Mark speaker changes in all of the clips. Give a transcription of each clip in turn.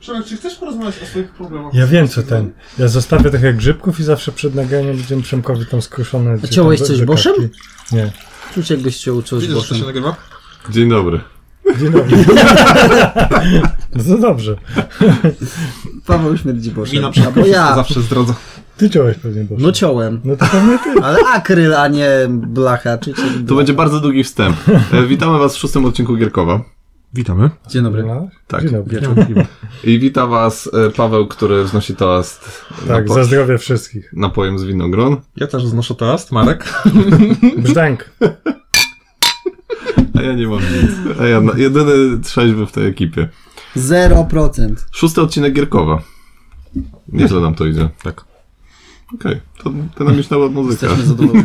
Speaker 1: Przemek, czy chcesz porozmawiać o swoich problemach?
Speaker 2: Ja wiem co ten. Ja zostawię trochę grzybków i zawsze przed naganiem będziemy Przemkowi tam skruszone. gdzie tam
Speaker 3: ciąłeś
Speaker 2: be-
Speaker 3: coś
Speaker 2: bekawki.
Speaker 3: boszem?
Speaker 2: Nie.
Speaker 3: Czuć jakbyś cię uczył z
Speaker 1: Widzisz, że to się
Speaker 3: boszem.
Speaker 1: nagrywa?
Speaker 4: Dzień dobry.
Speaker 2: Dzień dobry. No to dobrze.
Speaker 3: Paweł śmierdzi boszem.
Speaker 1: Mina tak przed
Speaker 3: Albo ja.
Speaker 1: zawsze zdradza.
Speaker 2: Ty ciąłeś pewnie boszem.
Speaker 3: No ciąłem.
Speaker 2: No to pewnie ty.
Speaker 3: Ale akryl, a nie blacha. Czy cię...
Speaker 4: To będzie bardzo długi wstęp. E, Witamy Was w szóstym odcinku Gierkowa.
Speaker 1: Witamy.
Speaker 3: Dzień dobry.
Speaker 2: No,
Speaker 4: Tak.
Speaker 2: Dzień dobry.
Speaker 4: I wita Was e, Paweł, który wznosi toast
Speaker 2: Tak,
Speaker 4: napo-
Speaker 2: za zdrowie wszystkich.
Speaker 4: napojem z winogron.
Speaker 1: Ja też znoszę toast, Marek.
Speaker 2: Brzdęk.
Speaker 4: A ja nie mam nic. A ja na- jedyny trzeźwy w tej ekipie.
Speaker 3: 0%.
Speaker 4: Szósty odcinek Gierkowa. Nieźle nam to idzie.
Speaker 1: Tak.
Speaker 4: Okej, to dynamiczna muzyka.
Speaker 3: Jesteśmy zadowoleni.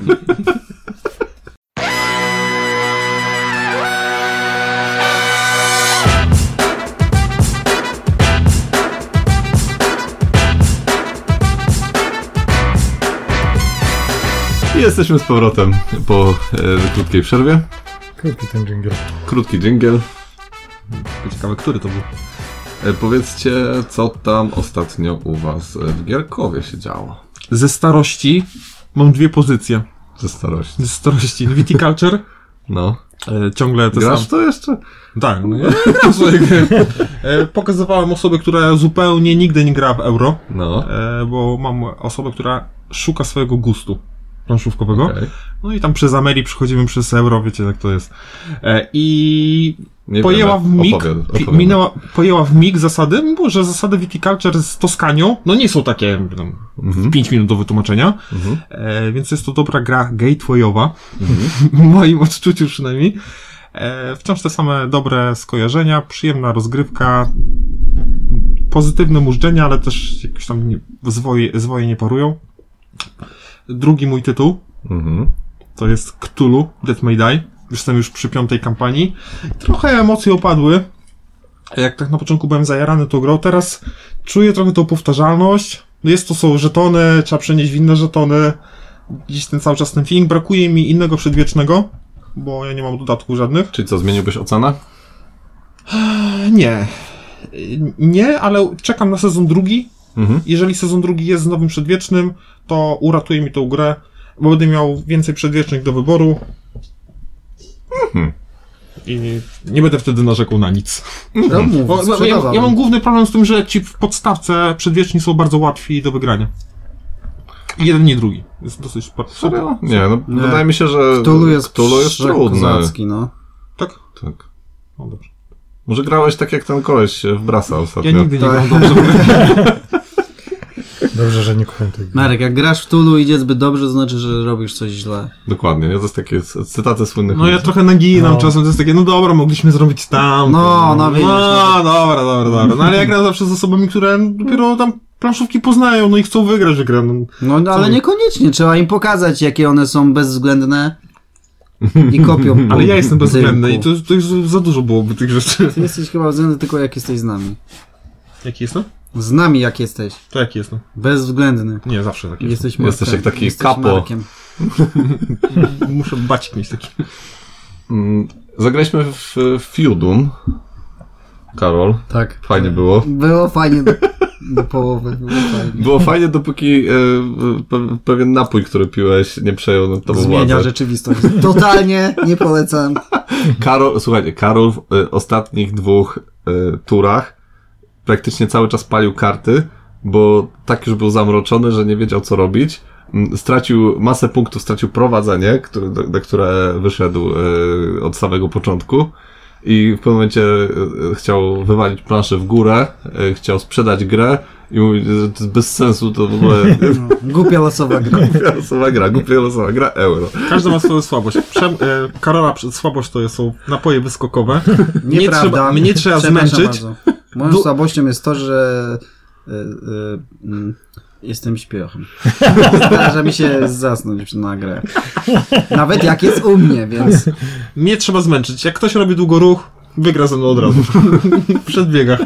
Speaker 4: I jesteśmy z powrotem po e, krótkiej przerwie.
Speaker 2: Krótki ten dżingiel.
Speaker 4: Krótki dżingiel.
Speaker 1: Ciekawe, który to był.
Speaker 4: E, powiedzcie, co tam ostatnio u Was e, w Gierkowie się działo
Speaker 1: Ze starości mam dwie pozycje.
Speaker 4: ze starości.
Speaker 1: Ze starości Viticulture.
Speaker 4: No.
Speaker 1: E, ciągle te
Speaker 4: Grasz to jeszcze?
Speaker 1: sam... Tak, no ja gram w swoje gry. E, pokazywałem osobę, która zupełnie nigdy nie grała w euro.
Speaker 4: No.
Speaker 1: E, bo mam osobę, która szuka swojego gustu planszówkowego.
Speaker 4: Okej.
Speaker 1: No i tam przez Ameri przechodzimy przez euro, wiecie jak to jest. E, I
Speaker 4: Nie
Speaker 1: pojęła w
Speaker 4: wiemy.
Speaker 1: mig,
Speaker 4: Opowiad-
Speaker 1: pi-
Speaker 4: opowiadaj.
Speaker 1: minęła, pojęła w mig zasady, mimo że zasady Viticulture z Toskanią, no nie są takie no,
Speaker 4: Mhm.
Speaker 1: 5 minut do wytłumaczenia,
Speaker 4: Mhm.
Speaker 1: e, więc jest to dobra gra gatewayowa, w moim odczuciu przynajmniej. E, wciąż te same dobre skojarzenia, przyjemna rozgrywka, pozytywne mużdżenie, ale też jakieś tam nie, zwoje, zwoje nie parują. Drugi mój tytuł,
Speaker 4: Mhm.
Speaker 1: to jest Cthulhu, Death May Die. Jestem już przy piątej kampanii. Trochę emocje opadły. Jak tak na początku byłem zajarany tą grą, teraz czuję trochę tą powtarzalność. No Jest to, są żetony, trzeba przenieść w inne żetony. Gdzieś ten cały czas ten feeling. Brakuje mi innego przedwiecznego, bo ja nie mam dodatków żadnych.
Speaker 4: Czyli co, zmieniłbyś ocenę?
Speaker 1: Nie. Y, Nie, ale czekam na sezon drugi.
Speaker 4: Mhm.
Speaker 1: Jeżeli sezon drugi jest z nowym przedwiecznym, to uratuje mi tą grę, bo będę miał więcej przedwiecznych do wyboru.
Speaker 4: Mhm.
Speaker 1: I nie będę wtedy narzekał na nic.
Speaker 3: No mów,
Speaker 1: Bo, bo, ja,
Speaker 3: sprzedawam.
Speaker 1: ja mam główny problem z tym, że ci w podstawce przedwieczni są bardzo łatwi do wygrania. I jeden, nie drugi. Jest dosyć par-
Speaker 4: Serio? Nie, no
Speaker 3: Nie.
Speaker 4: wydaje mi się, że
Speaker 3: Tulu jest,
Speaker 4: Cthulhu jest
Speaker 3: wszak
Speaker 4: trudne.
Speaker 3: kozacki, no.
Speaker 1: Tak?
Speaker 4: Tak.
Speaker 1: No dobrze.
Speaker 4: Może grałeś tak jak ten koleś w Brasa
Speaker 1: Ja
Speaker 4: ostatnio.
Speaker 1: nigdy nie
Speaker 3: Tak.
Speaker 1: gram dobrze. w gry.
Speaker 2: Dobrze, że nie kupiłem tej gry.
Speaker 3: Marek, jak grasz w Tulu i idzie zbyt dobrze, to znaczy, że robisz coś źle.
Speaker 4: Dokładnie, to jest takie c- cytaty słynnych
Speaker 1: No ja
Speaker 4: ludzi.
Speaker 1: trochę naginam
Speaker 2: No.
Speaker 1: czasem, to jest takie, no dobra, mogliśmy zrobić tam.
Speaker 3: No, no widzisz,
Speaker 1: No, dobra, dobra, dobra. No ale ja gram zawsze z osobami, które dopiero tam planszówki poznają, no i chcą wygrać, że gram. No,
Speaker 3: No no, ale
Speaker 1: Co?
Speaker 3: niekoniecznie, trzeba im pokazać, jakie one są bezwzględne i kopią. po
Speaker 1: Ale ja jestem bezwzględny i
Speaker 3: dymku.
Speaker 1: to, to już za dużo byłoby tych rzeczy.
Speaker 3: Ty jesteś chyba bezwzględny tylko jak jesteś z nami.
Speaker 1: Jaki jestem?
Speaker 3: Z nami jak jesteś.
Speaker 1: To jaki jestem?
Speaker 3: Bezwzględny.
Speaker 1: Nie, zawsze tak taki jestem.
Speaker 3: Jesteś,
Speaker 4: Jesteś
Speaker 3: Markiem.
Speaker 4: jak taki
Speaker 3: jesteś
Speaker 4: kapo.
Speaker 3: Markiem.
Speaker 1: Muszę bacik mieć taki.
Speaker 4: Mm, Zagraliśmy w w Feudum. Karol,
Speaker 3: Tak.
Speaker 4: fajnie było.
Speaker 3: Było fajnie do, do połowy. Było fajnie.
Speaker 4: Było fajnie, dopóki e, pe, pewien napój, który piłeś, nie przejął nad tobą
Speaker 3: Zmienia
Speaker 4: władzy.
Speaker 3: rzeczywistość. Totalnie nie polecam.
Speaker 4: Karol, słuchajcie, Karol w e, ostatnich dwóch e, turach praktycznie cały czas palił karty, bo tak już był zamroczony, że nie wiedział co robić. Mm, Stracił masę punktów, stracił prowadzenie, który, do, na które wyszedł e, od samego początku. I w pewnym momencie e, chciał wywalić planszę w górę, e, chciał sprzedać grę i mówić, że to jest bez sensu, to w ogóle
Speaker 3: Głupia losowa gra.
Speaker 4: głupia losowa gra, głupia losowa gra euro.
Speaker 1: Każdy ma swoją słabość. Przem, e, Karola przy- słabość to są napoje wyskokowe. Mnie
Speaker 3: Nieprawda.
Speaker 1: trzeba- mnie trzeba
Speaker 3: Przepraszam
Speaker 1: zmęczyć.
Speaker 3: bardzo. Moją
Speaker 1: Du-
Speaker 3: słabością jest to, że y, y, mm, jestem śpiochem. Zdarza mi się zasnąć na grę. Nawet jak jest u mnie, więc
Speaker 1: Mnie trzeba zmęczyć. Jak ktoś robi długo ruch, wygra ze mną od razu. W przedbiegach.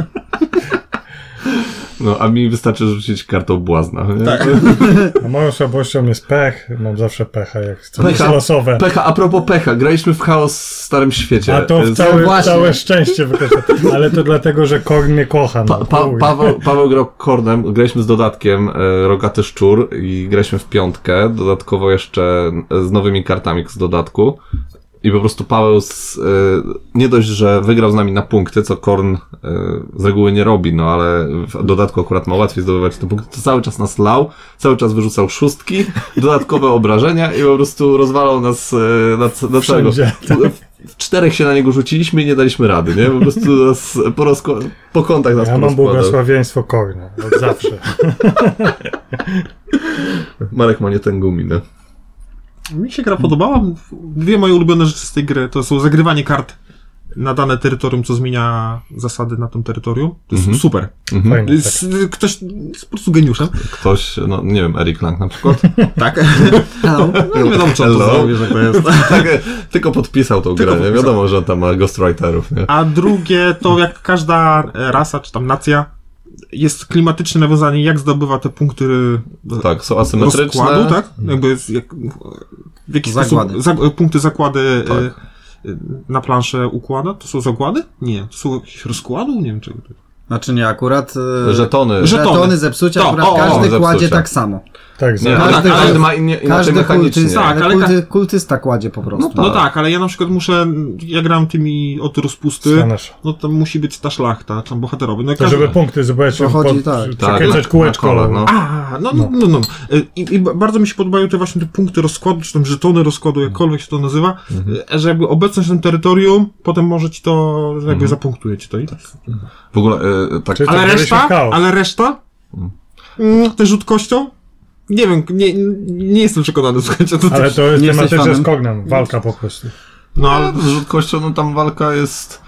Speaker 4: No, a mi wystarczy rzucić kartą błazna. nie?
Speaker 2: A moją słabością jest pech. Mam zawsze pecha, jak chcę
Speaker 4: Pecha.
Speaker 2: mieć losowe.
Speaker 4: Pecha, a propos pecha, graliśmy w chaos w Starym Świecie. No
Speaker 2: A to
Speaker 4: Z-
Speaker 2: w całe,
Speaker 3: No właśnie.
Speaker 2: całe szczęście wykorzystam. Ale to dlatego, że Korn mnie kocha. No.
Speaker 4: Pa, pa,
Speaker 2: Chuj.
Speaker 4: Paweł, Paweł grał kornem, graliśmy z dodatkiem e, Rogaty Szczur i graliśmy w piątkę, dodatkowo jeszcze e, z nowymi kartami z dodatku. I po prostu Paweł z, e, nie dość, że wygrał z nami na punkty, co Korn e, z reguły nie robi, no ale w dodatku akurat ma łatwiej zdobywać te punkty, to cały czas nas lał, cały czas wyrzucał szóstki, dodatkowe obrażenia i po prostu rozwalał nas e, na, c- na całego.
Speaker 2: Wszędzie,
Speaker 4: W- W czterech się na niego rzuciliśmy i nie daliśmy rady, nie? Po prostu nas po, rozko- po kątach nas
Speaker 2: Ja mam
Speaker 4: porozkładał.
Speaker 2: błogosławieństwo Korna. Od zawsze.
Speaker 4: Marek ma nie tę guminę.
Speaker 1: Mi się gra podobała. Dwie moje ulubione rzeczy z tej gry to są zagrywanie kart na dane terytorium, co zmienia zasady na tym terytorium. To jest
Speaker 4: Mhm.
Speaker 1: super.
Speaker 2: Fajne, tak.
Speaker 1: Jest, y, ktoś jest po prostu geniuszem.
Speaker 4: Ktoś, no nie wiem, Eric Lang na przykład.
Speaker 1: Tak.
Speaker 3: Hello.
Speaker 1: No, nie wiadomo, co on
Speaker 4: Hello.
Speaker 1: to zrobił, że to jest.
Speaker 4: tak, tylko podpisał tą grę, nie? Wiadomo, że on tam ma ghostwriterów, nie?
Speaker 1: A drugie to jak każda e, rasa czy tam nacja jest klimatyczne nawiązanie, jak zdobywa te punkty e,
Speaker 4: Tak, są asymetryczne.
Speaker 1: rozkładu, tak? Jakby jest jak, w jaki
Speaker 3: Zagłady.
Speaker 1: sposób zag, punkty zakłady
Speaker 4: Tak.
Speaker 1: e, e, na planszę układa? To są zagłady? Nie, to są jakieś rozkładu? Nie wiem czego to
Speaker 3: Znaczy nie, akurat... e,
Speaker 1: Że-
Speaker 4: Żetony.
Speaker 3: Żetony,
Speaker 1: żetony.
Speaker 3: zepsucia,
Speaker 1: To,
Speaker 3: akurat
Speaker 1: o, o,
Speaker 3: każdy
Speaker 4: zepsucia.
Speaker 3: kładzie tak samo.
Speaker 2: Tak, za-
Speaker 4: Nie, ale
Speaker 1: Każdy-
Speaker 4: każdy, ma innie, inaczej
Speaker 3: Każdy
Speaker 4: mechanicznie.
Speaker 3: kultysta,
Speaker 1: Tak,
Speaker 3: ale
Speaker 1: ale ka-
Speaker 3: kulty, kultysta kładzie po prostu.
Speaker 1: No tak, ale ja na przykład muszę, ja gram tymi od rozpusty,
Speaker 2: Stanasz.
Speaker 1: no to musi być ta szlachta, tam bohaterowy. No,
Speaker 2: To
Speaker 1: każdy-
Speaker 2: żeby punkty zobaczyć,
Speaker 3: Prochodzi,
Speaker 2: pod,
Speaker 3: tak.
Speaker 4: Tak,
Speaker 2: przekręcać
Speaker 4: na-
Speaker 2: kółeczko.
Speaker 4: na kole, no.
Speaker 1: A, no, no, no, no. Y, I, I bardzo mi się podobają te właśnie te punkty rozkładu, czy tam żetony rozkładu,
Speaker 2: Mhm.
Speaker 1: jakkolwiek się to nazywa, y, że jakby obecność na tym terytorium, potem może ci to, że jakby
Speaker 2: Mhm.
Speaker 1: zapunktuje ci to i tak.
Speaker 4: W ogóle, e, tak,
Speaker 2: Czy- To
Speaker 1: Ale
Speaker 2: wtedy
Speaker 1: reszta,
Speaker 2: się chaos.
Speaker 1: ale reszta, mm, też rzutkością, nie wiem, nie, nie jestem przekonany, słuchajcie, to
Speaker 2: Ale
Speaker 1: też,
Speaker 2: to jest
Speaker 3: Nie jesteś
Speaker 2: tematycznie z
Speaker 3: fanem?
Speaker 2: Kognem. Walka po prostu.
Speaker 1: no ale
Speaker 4: ale z rzutkością, no tam walka jest...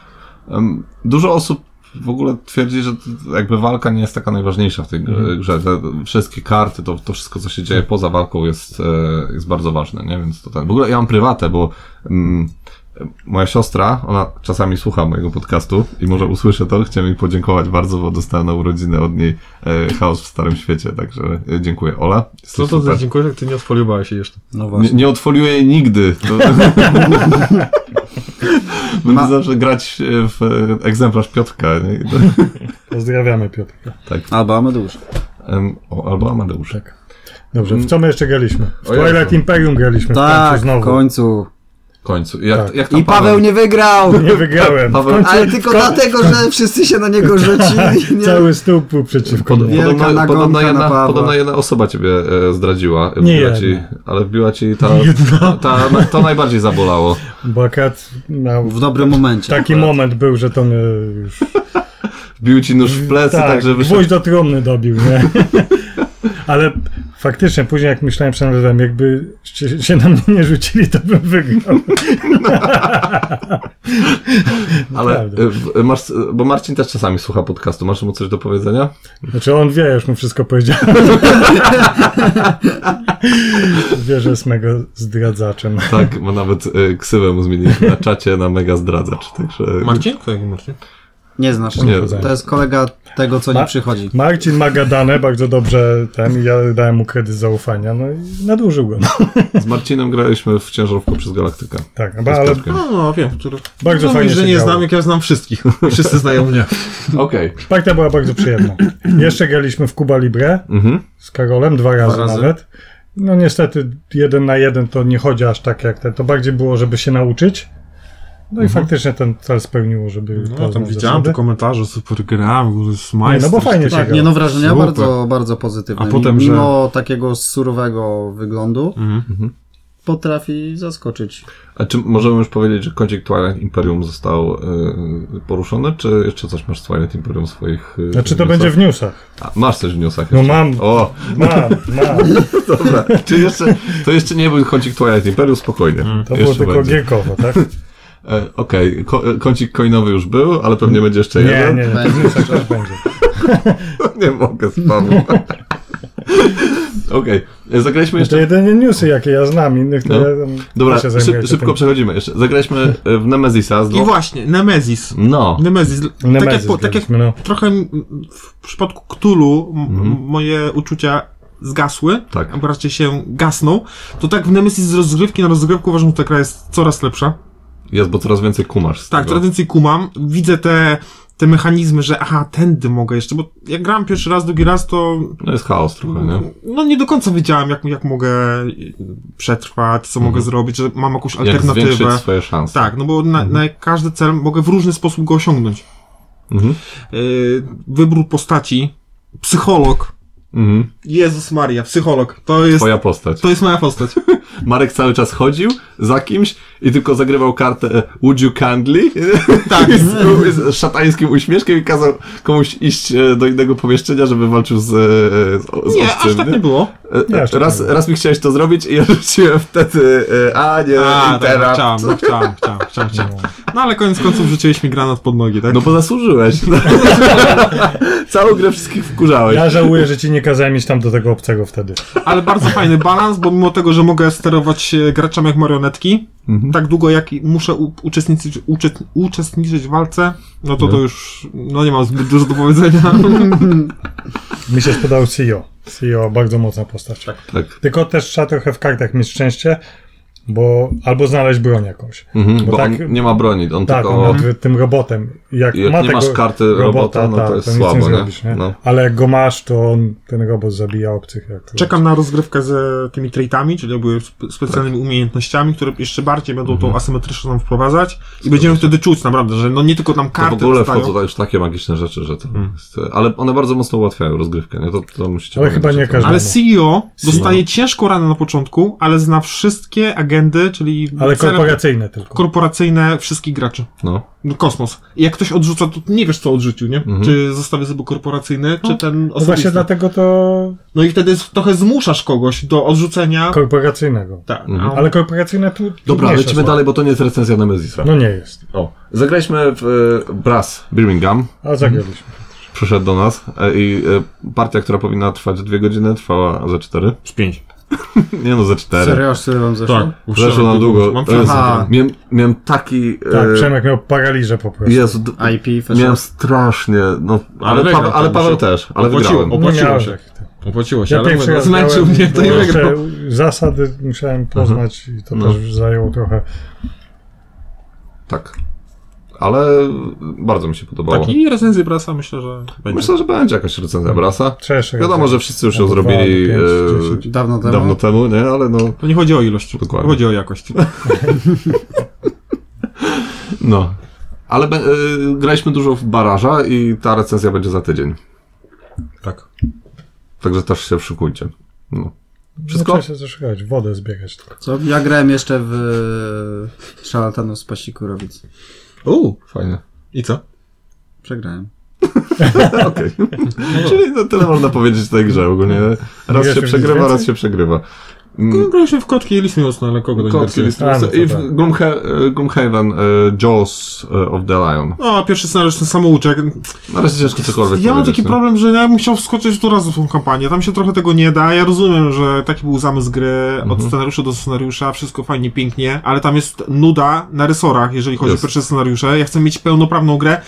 Speaker 4: em, dużo osób w ogóle twierdzi, że t- jakby walka nie jest taka najważniejsza w tej grze.
Speaker 1: Mhm.
Speaker 4: grze. Te wszystkie karty, to, to wszystko, co się dzieje poza walką jest, e, jest bardzo ważne, nie? Więc to tak. W ogóle ja mam prywatę, bo mm, moja siostra, ona czasami słucha mojego podcastu i może usłyszę to. Chciałem jej podziękować bardzo, bo dostałem na urodziny od niej e, chaos w Starym Świecie, także e, dziękuję Ola. Jesteś
Speaker 1: co to za
Speaker 4: super.
Speaker 1: dziękuję, jak ty nie odfoliowałeś się jeszcze.
Speaker 3: No
Speaker 4: Nie,
Speaker 3: właśnie.
Speaker 4: nie odfoliuję jej nigdy. To... Będę
Speaker 3: Ma-
Speaker 4: zawsze grać e, w e, egzemplarz Piotrka. Nie? I to-
Speaker 2: Pozdrawiamy Piotrka.
Speaker 3: Albo Amadeusz.
Speaker 4: Em, o, albo Amadeusz.
Speaker 2: Dobrze, w co my jeszcze graliśmy? W
Speaker 4: O Jezu.
Speaker 2: Twilight Imperium graliśmy w
Speaker 3: Mm. Tak,
Speaker 2: końcu
Speaker 3: w
Speaker 2: znowu.
Speaker 3: końcu.
Speaker 4: W końcu. Jak,
Speaker 2: Tak.
Speaker 4: jak tam
Speaker 3: I Paweł nie wygrał!
Speaker 2: Nie wygrałem.
Speaker 4: Paweł-
Speaker 2: w końcu
Speaker 3: Ale tylko dlatego, że wszyscy się na niego rzucili. Nie,
Speaker 2: cały stół był przeciwko
Speaker 4: Pod,
Speaker 2: mnie.
Speaker 3: Wielka
Speaker 4: podobno,
Speaker 3: nagonka
Speaker 4: podobno,
Speaker 3: na
Speaker 4: jedna,
Speaker 3: Pawła.
Speaker 4: podobno jedna osoba ciebie e, zdradziła. e,
Speaker 2: Nie
Speaker 4: wbiła
Speaker 2: jedna.
Speaker 4: ci, ale wbiła ci ta, ta, na- to najbardziej zabolało.
Speaker 2: Bo akurat miał
Speaker 3: W dobrym momencie.
Speaker 2: taki moment był, że to mnie już...
Speaker 4: Wbił ci nóż w plecy, tak, że wyszedł.
Speaker 2: gwóźdź do trumny dobił, nie? Ale faktycznie, później jak myślałem, przemyślałem, jakby się, się na mnie nie rzucili, to bym wygrał.
Speaker 4: Ale
Speaker 2: Naprawdę.
Speaker 4: e, w- masz, e, bo Marcin też czasami słucha podcastu. Masz mu coś do powiedzenia?
Speaker 2: Znaczy on wie, już mu wszystko powiedziałem. wie, że jest mego zdradzaczem.
Speaker 4: Tak, bo nawet e, ksywę mu zmieniliśmy na czacie na mega zdradzacz. Także
Speaker 1: Marcin? Kto jaki Mm. Tak, Marcin?
Speaker 3: Nie znasz.
Speaker 4: Nie.
Speaker 3: To jest kolega tego, co nie przychodzi.
Speaker 2: Marcin ma gadane bardzo dobrze ten i ja dałem mu kredyt zaufania, no i nadużył go. No,
Speaker 4: z Marcinem graliśmy w ciężarówkę przez Galaktykę.
Speaker 2: tak,
Speaker 4: Z
Speaker 2: ba- ale
Speaker 4: Piotrkiem.
Speaker 1: No, no, wiem, który...
Speaker 2: Bardzo
Speaker 1: no,
Speaker 2: fajnie
Speaker 1: że
Speaker 2: się
Speaker 1: nie
Speaker 2: grało.
Speaker 1: znam, jak ja znam wszystkich. Wszyscy znają mnie.
Speaker 4: Okej.
Speaker 2: partia była bardzo przyjemna. Jeszcze graliśmy w Kuba Libre
Speaker 4: Mhm.
Speaker 2: z Karolem dwa razy,
Speaker 3: razy.
Speaker 2: nawet. No niestety jeden na jeden to nie chodzi aż tak jak ten. To bardziej było, żeby się nauczyć. No i faktycznie ten cel spełniło, żeby
Speaker 1: No, tam
Speaker 2: poznać
Speaker 1: widziałem
Speaker 2: zasady.
Speaker 1: te komentarze, super gra, w ogóle
Speaker 2: Nie,
Speaker 1: smajs.
Speaker 2: no bo fajnie się
Speaker 3: Tak,
Speaker 2: grało.
Speaker 3: nie no, wrażenia
Speaker 1: Super.
Speaker 3: bardzo, bardzo pozytywne.
Speaker 1: A potem, że-
Speaker 3: Mimo takiego surowego wyglądu potrafi zaskoczyć.
Speaker 4: A czy możemy już powiedzieć, że kącik Twilight Imperium został e, poruszony, czy jeszcze coś masz z Twilight Imperium w swoich... Yy,
Speaker 2: Znaczy to będzie w newsach.
Speaker 4: A, masz coś w newsach
Speaker 2: No
Speaker 4: jeszcze.
Speaker 2: mam,
Speaker 4: O,
Speaker 2: mam, mam.
Speaker 4: dobra. Czy jeszcze, to jeszcze nie był kącik Twilight Imperium, spokojnie.
Speaker 2: Mm. To było
Speaker 4: jeszcze
Speaker 2: tylko
Speaker 4: będzie.
Speaker 2: gierkowo, tak?
Speaker 4: E, Okej, ko- e, kącik coinowy już był, ale pewnie będzie jeszcze
Speaker 2: Nie, nie,
Speaker 4: jeden.
Speaker 2: nie, to w newsach też będzie.
Speaker 4: nie mogę z Pawłem. Okej, zagraliśmy
Speaker 2: To
Speaker 4: jeszcze...
Speaker 2: jedynie newsy, jakie ja znam, innych to
Speaker 4: No.
Speaker 2: ja tam
Speaker 4: Dobra,
Speaker 2: też się zajmuję
Speaker 4: szyb, szybko
Speaker 2: tym.
Speaker 4: przechodzimy jeszcze. Zagraliśmy e, w Nemezisa z
Speaker 1: I
Speaker 4: dwoma...
Speaker 1: właśnie, Nemezis.
Speaker 4: No,
Speaker 1: Nemezis. tak jak,
Speaker 2: Nemezis
Speaker 1: po, tak jak
Speaker 2: graliśmy, no.
Speaker 1: trochę mm, w przypadku Cthulhu m- m- moje uczucia zgasły,
Speaker 4: Mhm. Tak.
Speaker 1: albo raczej się gasną, to tak w Nemesis z rozgrywki na rozgrywkę uważam, że ta gra jest coraz lepsza.
Speaker 4: jest, bo coraz więcej kumasz z
Speaker 1: Tak,
Speaker 4: tego.
Speaker 1: coraz więcej kumam, widzę te, te mechanizmy, że aha, tędy mogę jeszcze, bo jak grałem pierwszy raz, drugi raz, to
Speaker 4: No jest chaos trochę, nie?
Speaker 1: no nie do końca wiedziałem, jak, jak mogę y, przetrwać, co mogę zrobić, że mam jakąś
Speaker 4: Mhm. Jak zwiększyć
Speaker 1: alternatywę.
Speaker 4: swoje szanse.
Speaker 1: Tak, no bo na, na każdy cel mogę w różny sposób go osiągnąć.
Speaker 4: Mhm.
Speaker 1: Yy, wybór postaci, psycholog,
Speaker 4: Mhm.
Speaker 1: Jezus Maria, psycholog. To jest,
Speaker 4: Twoja postać.
Speaker 1: to jest moja postać.
Speaker 4: Marek cały czas chodził za kimś i tylko zagrywał kartę e, Would you kindly?
Speaker 1: Tak.
Speaker 4: z, z szatańskim uśmieszkiem i kazał komuś iść e, do innego pomieszczenia, żeby walczył z, e, z, z
Speaker 1: Nie,
Speaker 4: obcym,
Speaker 1: aż tak nie było.
Speaker 4: E,
Speaker 2: Nie, aż tak
Speaker 4: raz,
Speaker 2: nie było.
Speaker 4: raz mi chciałeś to zrobić i ja rzuciłem wtedy e, a nie,
Speaker 1: A, tak, no,
Speaker 4: interact.
Speaker 1: chciałem, no, chciałem, chciałem, chciałem, chciałem. No ale koniec końców rzuciłeś mi granat pod nogi, tak?
Speaker 4: No bo zasłużyłeś. Całą grę wszystkich wkurzałeś.
Speaker 2: Ja żałuję, że ci nie kazałem iść tam do tego obcego wtedy.
Speaker 1: Ale bardzo fajny balans, bo mimo tego, że mogę sterować e, graczem jak marionetki,
Speaker 4: Mhm.
Speaker 1: tak długo jak i muszę u- uczestniczyć, uczest- uczestniczyć w walce, no to to już, no nie mam zbyt dużo do powiedzenia.
Speaker 2: Mi się spodobał E CEO. CEO, bardzo mocna postać.
Speaker 4: Tak.
Speaker 2: Tylko też trzeba trochę w kartach mieć szczęście, bo albo znaleźć broń jakąś.
Speaker 4: Mhm, bo
Speaker 2: Bo tak-
Speaker 4: on nie ma broni, on
Speaker 2: Tak,
Speaker 4: tylko...
Speaker 2: on nad tym robotem. Jak,
Speaker 4: Jak
Speaker 2: ma
Speaker 4: nie
Speaker 2: tego
Speaker 4: masz karty robota, no to
Speaker 2: tak,
Speaker 4: jest
Speaker 2: nic
Speaker 4: słabo, nie?
Speaker 2: zrobisz, nie?
Speaker 4: No.
Speaker 2: Ale jak go masz, to on, ten robot zabija obcych. Jak to
Speaker 1: Czekam na rozgrywkę z tymi traitami, czyli jakby spe-
Speaker 2: Tak.
Speaker 1: specjalnymi umiejętnościami, które jeszcze bardziej będą
Speaker 2: Mhm.
Speaker 1: tą asymetryczną nam wprowadzać i będziemy wtedy czuć naprawdę, że no nie tylko nam
Speaker 4: To w
Speaker 1: karty
Speaker 4: ogóle
Speaker 1: dostają.
Speaker 4: wchodzą już takie magiczne rzeczy, że to jest, e, Ale one bardzo mocno ułatwiają rozgrywkę, nie? To, to musicie
Speaker 2: Ale
Speaker 4: pamiętać
Speaker 2: chyba nie
Speaker 4: o tym.
Speaker 2: każdy.
Speaker 1: Ale
Speaker 2: Wiadomo.
Speaker 1: CEO
Speaker 2: E
Speaker 1: dostaje ciężką ranę na początku, ale zna wszystkie agendy, czyli
Speaker 2: Ale
Speaker 1: cele
Speaker 2: korporacyjne tylko.
Speaker 1: korporacyjne wszystkich graczy.
Speaker 4: No.
Speaker 1: No, Kosmos. I jak ktoś odrzuca, to nie wiesz, co odrzucił, nie? Czy zostawię sobie korporacyjny, czy ten
Speaker 2: Mhm. No
Speaker 1: osobisty.
Speaker 2: właśnie dlatego to
Speaker 1: No i wtedy z- trochę zmuszasz kogoś do odrzucenia.
Speaker 2: korporacyjnego.
Speaker 1: tak.
Speaker 4: Mhm.
Speaker 1: no.
Speaker 2: Ale korporacyjne tu
Speaker 4: Dobra,
Speaker 2: trudniejsze
Speaker 4: lecimy
Speaker 2: są.
Speaker 4: dalej, bo to nie jest recenzja Nemezisa.
Speaker 2: No nie jest.
Speaker 4: O. Zagraliśmy w e, Brass Birmingham.
Speaker 2: A zagraliśmy.
Speaker 1: E,
Speaker 4: Przyszedł do nas e, i e, partia, która powinna trwać dwie godziny, trwała za cztery.
Speaker 1: Z pięć.
Speaker 4: Nie no, za cztery.
Speaker 3: Serio, aż tyle wam zeszło?
Speaker 1: Tak.
Speaker 4: Zeszło na długo.
Speaker 1: Mam
Speaker 4: Jezu,
Speaker 3: Aha.
Speaker 4: Miałem, miałem taki... E,
Speaker 2: Tak, Przemek miał paraliżę po prostu.
Speaker 4: Jezu, d-
Speaker 3: IP, feszyn.
Speaker 4: miałem strasznie, no, ale,
Speaker 1: wygrał,
Speaker 4: Paweł, ale
Speaker 1: tak,
Speaker 4: Paweł
Speaker 1: się-
Speaker 4: też, ale
Speaker 1: opłaciło,
Speaker 4: wygrałem.
Speaker 2: No
Speaker 1: opłaciło. Opłaciło
Speaker 2: miałem
Speaker 1: się.
Speaker 2: jak to.
Speaker 1: Opłaciło się,
Speaker 2: tak,
Speaker 1: ale
Speaker 2: Ja pierwszy
Speaker 1: mówię, no,
Speaker 2: raz
Speaker 1: zmęczył
Speaker 2: grałem,
Speaker 1: mnie to i
Speaker 2: bo jeszcze
Speaker 1: wygrał. Mhm.
Speaker 2: Zasady musiałem poznać i to
Speaker 4: No.
Speaker 2: też zajęło trochę.
Speaker 4: Tak. Ale bardzo mi się podobało.
Speaker 1: Tak, i recenzję Brasa myślę, że będzie.
Speaker 4: Myślę, że będzie jakaś recenzja Brasa.
Speaker 2: Trzesz,
Speaker 4: Wiadomo, że wszyscy już ją
Speaker 2: Tak, Dwa,
Speaker 4: zrobili
Speaker 2: pięć,
Speaker 4: e,
Speaker 2: dziesięć.
Speaker 3: Dawno temu.
Speaker 4: dawno temu, nie? Ale no,
Speaker 1: To nie chodzi o ilość,
Speaker 4: Dokładnie.
Speaker 1: chodzi o jakość.
Speaker 4: no. Ale be, y, graliśmy dużo w baraża i ta recenzja będzie za tydzień.
Speaker 1: tak.
Speaker 4: Także też się szykujcie. No. Wszystko?
Speaker 2: Trzeba się też grać, wodę zbiegać tylko.
Speaker 3: Co? Ja grałem jeszcze w e, szalatanów z pasikurowic.
Speaker 1: Uuu,
Speaker 4: Fajnie.
Speaker 1: i co?
Speaker 3: Przegrałem.
Speaker 4: Okej. Czyli no, tyle można powiedzieć o tej grze ogólnie. Raz
Speaker 2: Mogę
Speaker 4: się
Speaker 2: się
Speaker 4: przegrywa,
Speaker 2: więcej?
Speaker 4: raz się przegrywa. Mm,
Speaker 1: Grałem się w kotki i listy mocno, ale kogo to
Speaker 4: Kotki,
Speaker 1: interesuje?
Speaker 4: listy,
Speaker 2: A, no to
Speaker 4: I w
Speaker 2: tak.
Speaker 4: Gloomha- e, Gloomhaven, y, Jaws y, of the Lion.
Speaker 1: No, a pierwszy scenariusz ten samouczek.
Speaker 4: Na razie ciężko cokolwiek
Speaker 1: Ja mam
Speaker 4: powiedzieć,
Speaker 1: taki
Speaker 4: no.
Speaker 1: problem, że ja bym chciał wskoczyć tu raz w tą kampanię. Tam się trochę tego nie da. Ja rozumiem, że taki był zamysł gry
Speaker 4: Mhm.
Speaker 1: od scenariusza do scenariusza, wszystko fajnie, pięknie, ale tam jest nuda na rysorach, jeżeli chodzi
Speaker 4: Jest.
Speaker 1: o pierwsze scenariusze. Ja chcę mieć pełnoprawną grę.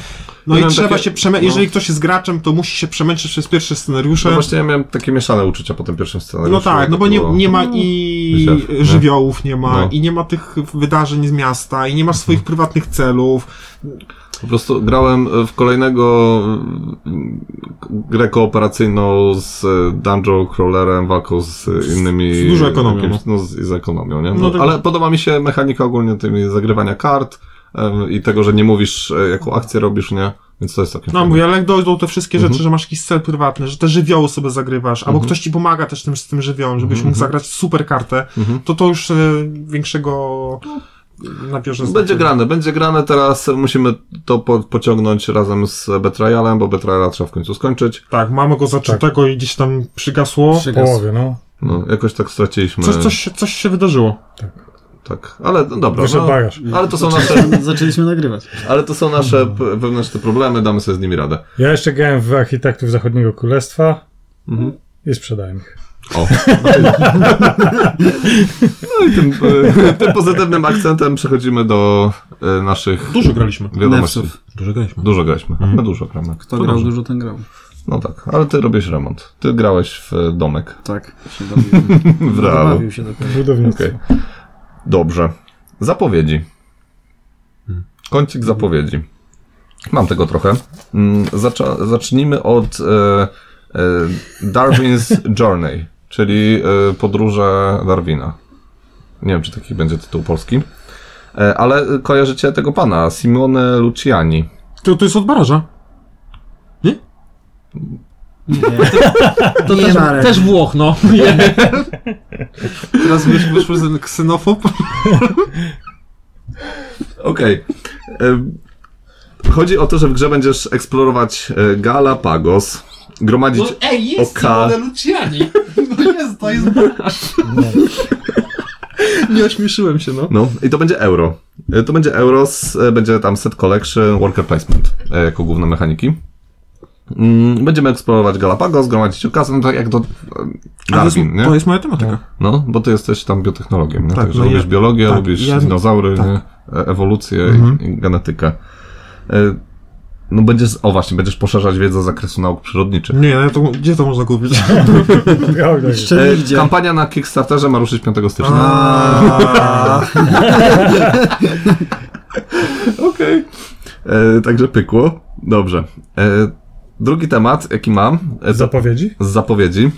Speaker 1: No
Speaker 4: Ja
Speaker 1: i
Speaker 4: mam
Speaker 1: trzeba
Speaker 4: takie-
Speaker 1: się przemęczyć.
Speaker 4: no.
Speaker 1: Jeżeli ktoś jest graczem, to musi się przemęczyć przez pierwsze scenariusze.
Speaker 4: No
Speaker 1: No,
Speaker 4: właśnie ja miałem takie mieszane uczucia po tym pierwszym scenariuszu.
Speaker 1: tak,
Speaker 4: jak
Speaker 1: no bo
Speaker 4: to
Speaker 1: nie,
Speaker 4: było.
Speaker 1: nie ma i
Speaker 4: Źle, nie?
Speaker 1: żywiołów, nie ma,
Speaker 4: No. Mhm.
Speaker 1: i nie ma tych wydarzeń z miasta, i nie masz swoich prywatnych celów.
Speaker 4: Po prostu grałem w kolejnego mm, grę kooperacyjną z e, dungeon crawlerem, walką z e, innymi...
Speaker 1: Z dużą ekonomią,
Speaker 4: no. z, z ekonomią, nie? No,
Speaker 1: No tak.
Speaker 4: Ale podoba mi się mechanika ogólnie tymi zagrywania kart em, i tego, że nie mówisz, e, jaką akcję robisz, nie? Więc to jest takie
Speaker 1: No
Speaker 4: fajne.
Speaker 1: mówię, ale jak dojdą te wszystkie rzeczy, że masz jakiś cel prywatny, że te żywioły sobie zagrywasz, albo ktoś ci pomaga też tym, z tym żywiołem, żebyś mógł zagrać super kartę,
Speaker 4: Mhm.
Speaker 1: to to już e, większego znaczy. nabierze
Speaker 4: No, Będzie
Speaker 1: znaczenia.
Speaker 4: grane, będzie grane, teraz musimy to po, pociągnąć razem z Betrayalem, bo Betrayala trzeba w końcu skończyć.
Speaker 1: Tak, mamy go zaczętego i gdzieś tam przygasło.
Speaker 2: W
Speaker 3: Przygasł.
Speaker 2: połowie, no.
Speaker 4: No, jakoś tak straciliśmy.
Speaker 1: Coś, coś, się- coś się wydarzyło.
Speaker 4: Tak, ale no, dobra.
Speaker 2: Wyszedł
Speaker 4: No,
Speaker 2: bagaż.
Speaker 4: ale to są nasze
Speaker 3: Zaczęliśmy nagrywać.
Speaker 4: Ale to są nasze p- wewnętrzne problemy, damy sobie z nimi radę.
Speaker 2: Ja jeszcze grałem w Architektów Zachodniego Królestwa
Speaker 4: Mhm.
Speaker 2: i sprzedałem ich.
Speaker 4: O. No i tym, e, tym pozytywnym akcentem przechodzimy do e, naszych
Speaker 1: Dużo graliśmy. Mhm.
Speaker 4: wiadomości.
Speaker 3: Nefsów.
Speaker 1: Dużo graliśmy.
Speaker 4: Dużo graliśmy. My dużo gramy.
Speaker 3: Kto grał dużo, ten grał.
Speaker 4: No tak, ale ty robisz remont. Ty grałeś w e, domek.
Speaker 3: Tak, się dobił.
Speaker 4: Brawo.
Speaker 3: Bawił się dopiero.
Speaker 2: Budownictwo.
Speaker 4: Okej. Dobrze. Zapowiedzi. Kącik zapowiedzi. Mam tego trochę. Mm, Zacza, zacznijmy od e, e, Darwin's Journey, czyli e, podróże Darwina. Nie wiem, czy taki będzie tytuł polski. E, ale kojarzycie tego pana, Simone Luciani.
Speaker 1: To, to jest od baraża. To
Speaker 3: Nie
Speaker 1: też,
Speaker 3: ma
Speaker 1: też Włoch, no. Teraz wysz, wyszły z ksenofob.
Speaker 4: Okej. Em, Chodzi o to, że w grze będziesz eksplorować e, Galapagos, gromadzić...
Speaker 1: ej,
Speaker 4: jest Oka. Simone
Speaker 1: Luciani. No jest, to jest baraż. Nie ośmieszyłem się, no.
Speaker 4: No, i to będzie euro. E, To będzie euros, e, będzie tam set collection, worker placement e, jako główne mechaniki. Mm, Będziemy eksplorować Galapagos, gromadzić ukaz, no tak jak do e,
Speaker 1: to, jest,
Speaker 4: Darwin, nie?
Speaker 1: to jest moja tematyka.
Speaker 4: No, bo ty jesteś tam biotechnologiem, nie?
Speaker 1: Tak,
Speaker 4: Także
Speaker 1: no
Speaker 4: lubisz
Speaker 1: ja-
Speaker 4: biologię,
Speaker 1: tak,
Speaker 4: lubisz
Speaker 1: ja-
Speaker 4: dinozaury,
Speaker 1: tak.
Speaker 4: nie? E- ewolucję
Speaker 1: Mhm.
Speaker 4: i, i genetykę. E, No będziesz, o właśnie, będziesz poszerzać wiedzę z zakresu nauk przyrodniczych.
Speaker 1: Nie, no ja to, gdzie to można kupić?
Speaker 2: Ja, ja, ja.
Speaker 3: Jeszcze
Speaker 4: E,
Speaker 3: nigdzie.
Speaker 4: Kampania na Kickstarterze ma ruszyć 5 stycznia.
Speaker 3: A,
Speaker 4: Okej. E, Także pykło. Dobrze. E, Drugi temat, jaki mam e, to
Speaker 2: Zapowiedzi?
Speaker 4: z zapowiedzi,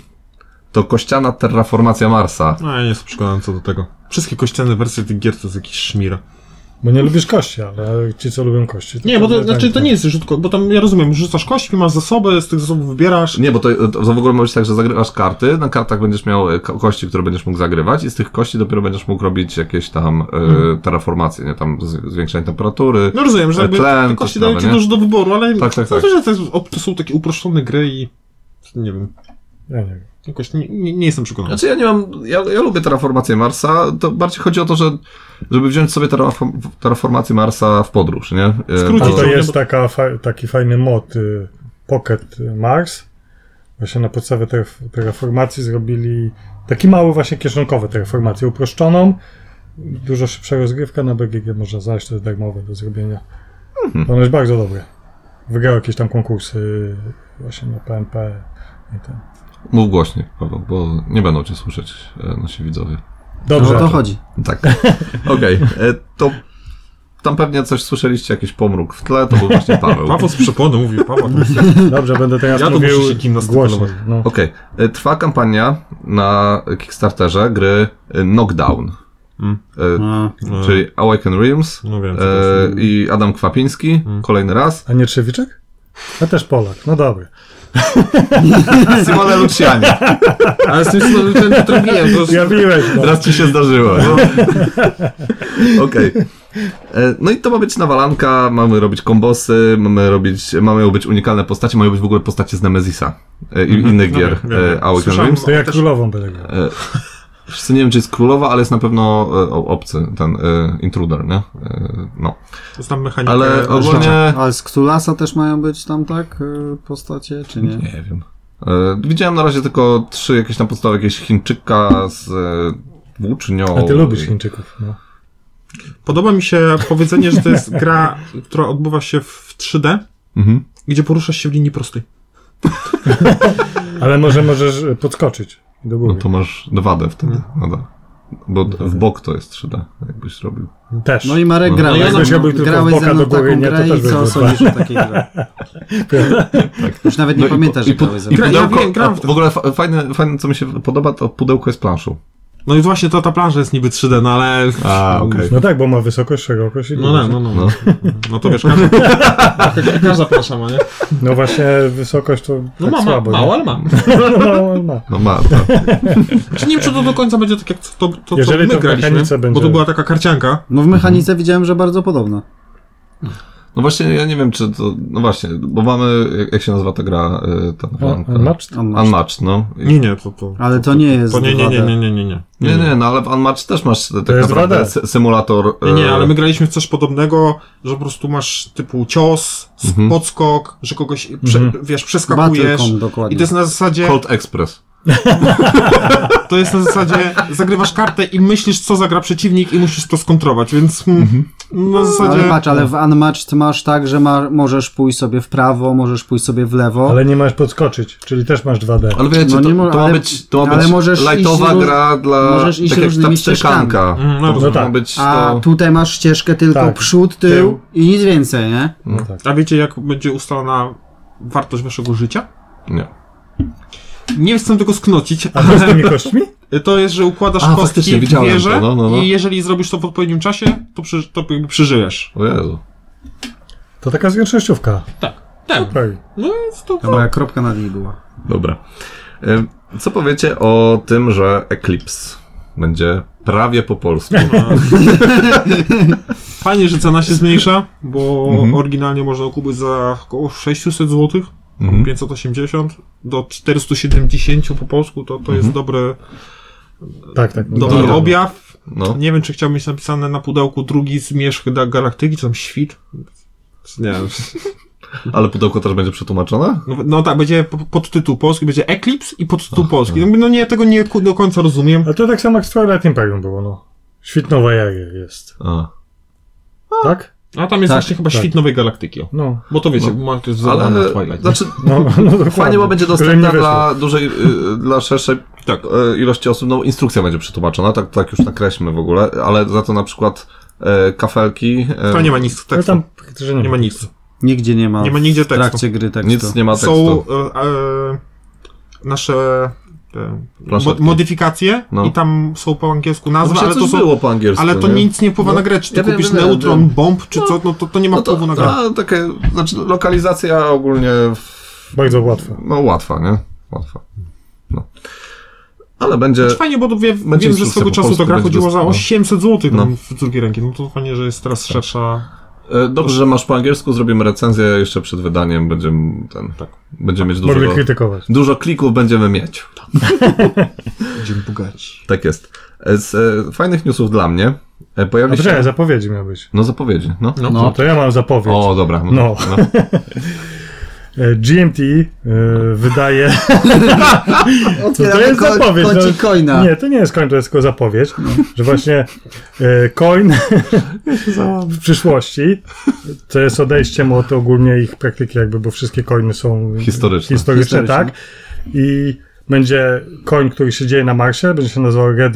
Speaker 4: to kościana terraformacja Marsa.
Speaker 1: No ja nie jestem przekonany co do tego. Wszystkie kościelne wersje tych gier to jest jakiś szmir.
Speaker 2: Bo nie lubisz kości, ale ci, co lubią kości.
Speaker 1: Nie, bo to,
Speaker 2: pewnie
Speaker 1: znaczy,
Speaker 2: tak,
Speaker 1: to
Speaker 2: tak.
Speaker 1: nie jest rzutko, bo tam, ja rozumiem, rzucasz kośćmi, masz zasoby, z tych zasobów wybierasz.
Speaker 4: Nie, bo to, to w ogóle może być tak, że zagrywasz karty, na kartach będziesz miał e, ko- kości, które będziesz mógł zagrywać i z tych kości dopiero będziesz mógł robić jakieś tam e, terraformacje, nie? Tam z- zwiększanie temperatury.
Speaker 1: No rozumiem, że jakby
Speaker 4: Tlen,
Speaker 1: te kości
Speaker 4: to
Speaker 1: dają
Speaker 4: sprawy,
Speaker 1: ci
Speaker 4: nie?
Speaker 1: dużo do wyboru, ale
Speaker 4: Tak, tak,
Speaker 1: no
Speaker 4: tak.
Speaker 1: to, że to, jest, to są takie uproszczone gry i nie wiem,
Speaker 2: Ja nie wiem.
Speaker 1: jakoś nie, nie, nie jestem przekonany.
Speaker 4: Znaczy ja nie mam, ja, ja lubię terraformację Marsa, to bardziej chodzi o to, że żeby wziąć sobie terraform, terraformację Marsa w podróż, nie? E,
Speaker 1: skrócie,
Speaker 2: A
Speaker 1: Czyli
Speaker 2: to
Speaker 1: co, nie,
Speaker 2: jest
Speaker 1: bo-
Speaker 2: taka, fa- taki fajny mod y, Pocket Mars. Właśnie na podstawie tej reformacji zrobili taki mały właśnie kieszonkowy reformację uproszczoną. Dużo szybsza rozgrywka na BGG można znaleźć, to jest darmowe do zrobienia.
Speaker 1: Mhm.
Speaker 2: To ono jest bardzo dobre. Wygrał jakieś tam konkursy y, właśnie na PMP i ten.
Speaker 4: Mów głośniej, Paweł, bo nie będą cię słyszeć e, nasi widzowie.
Speaker 2: Dobrze.
Speaker 1: No
Speaker 3: o No, to chodzi.
Speaker 4: Tak. Okej, e, to tam pewnie coś słyszeliście, jakiś pomruk w tle, to był właśnie Paweł.
Speaker 1: Paweł z przeponu mówił, Paweł, to jest
Speaker 2: Dobrze, będę teraz
Speaker 1: Ja tu muszę
Speaker 2: mówił
Speaker 1: się gimnastykować.
Speaker 2: głośno. No.
Speaker 4: Okej, e, trwa kampania na Kickstarterze gry e, Knockdown,
Speaker 1: Mm.
Speaker 4: e,
Speaker 3: A,
Speaker 1: Mm.
Speaker 4: czyli Awaken Realms
Speaker 1: no wiem,
Speaker 4: e,
Speaker 1: co to jest. Mm.
Speaker 4: i Adam Kwapiński, kolejny raz,
Speaker 2: A nie Trzewiczek? A też Polak, no dobry.
Speaker 4: a Simone Luciani.
Speaker 1: Ale z tym słowem nie trafiłem, to jest...
Speaker 2: Zjawiłeś no.
Speaker 4: Teraz ci się zdarzyło.
Speaker 1: No.
Speaker 4: Okej. E, No i to ma być nawalanka, mamy robić kombosy, mamy robić, mają być unikalne postacie, mają być w ogóle postacie z Nemezisa e, i
Speaker 2: Mhm.
Speaker 4: innych
Speaker 1: no
Speaker 4: gier
Speaker 1: wiem, wiem.
Speaker 4: e, Awaken
Speaker 1: Słyszałem
Speaker 4: Realms.
Speaker 2: To ja
Speaker 1: też-
Speaker 2: królową będę grał.
Speaker 4: E, Wszyscy nie wiem, czy jest królowa, ale jest na pewno e, o- obcy, ten e, intruder, nie? E, no.
Speaker 1: Znam mechanikę.
Speaker 4: Ale
Speaker 1: życia.
Speaker 4: ogólnie...
Speaker 3: ale z Ktulasa też mają być tam tak y, postacie, czy nie?
Speaker 4: Nie wiem. E, Widziałem na razie tylko trzy jakieś na podstawie jakiegoś Chińczyka z e, włócznią.
Speaker 2: A ty lubisz Chińczyków, no.
Speaker 1: Podoba mi się powiedzenie, że to jest gra, która odbywa się w 3D,
Speaker 4: Mhm.
Speaker 1: gdzie poruszasz się w linii prostej.
Speaker 2: Ale może możesz e, podskoczyć do góry.
Speaker 4: No to masz 2D wtedy. No da. Bo w bok to jest 3D, jakbyś robił.
Speaker 2: Też.
Speaker 3: No i Marek
Speaker 4: No,
Speaker 3: grał.
Speaker 4: no ja
Speaker 2: bym miał
Speaker 3: grałeś
Speaker 2: tylko z
Speaker 3: grałeś
Speaker 2: boka
Speaker 3: ze mną
Speaker 2: do góry,
Speaker 3: taką
Speaker 2: nie, to
Speaker 3: grę
Speaker 2: też
Speaker 3: i co
Speaker 2: byłby
Speaker 3: sądzisz o takiej grze? Już nawet nie
Speaker 4: No i po-
Speaker 3: pamiętasz, że
Speaker 4: i, po-
Speaker 3: grałeś ze
Speaker 4: i
Speaker 3: mną.
Speaker 1: Ja
Speaker 4: pudełko,
Speaker 1: wiem, grałem w
Speaker 4: w ogóle fa- fajne, fajne, co mi się podoba, to pudełko jest planszą.
Speaker 1: No i właśnie to, ta plansza jest niby 3D, no ale...
Speaker 4: A, okej.
Speaker 2: No tak, bo ma wysokość, szerokość i
Speaker 1: No,
Speaker 2: długość.
Speaker 1: tak, no, no,
Speaker 4: No.
Speaker 1: no. No to wiesz, każda, każda plansza ma, nie?
Speaker 2: No właśnie wysokość to
Speaker 1: No ma,
Speaker 2: tak
Speaker 1: ma,
Speaker 2: słabo. nie?
Speaker 1: mało, ale ma.
Speaker 2: No, mało, ma.
Speaker 4: No ma, tak.
Speaker 1: Czy nie wiem, czy to do końca będzie tak jak to, to, to co
Speaker 2: Jeżeli
Speaker 1: my
Speaker 2: to w mechanice
Speaker 1: graliśmy,
Speaker 2: będzie-
Speaker 1: bo to była taka karcianka.
Speaker 3: No w mechanice widziałem, że bardzo podobna.
Speaker 4: No właśnie, ja nie wiem, czy to... No właśnie, bo mamy... Jak się nazywa ta gra? y, Ta
Speaker 2: No,
Speaker 4: nawalanka?
Speaker 2: Unmatched?
Speaker 3: On ma-
Speaker 4: Unmatched, no. I-
Speaker 1: Nie, nie, to... to
Speaker 3: Ale to nie jest
Speaker 1: to nie, nie, nie,
Speaker 3: 2D.
Speaker 1: nie, nie, nie, nie.
Speaker 4: Nie, nie, no ale w Unmatched też masz tak
Speaker 2: jest
Speaker 4: naprawdę
Speaker 2: 2D.
Speaker 4: sy- symulator...
Speaker 1: Nie, nie, ale
Speaker 4: e,
Speaker 1: my graliśmy w coś podobnego, że po prostu masz typu cios,
Speaker 4: Mhm.
Speaker 1: podskok, że kogoś, prze, wiesz, przeskakujesz.
Speaker 3: Battlecom
Speaker 1: I
Speaker 3: dokładnie.
Speaker 1: to jest na zasadzie...
Speaker 4: Cold Express.
Speaker 1: To jest na zasadzie, zagrywasz kartę i myślisz, co zagra przeciwnik i musisz to skontrować, więc mm,
Speaker 4: Mhm.
Speaker 1: na
Speaker 3: No, Ale
Speaker 1: zasadzie...
Speaker 3: patrz, ale w Unmatched masz tak, że ma, możesz pójść sobie w prawo, możesz pójść sobie w lewo.
Speaker 2: Ale nie możesz podskoczyć, czyli też masz 2D.
Speaker 4: Ale wiecie,
Speaker 3: No
Speaker 4: to,
Speaker 3: nie mo-
Speaker 4: to ma
Speaker 3: ale-
Speaker 4: być, to ma
Speaker 3: ale
Speaker 4: być
Speaker 3: możesz iść
Speaker 4: lightowa
Speaker 3: róż-
Speaker 4: gra dla,
Speaker 3: możesz iść
Speaker 4: tak jak ta
Speaker 3: różnymi
Speaker 4: pszczekanka.
Speaker 1: Mm, no
Speaker 4: to
Speaker 2: rozumiem.
Speaker 4: ma być
Speaker 3: A
Speaker 4: to...
Speaker 3: tutaj masz ścieżkę tylko
Speaker 2: Tak.
Speaker 3: przód, tył,
Speaker 2: Tył.
Speaker 3: i nic więcej, nie?
Speaker 2: No tak.
Speaker 1: A wiecie, jak będzie ustalona wartość waszego życia?
Speaker 4: Nie.
Speaker 1: Nie chcę tego sknocić,
Speaker 2: A to z tymi kośćmi?
Speaker 1: To jest, że układasz
Speaker 4: A, faktycznie,
Speaker 1: kostki w
Speaker 4: widziałem
Speaker 1: wieżę
Speaker 4: to, no, no, no.
Speaker 1: i jeżeli zrobisz to w odpowiednim czasie, to, przy, to jakby przeżyjesz.
Speaker 4: O Jezu.
Speaker 2: To taka zwiększościówka.
Speaker 1: Tak.
Speaker 2: Okej.
Speaker 1: No więc to...
Speaker 3: To moja kropka na niej była.
Speaker 4: Dobra. Ym, Co powiecie o tym, że Eclipse będzie prawie po polsku?
Speaker 1: Mhm. Fajnie, że cena się zmniejsza, bo
Speaker 4: Mhm.
Speaker 1: oryginalnie można kupić za około 600 zł,
Speaker 4: Mhm.
Speaker 1: 580 do 470 po polsku, to, to jest dobry,
Speaker 2: Tak, tak.
Speaker 1: dobry
Speaker 4: dobra.
Speaker 1: objaw.
Speaker 4: No.
Speaker 1: Nie wiem, czy chciałbym mieć napisane na pudełku drugi zmierzch da- galaktyki, czy tam świt. Nie wiem.
Speaker 4: Ale pudełko też będzie przetłumaczone?
Speaker 1: No, no tak, będzie po- podtytuł polski, będzie Eclipse i podtytuł polski. No, no nie, tego nie ku- do końca rozumiem.
Speaker 2: A to tak samo jak z Twilight Imperium było, no. Świt Nowa Jager jest.
Speaker 4: A.
Speaker 2: Tak?
Speaker 1: A tam jest
Speaker 3: Tak,
Speaker 1: właśnie chyba
Speaker 2: tak.
Speaker 1: świt nowej galaktyki. o.
Speaker 2: No.
Speaker 1: Bo to wiecie, ma to jest zadane
Speaker 4: Ale,
Speaker 1: na Twilight.
Speaker 4: znaczy,
Speaker 2: No, no dokładnie.
Speaker 4: fajnie, bo będzie
Speaker 2: Które
Speaker 4: dostępna
Speaker 2: nie wyszło.
Speaker 4: dla dużej, y, dla szerszej
Speaker 1: Tak.
Speaker 4: y, ilości osób, no instrukcja będzie przetłumaczona, tak, tak już nakreślmy w ogóle, ale za to na przykład y, kafelki, y,
Speaker 1: To nie ma nic
Speaker 2: Ale
Speaker 1: tekstu.
Speaker 2: tam praktycznie
Speaker 1: nie ma nic.
Speaker 3: Nigdzie nie ma.
Speaker 1: Nie ma nigdzie
Speaker 3: w trakcie
Speaker 1: tekstu.
Speaker 3: gry tekstu.
Speaker 4: nic nie ma tekstu.
Speaker 1: Są e, e, nasze te, mo,
Speaker 4: Planszetki.
Speaker 1: modyfikacje
Speaker 4: No.
Speaker 1: i tam są po angielsku nazwy,
Speaker 4: No
Speaker 1: ale
Speaker 4: ale
Speaker 1: to, są,
Speaker 4: było po angielsku,
Speaker 1: ale to
Speaker 4: nie?
Speaker 1: nic nie wpływa
Speaker 4: No,
Speaker 1: na grę. Czy ty
Speaker 4: ja wiem,
Speaker 1: kupisz
Speaker 4: wiem,
Speaker 1: Neutron
Speaker 4: wiem.
Speaker 1: bomb czy co, no to, to nie ma
Speaker 4: No to,
Speaker 1: wpływu na grę.
Speaker 4: a, takie, znaczy lokalizacja ogólnie, w,
Speaker 2: Bardzo łatwo.
Speaker 4: no łatwa, nie? Łatwa. No. Ale będzie,
Speaker 1: Znaczy fajnie, bo to wie,
Speaker 4: Będzie
Speaker 1: wiem, że
Speaker 4: instrukcja
Speaker 1: swego
Speaker 4: po
Speaker 1: czasu
Speaker 4: polsku,
Speaker 1: ta gra
Speaker 4: będzie
Speaker 1: chodziła za
Speaker 4: dostępna.
Speaker 1: 800 zł no.
Speaker 4: No. Tak.
Speaker 1: w drugiej ręki. No to fajnie, że jest teraz szersza
Speaker 4: e, dobrze, że masz po angielsku, zrobimy recenzję jeszcze przed wydaniem, będziemy ten,
Speaker 1: Tak.
Speaker 4: będziemy mieć dużo,
Speaker 2: Mogli krytykować.
Speaker 4: dużo klików będziemy mieć.
Speaker 1: Będziemy bogaci.
Speaker 4: Tak jest. Z e, fajnych newsów dla mnie e,
Speaker 2: A
Speaker 4: pojawi się...
Speaker 2: poczekaj, zapowiedzi miały być.
Speaker 4: No zapowiedzi, no.
Speaker 1: No.
Speaker 2: No to ja mam zapowiedź.
Speaker 4: O, dobra.
Speaker 2: No. E, GMT y, wydaje...
Speaker 3: Otwieramy
Speaker 2: To jest
Speaker 3: ko-
Speaker 2: zapowiedź, no.
Speaker 3: kącik coina.
Speaker 2: Nie, to nie jest koń, to jest tylko zapowiedź,
Speaker 4: No.
Speaker 2: że właśnie e, coin w przyszłości, co jest odejściem od ogólnie ich praktyki, jakby, bo wszystkie coiny są
Speaker 4: Historyczne.
Speaker 2: historyczne
Speaker 3: Historyczne.
Speaker 2: tak. I będzie coin, który się dzieje na Marsie, będzie się nazywał Red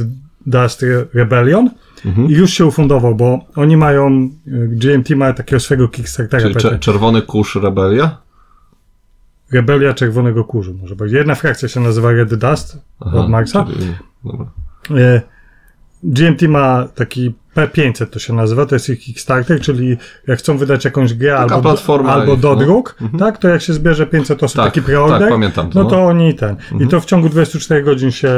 Speaker 2: Dust Re- Rebellion
Speaker 4: Mhm.
Speaker 2: i już się ufundował, bo oni mają, e, GMT ma takiego swojego Kickstartera.
Speaker 4: Czyli
Speaker 2: pewnie.
Speaker 4: cze- czerwony kurz rebelia?
Speaker 2: Rebelia Czerwonego Kurzu, może powiedzieć. Jedna frakcja się nazywa Red Dust od Marsa.
Speaker 4: czyli- Dobra.
Speaker 2: E, GMT ma taki P500 to się nazywa, to jest ich Kickstarter, czyli jak chcą wydać jakąś grę albo,
Speaker 4: platforma
Speaker 2: albo
Speaker 4: ich, no.
Speaker 2: dodruk, tak, to jak się zbierze 500 osób,
Speaker 4: Tak,
Speaker 2: taki preorder,
Speaker 4: tak, pamiętam to, Mhm.
Speaker 2: no to oni ten. I to w ciągu 24 godzin się,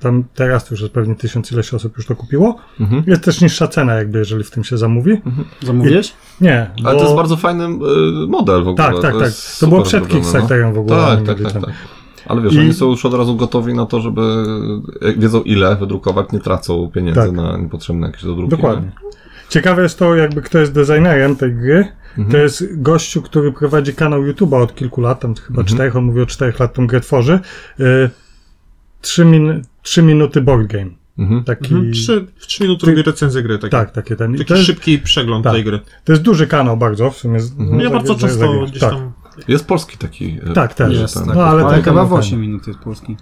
Speaker 2: tam teraz to już jest pewnie tysiąc ileś osób już to kupiło.
Speaker 4: Mhm.
Speaker 2: Jest też niższa cena jakby, jeżeli w tym się zamówi.
Speaker 3: Zamówiłeś?
Speaker 2: Nie,
Speaker 4: Ale
Speaker 2: bo-
Speaker 4: to jest bardzo fajny y, model w ogóle.
Speaker 2: Tak, tak, tak.
Speaker 4: jest
Speaker 2: To było
Speaker 4: super
Speaker 2: przed
Speaker 4: zrobione, no.
Speaker 2: Kickstarterem w ogóle, oni
Speaker 4: Tak, tak,
Speaker 2: mieli
Speaker 4: tak,
Speaker 2: tam.
Speaker 4: tak. Ale wiesz,
Speaker 2: I-
Speaker 4: oni są już od razu gotowi na to, żeby jak wiedzą ile wydrukować, nie tracą pieniędzy
Speaker 2: Tak.
Speaker 4: na niepotrzebne jakieś dodruki.
Speaker 2: Dokładnie. Ciekawe jest to, jakby kto jest designerem tej gry.
Speaker 4: Mhm.
Speaker 2: To jest gościu, który prowadzi kanał YouTube'a od kilku lat, tam chyba
Speaker 4: Mhm.
Speaker 2: czterech, on mówi o czterech lat tą grę tworzy. Y, Trzy, min, trzy minuty board game.
Speaker 4: Nie? Mhm.
Speaker 2: Taki,
Speaker 1: Mhm. Trzy, w 3 minuty robię recenzję gry. Takie.
Speaker 2: Tak, takie ten. I
Speaker 1: Taki
Speaker 2: To jest,
Speaker 1: szybki przegląd
Speaker 2: tak.
Speaker 1: tej gry.
Speaker 2: to jest duży kanał bardzo, w sumie. z-
Speaker 4: Mhm.
Speaker 1: ja
Speaker 2: za-
Speaker 1: bardzo
Speaker 2: za- za-
Speaker 1: często
Speaker 2: za-
Speaker 1: gdzieś
Speaker 2: tak.
Speaker 1: tam.
Speaker 4: Jest polski taki. e,
Speaker 2: Tak, też.
Speaker 4: Jest,
Speaker 2: no,
Speaker 4: tak.
Speaker 2: ale
Speaker 3: Ale
Speaker 2: ten
Speaker 3: chyba
Speaker 2: kanał
Speaker 3: w
Speaker 2: ten.
Speaker 3: 8 minut jest polski.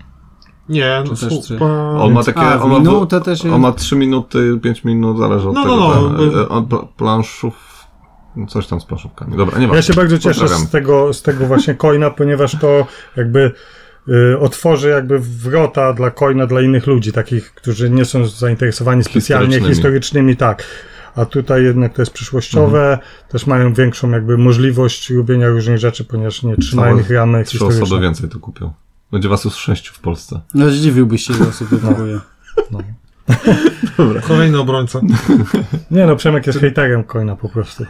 Speaker 1: Nie, no,
Speaker 3: Czy też
Speaker 1: słuch-
Speaker 3: trzy?
Speaker 4: On ma takie.
Speaker 3: A, w
Speaker 4: on, ma, dwu-
Speaker 3: minutę też jest.
Speaker 4: on ma 3 minuty, 5 minut, zależy od
Speaker 1: znaczy- No,
Speaker 4: tego.
Speaker 1: no, no,
Speaker 4: ten,
Speaker 1: bo-
Speaker 4: e, On pla- planszów. no, Coś tam z planszówkami. Dobra, nie ma.
Speaker 2: Ja się bardzo cieszę
Speaker 4: No, Pozdrawiam.
Speaker 2: z tego, z tego właśnie coina, ponieważ to jakby y, otworzy jakby wrota dla coina dla innych ludzi, takich, którzy nie są zainteresowani specjalnie historycznymi,
Speaker 4: Historycznymi.
Speaker 2: tak. A tutaj jednak to jest przyszłościowe,
Speaker 4: Mhm.
Speaker 2: też mają większą jakby możliwość robienia różnych rzeczy, ponieważ nie trzymają
Speaker 4: Same
Speaker 2: ich ramy
Speaker 4: Trzy osoby
Speaker 2: historyczne.
Speaker 4: więcej to kupią. Będzie was już sześciu w Polsce.
Speaker 3: No zdziwiłbyś się, ile osób wypróbuje.
Speaker 1: Kolejny obrońca.
Speaker 2: Nie no, Przemek jest hejterem coina po prostu.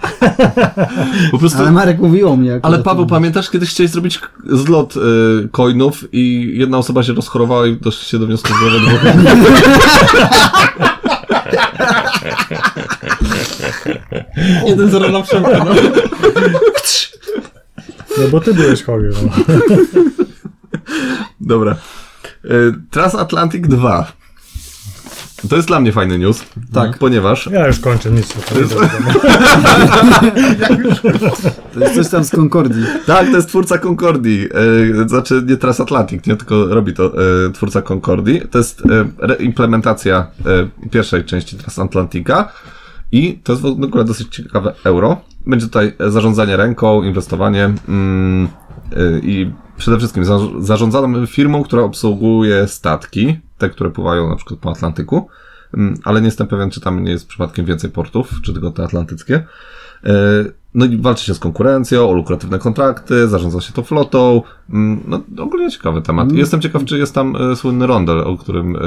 Speaker 4: Po prostu.
Speaker 3: Ale
Speaker 4: Ale,
Speaker 3: Marek mówił o mnie. jak-
Speaker 4: Paweł, pamiętasz, kiedyś chcieli zrobić k- zlot y, coinów i jedna osoba się rozchorowała i doszli się do wniosku, że we dwóch.
Speaker 1: Jeden zero na przemkę. No.
Speaker 2: No bo ty byłeś chory. No.
Speaker 4: Dobra. Y, Transatlantic 2. To jest dla mnie fajny news.
Speaker 3: Tak.
Speaker 4: Ponieważ
Speaker 2: Ja już kończę, nic tutaj nie dodam.
Speaker 3: To jest coś tam z Concordii.
Speaker 4: Tak, to jest twórca Concordii. E, znaczy nie Transatlantic, nie, tylko robi to e, twórca Concordii. To jest e, re- implementacja e, pierwszej części Transatlantika i to jest w ogóle dosyć ciekawe euro. Będzie tutaj e, zarządzanie ręką, inwestowanie mm, e, i przede wszystkim za, zarządzamy firmą, która obsługuje statki, te, które pływają na przykład po Atlantyku, Mm, ale nie jestem pewien, czy tam nie jest przypadkiem więcej portów, czy tylko te atlantyckie. E, No i walczy się z konkurencją, o lukratywne kontrakty, zarządza się to flotą. Mm, No ogólnie ciekawy temat.
Speaker 1: Mm.
Speaker 4: I Jestem ciekaw, czy jest tam e, słynny rondel, o którym, e, e,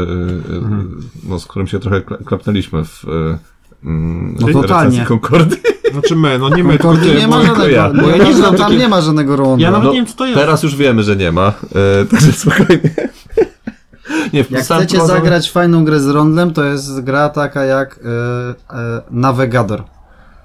Speaker 1: Mhm.
Speaker 4: no, z którym się trochę kle- klepnęliśmy w e, mm,
Speaker 3: No totalnie.
Speaker 4: recenzji Concordii.
Speaker 1: Znaczy my, no nie my, tylko
Speaker 3: Concordii
Speaker 1: ty,
Speaker 3: nie
Speaker 1: bo-
Speaker 3: ma żadnego.
Speaker 4: ja.
Speaker 3: Bo ja nie znam, tam nie ma żadnego ronda.
Speaker 1: Ja nawet nie wiem, co to jest.
Speaker 4: No, Teraz już wiemy, że nie ma, e, także spokojnie. Nie, w
Speaker 3: Jak
Speaker 4: sam
Speaker 3: chcecie
Speaker 4: chyba-
Speaker 3: zagrać fajną grę z rondlem, to jest gra taka jak e, e, Navigator.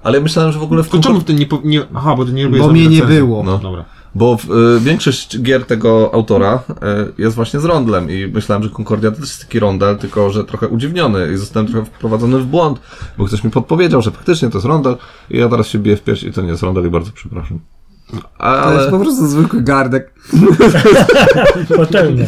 Speaker 4: Ale myślałem, że w ogóle w
Speaker 1: To czemu ty nie, po- nie... Aha, bo ty nie lubisz
Speaker 3: Bo
Speaker 1: zrobić
Speaker 3: mnie nie
Speaker 1: recenzji.
Speaker 3: było.
Speaker 1: No, dobra.
Speaker 4: Bo w, y, większość gier tego autora y, jest właśnie z rondlem i myślałem, że Concordia to też jest taki rondel, tylko że trochę udziwniony i zostałem trochę wprowadzony w błąd, bo ktoś mi podpowiedział, że faktycznie to jest rondel i ja teraz się biję w pierś i to nie jest rondel i bardzo przepraszam.
Speaker 3: To
Speaker 4: Ale
Speaker 3: jest po prostu zwykły gardek.
Speaker 2: Totalnie.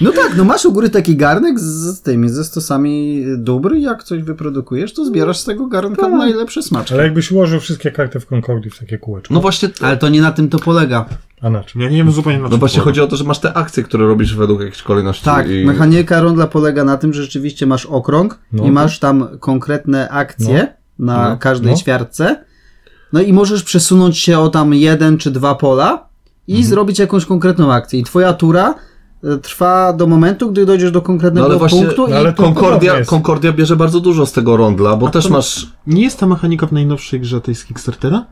Speaker 3: No tak, no masz u góry taki garnek z, z tymi, ze stosami dóbr i jak coś wyprodukujesz, to zbierasz z tego garnka
Speaker 4: Tak.
Speaker 3: najlepsze smaczki.
Speaker 2: Ale jakbyś ułożył wszystkie karty w Concordii w takie kółeczko.
Speaker 4: no właśnie,
Speaker 3: Ale to nie na tym to polega.
Speaker 2: A na czym?
Speaker 1: Ja nie wiem zupełnie na
Speaker 4: no
Speaker 1: czym
Speaker 4: właśnie
Speaker 1: to polega.
Speaker 4: chodzi o to, że masz te akcje, które robisz według jakiejś kolejności
Speaker 3: Tak,
Speaker 4: i
Speaker 3: mechanika rondla polega na tym, że rzeczywiście masz okrąg
Speaker 2: No.
Speaker 3: i masz tam konkretne akcje na
Speaker 4: No.
Speaker 3: każdej
Speaker 2: No.
Speaker 3: ćwiartce. No i możesz przesunąć się o tam jeden czy dwa pola i zrobić jakąś konkretną akcję. I twoja tura e, trwa do momentu, gdy dojdziesz do konkretnego
Speaker 4: No ale właśnie-
Speaker 3: punktu
Speaker 2: no
Speaker 3: i
Speaker 2: ale to podobne
Speaker 4: Concordia,
Speaker 2: jest.
Speaker 4: Concordia bierze bardzo dużo z tego rondla, bo też
Speaker 1: to-
Speaker 4: masz
Speaker 1: Nie jest ta mechanika w najnowszej grze tej z Kickstartera?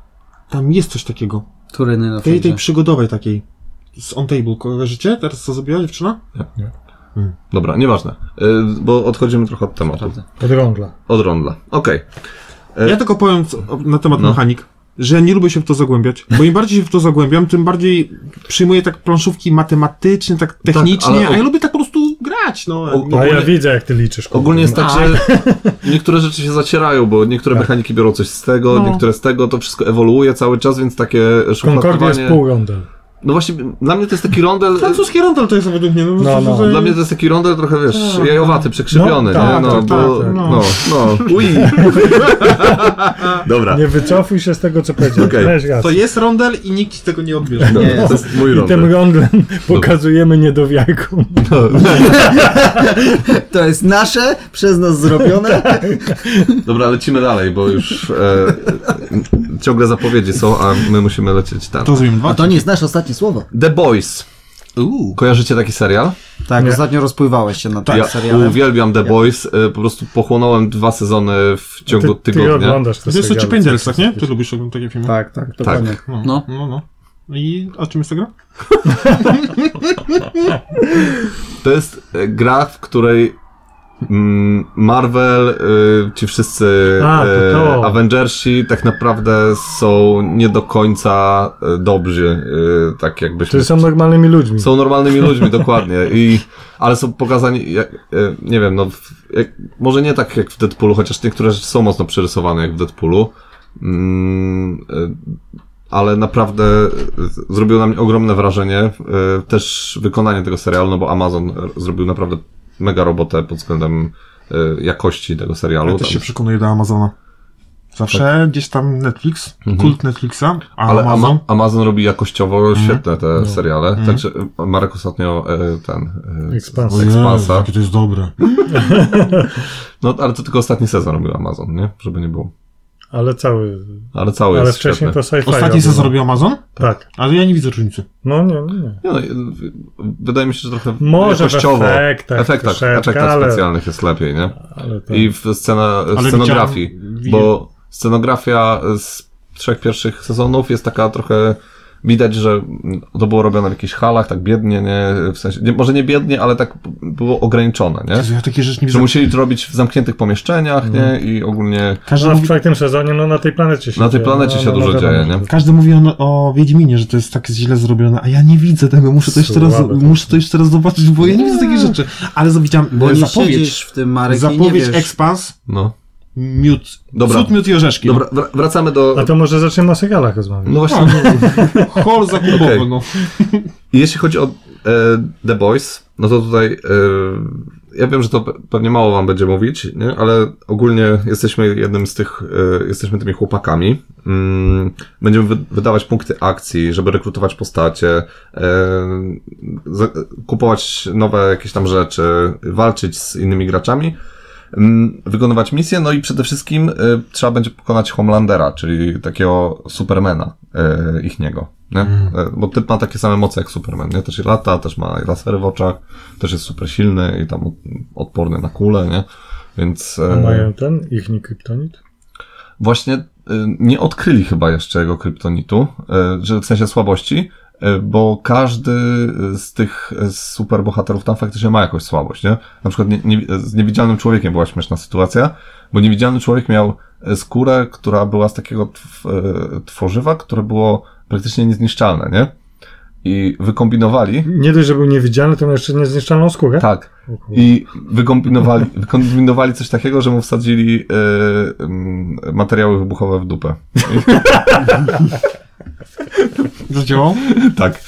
Speaker 1: Tam jest coś takiego.
Speaker 3: tury na
Speaker 1: Tej, tej
Speaker 3: fejdzie.
Speaker 1: przygodowej takiej. Z On Table, kojarzycie? Teraz co zrobiła dziewczyna?
Speaker 4: Dobra, nieważne, y, bo odchodzimy trochę od tematu.
Speaker 2: Od rondla.
Speaker 4: Od rondla. Okej.
Speaker 1: Ja tylko powiem co, o- na temat
Speaker 4: No.
Speaker 1: mechanik, że ja nie lubię się w to zagłębiać, bo im bardziej się w to zagłębiam, tym bardziej przyjmuję tak planszówki matematycznie, tak technicznie,
Speaker 4: ale o-
Speaker 1: a ja lubię tak po prostu grać, no.
Speaker 4: O-
Speaker 2: A ja
Speaker 4: Ogólnie-
Speaker 2: widzę, jak ty liczysz. kurde.
Speaker 4: Ogólnie jest tak, że niektóre rzeczy się zacierają, bo niektóre
Speaker 2: Tak.
Speaker 4: mechaniki biorą coś z tego,
Speaker 1: No.
Speaker 4: niektóre z tego, to wszystko ewoluuje cały czas, więc takie
Speaker 2: Concordia jest
Speaker 4: szufladkowanie...
Speaker 2: pół rondel.
Speaker 4: No właśnie, dla mnie to jest taki rondel...
Speaker 1: Francuski rondel to jest według mnie, no.
Speaker 2: No,
Speaker 1: co-
Speaker 2: no.
Speaker 1: co-
Speaker 4: Dla mnie to jest taki rondel trochę, wiesz,
Speaker 1: Tak.
Speaker 4: jajowaty, przekrzywiony,
Speaker 2: No, tak,
Speaker 4: nie? No,
Speaker 1: tak,
Speaker 4: bo,
Speaker 1: tak,
Speaker 4: no,
Speaker 1: no.
Speaker 4: no, ui. Dobra,
Speaker 2: Nie wycofuj się z tego, co powiedziałeś.
Speaker 4: Okej.
Speaker 2: Miałeś rację.
Speaker 1: To jest rondel i nikt ci tego nie odbierze.
Speaker 4: Dobra,
Speaker 3: Nie.
Speaker 4: to jest mój
Speaker 2: I tym
Speaker 4: rondel.
Speaker 2: rondlem pokazujemy niedowiarkom.
Speaker 4: No.
Speaker 3: To jest nasze, przez nas zrobione.
Speaker 4: Dobra, lecimy dalej, bo już e, ciągle zapowiedzi są, a my musimy lecieć tam.
Speaker 1: To zrobimy dwa.
Speaker 3: A to nie jest nasze ostatnie słowo.
Speaker 4: The Boys. Kojarzycie taki serial?
Speaker 3: Tak, ostatnio rozpływałeś się na tym
Speaker 4: Ja
Speaker 3: Tak, serialem.
Speaker 4: uwielbiam The Boys, y, po prostu pochłonąłem dwa sezony w
Speaker 2: Ty,
Speaker 4: ciągu
Speaker 2: ty
Speaker 4: tygodnia.
Speaker 2: oglądasz te
Speaker 1: To jest o
Speaker 2: seriale,
Speaker 1: Chip
Speaker 2: co-
Speaker 1: Angels, tak nie? Ty lubisz oglądać takie filmy.
Speaker 3: Tak, tak, dokładnie.
Speaker 4: tak.
Speaker 1: No.
Speaker 3: No.
Speaker 1: no. No, I o czym jest ta gra?
Speaker 4: To jest y, gra, w której mm, Marvel, y, ci wszyscy
Speaker 2: A, to
Speaker 4: y,
Speaker 2: to.
Speaker 4: Avengersi tak naprawdę są nie do końca y, dobrzy, y, tak jakbyśmy
Speaker 2: Czyli są normalnymi ludźmi.
Speaker 4: Są normalnymi ludźmi, dokładnie. I, ale są pokazani, jak, e, nie wiem, no, w- jak, może nie tak jak w Deadpoolu, chociaż niektóre rzeczy są mocno przerysowane jak w Deadpoolu. Mm, e, ale naprawdę e, zrobiło na mnie ogromne wrażenie e, też wykonanie tego serialu, no bo Amazon e, zrobił naprawdę mega robotę pod względem e, jakości tego
Speaker 1: Ja
Speaker 4: serialu.
Speaker 1: też
Speaker 4: Tam- Tak.
Speaker 1: się przekonuję do Amazona. Zawsze gdzieś tam Netflix, kult Netflixa, a
Speaker 4: Mhm. Ale Ama-
Speaker 1: Amazon. Mhm. No.
Speaker 4: Amazon robi jakościowo świetne te seriale. Także e, Marek ostatnio e, ten... e,
Speaker 2: Expanse.
Speaker 4: z Expansa.
Speaker 1: jakie to jest dobre.
Speaker 4: No, ale to tylko ostatni sezon robił Amazon, nie? Żeby nie było.
Speaker 2: Ale cały.
Speaker 4: Ale cały
Speaker 2: Ale
Speaker 4: jest
Speaker 2: wcześniej
Speaker 4: świetny.
Speaker 2: to sci-fi.
Speaker 1: Ostatni
Speaker 2: robił. no.
Speaker 1: sezon robił Amazon,
Speaker 2: Tak.
Speaker 1: ale ja nie widzę różnicy.
Speaker 2: No nie, no nie.
Speaker 4: Nie, no, y, y, wydaje mi się, że trochę
Speaker 2: Może w
Speaker 4: jakościowo.
Speaker 2: efektach
Speaker 4: efektach,
Speaker 2: troszeczkę,
Speaker 4: efektach
Speaker 2: ale-
Speaker 4: specjalnych jest lepiej, nie?
Speaker 2: Ale tak.
Speaker 4: I w scena,
Speaker 1: Ale
Speaker 4: scenografii,
Speaker 1: widziałem- wi-
Speaker 4: bo scenografia z trzech pierwszych sezonów jest taka trochę Widać, że mm, to było robione w jakichś halach, tak biednie, nie? W sensie, nie, może nie biednie, ale tak b- było ograniczone, nie?
Speaker 1: Jezu, ja takie rzeczy nie
Speaker 4: Że
Speaker 1: wiem.
Speaker 4: musieli to robić w zamkniętych pomieszczeniach,
Speaker 2: Mhm.
Speaker 4: nie? I ogólnie
Speaker 1: Każdy,
Speaker 2: No, w
Speaker 1: mówi,
Speaker 2: czwartym sezonie, no na tej planecie się
Speaker 4: na tej
Speaker 2: dzieje,
Speaker 4: planecie
Speaker 2: no,
Speaker 4: się
Speaker 2: no,
Speaker 4: dużo
Speaker 2: no,
Speaker 4: dzieje,
Speaker 2: wiadomo,
Speaker 4: nie?
Speaker 2: że-
Speaker 1: każdy mówi o, o Wiedźminie, że to jest tak źle zrobione, a ja nie widzę tego, muszę to jeszcze, raz,
Speaker 2: Słabe to.
Speaker 1: muszę to jeszcze raz zobaczyć, bo ja nie widzę takich rzeczy. Ale widziałem
Speaker 3: Bo
Speaker 1: e,
Speaker 3: nie
Speaker 1: zapowiedź,
Speaker 3: siedzisz w tym, Marek, i nie
Speaker 1: zapowiedź
Speaker 3: wiesz.
Speaker 1: Expans,
Speaker 4: No.
Speaker 1: miód,
Speaker 4: Dobra.
Speaker 1: cud, miód i orzeszki. no.
Speaker 4: Dobra, wr- wracamy
Speaker 2: A
Speaker 4: do...
Speaker 2: to może zaczniemy o serialach rozmawiać.
Speaker 4: No właśnie,
Speaker 1: Tak. Hol zakupowy,
Speaker 4: Okej.
Speaker 1: no.
Speaker 4: Jeśli chodzi o e, The Boys, no to tutaj e, ja wiem, że to pe- pewnie mało wam będzie mówić, nie? ale ogólnie jesteśmy jednym z tych, e, jesteśmy tymi chłopakami. Mm, będziemy wy- wydawać punkty akcji, żeby rekrutować postacie, e, za- kupować nowe jakieś tam rzeczy, walczyć z innymi graczami. mm, Wykonywać misje, no i przede wszystkim e, trzeba będzie pokonać Homelandera, czyli takiego Supermana e, ich niego. Nie? E, Bo typ ma takie same moce jak Superman, nie? Też lata, też ma lasery w oczach, też jest super silny i tam od- odporny na kule, nie? Więc e,
Speaker 2: Mają ten, ich nie kryptonit.
Speaker 4: właśnie y, nie odkryli chyba jeszcze jego kryptonitu, y, że w sensie słabości, y, bo każdy z tych y, superbohaterów tam faktycznie ma jakąś słabość, nie? Na przykład nie, nie, z niewidzialnym człowiekiem była śmieszna sytuacja, bo niewidzialny człowiek miał y, skórę, która była z takiego tw, y, tworzywa, które było praktycznie niezniszczalne, nie? I wykombinowali,
Speaker 2: Nie dość, że był niewidzialny, to miał jeszcze niezniszczalną skórę.
Speaker 4: tak,
Speaker 2: O kurde.
Speaker 4: i wykombinowali, wykombinowali coś takiego, że mu wsadzili e, mm, materiały wybuchowe w dupę.
Speaker 1: Zadziałał?
Speaker 4: Tak.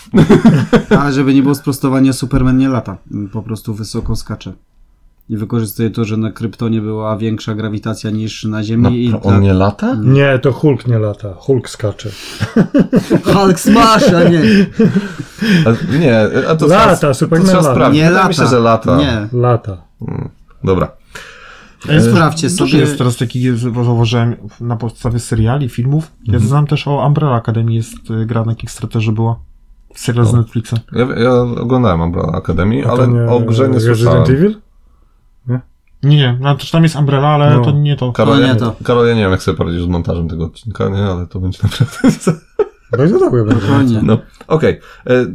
Speaker 3: Ale żeby nie było sprostowania, Superman nie lata. Po prostu wysoko skacze. I wykorzystuje to, że na Kryptonie była większa grawitacja niż na Ziemi i tak.
Speaker 4: Napra-
Speaker 3: dla...
Speaker 4: No, on nie lata?
Speaker 2: Nie, to Hulk nie lata. Hulk skacze.
Speaker 3: Hulk smash, a nie.
Speaker 4: A, nie, a to
Speaker 2: Lata,
Speaker 4: trzeba-
Speaker 2: Superman
Speaker 4: to trzeba
Speaker 2: lata.
Speaker 4: sprawdzić.
Speaker 3: Nie
Speaker 4: Tak, Wydaje
Speaker 3: lata.
Speaker 4: mi się, że lata.
Speaker 3: Nie.
Speaker 2: Lata.
Speaker 4: Dobra.
Speaker 2: E,
Speaker 3: Sprawdźcie
Speaker 1: Dużo
Speaker 3: sobie.
Speaker 1: jest teraz takich, zauważyłem na podstawie seriali, filmów. Ja znam też o Umbrella Academy, jest y, gra na Kickstarterze była. Serial z Netflixa.
Speaker 4: Ja, ja oglądałem Umbrella Academy,
Speaker 2: A to
Speaker 4: ale o grze nie
Speaker 2: Resident
Speaker 4: słyszałem.
Speaker 2: Evil?
Speaker 1: Nie, nie, no, to tam jest Umbrella, ale
Speaker 2: No.
Speaker 1: to nie to.
Speaker 4: Karol,
Speaker 3: To
Speaker 4: ja,
Speaker 3: nie to.
Speaker 4: Karol, ja nie wiem, jak sobie poradzisz z montażem tego odcinka, nie? Ale to będzie naprawdę...
Speaker 2: Bardzo No dobre będzie.
Speaker 3: Spokojnie.
Speaker 4: No, okej. E, e,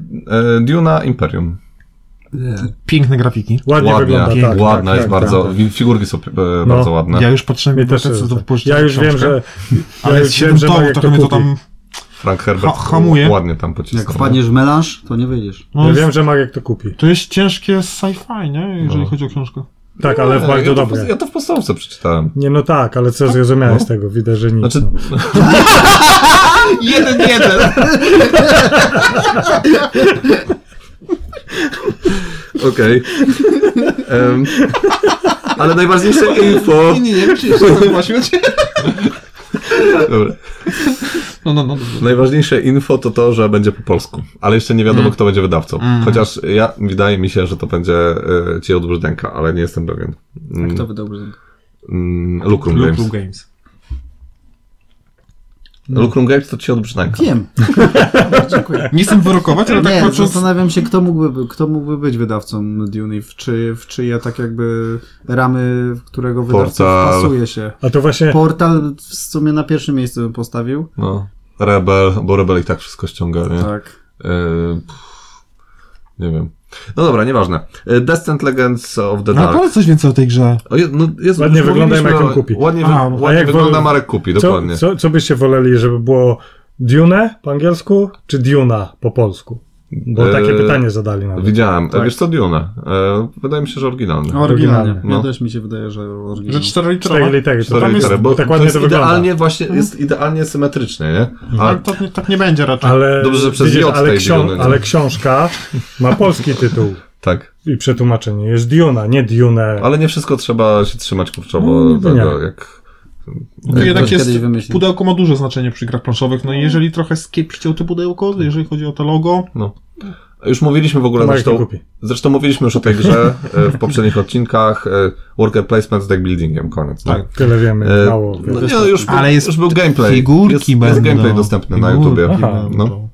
Speaker 4: Duna Imperium.
Speaker 1: Piękne grafiki.
Speaker 2: Ładnie
Speaker 4: Ładna,
Speaker 2: wygląda, tak, tak.
Speaker 4: ładna
Speaker 2: tak,
Speaker 4: jest
Speaker 2: tak,
Speaker 4: bardzo.
Speaker 2: tak. No.
Speaker 4: wi- Figurki są e, bardzo ładne.
Speaker 1: Ja już patrzyłem
Speaker 2: Mnie
Speaker 1: w
Speaker 2: też
Speaker 1: bibliotece,
Speaker 2: jest
Speaker 1: to
Speaker 2: tak.
Speaker 1: pożyczyłem
Speaker 2: Ja już wiem,
Speaker 1: książkę,
Speaker 2: że...
Speaker 1: Ale
Speaker 2: ja
Speaker 1: z
Speaker 2: już
Speaker 1: siedem
Speaker 2: wiem, że
Speaker 1: dołów
Speaker 2: Marek to
Speaker 1: trochę mnie to
Speaker 2: kupi.
Speaker 1: tam...
Speaker 4: Frank Herbert
Speaker 1: Ha- hamuje.
Speaker 4: ładnie tam pocisnął.
Speaker 3: Jak wpadniesz w melanż, to nie wyjdziesz.
Speaker 1: No,
Speaker 2: Ja wiem, że Marek to kupi.
Speaker 1: To jest ciężkie sci-fi, nie? Jeżeli
Speaker 4: No.
Speaker 1: chodzi o książkę.
Speaker 2: Tak, ale
Speaker 4: Nie,
Speaker 2: bardzo
Speaker 4: No, E, ja to w-
Speaker 2: dobre.
Speaker 4: Ja to w podstawce przeczytałem.
Speaker 2: Nie, no tak, ale co zrozumiałeś z tego? Widać, że nic.
Speaker 4: Znaczy,
Speaker 2: no.
Speaker 1: Jeden, jeden!
Speaker 4: Okej. Em, ale najważniejsze info.
Speaker 1: Nie, nie, nie,
Speaker 4: Dobra.
Speaker 1: No, no, no. dobrze.
Speaker 4: Najważniejsze info to to, że będzie po polsku. Ale jeszcze nie wiadomo, kto będzie wydawcą. Chociaż ja wydaje mi się, że to będzie e, ci od Brzdęka, ale nie jestem pewien. Mm,
Speaker 3: Kto wydał brzydko?
Speaker 4: mm, Lucrum
Speaker 1: Lub
Speaker 4: Games.
Speaker 1: Lub Games.
Speaker 4: Lucrum Games to ci od Brzdęka.
Speaker 3: Wiem. Dziękuję.
Speaker 1: Nie chcę wyrokować, ale
Speaker 2: no
Speaker 1: tak
Speaker 3: Nie,
Speaker 1: patrząc...
Speaker 3: zastanawiam się, kto mógłby, kto mógłby być wydawcą Dune, i w, czy, w czyje tak jakby ramy, w którego wydawca
Speaker 4: Portal.
Speaker 3: wpasuje się.
Speaker 2: A to właśnie...
Speaker 3: Portal w sumie na pierwszym miejscu bym postawił.
Speaker 4: No. Rebel, bo Rebel i tak wszystko ściąga, nie?
Speaker 3: Tak.
Speaker 4: E, pff, nie wiem. No dobra, nieważne. E, Descent Legends of the
Speaker 1: No,
Speaker 4: Dark.
Speaker 1: powiedz coś więcej o tej grze.
Speaker 4: O, je- no, jest,
Speaker 2: Ładnie
Speaker 4: już
Speaker 2: wygląda,
Speaker 4: mówiliśmy
Speaker 2: jak on
Speaker 4: o-
Speaker 2: kupi.
Speaker 4: Ładnie, wy,
Speaker 1: A, a
Speaker 4: ładnie
Speaker 2: jak
Speaker 4: wygląda
Speaker 2: wol-
Speaker 4: Marek kupi,
Speaker 2: Co,
Speaker 4: dokładnie.
Speaker 2: co, co byście woleli, żeby było Dune po angielsku, czy Duna po polsku? Bo takie
Speaker 4: Eee,
Speaker 2: pytanie zadali nawet.
Speaker 4: Widziałem.
Speaker 3: Tak.
Speaker 4: Wiesz co, Dune? E, wydaje mi się, że oryginalny.
Speaker 3: Oryginalnie.
Speaker 4: No.
Speaker 3: Ja też mi się wydaje,
Speaker 1: Że
Speaker 3: że oryginalnie.
Speaker 2: Cztery
Speaker 1: czterolitrowa.
Speaker 2: litery.
Speaker 4: Cztery
Speaker 2: to,
Speaker 4: litery, bo
Speaker 2: tak ładnie
Speaker 4: jest
Speaker 2: to wygląda. Mhm.
Speaker 4: Idealnie, właśnie, jest idealnie symetrycznie, nie? A,
Speaker 1: Ale to nie- tak nie będzie raczej.
Speaker 2: Ale,
Speaker 4: Dobrze, że przez J
Speaker 2: ale,
Speaker 4: tej Duny, nie?
Speaker 2: ale książka ma polski tytuł
Speaker 4: tak.
Speaker 2: i przetłumaczenie. Jest Duna, nie Dune.
Speaker 4: Ale nie wszystko trzeba się trzymać kurczowo
Speaker 2: No, niby
Speaker 4: tego,
Speaker 2: nie.
Speaker 4: jak...
Speaker 1: To jednak
Speaker 3: ktoś
Speaker 1: jest,
Speaker 3: kiedyś wymyśli.
Speaker 1: pudełko ma duże znaczenie przy grach planszowych, no i jeżeli trochę skiepścił to pudełko, jeżeli chodzi o to logo,
Speaker 4: No. Już mówiliśmy w ogóle
Speaker 2: Marek to
Speaker 4: zresztą,
Speaker 2: kupi.
Speaker 4: zresztą mówiliśmy już o tej grze e, w poprzednich odcinkach. e, Worker placement z deck buildingiem, koniec.
Speaker 1: Tak.
Speaker 4: nie?
Speaker 2: Tyle wiemy,
Speaker 4: E,
Speaker 2: mało.
Speaker 4: No,
Speaker 2: wiemy.
Speaker 4: nie, no już, był,
Speaker 1: Ale jest
Speaker 4: już był gameplay.
Speaker 1: figurki
Speaker 4: jest,
Speaker 1: będą.
Speaker 4: jest gameplay dostępny na
Speaker 1: Figurki
Speaker 4: YouTubie.
Speaker 2: Aha.
Speaker 1: będą.
Speaker 4: No.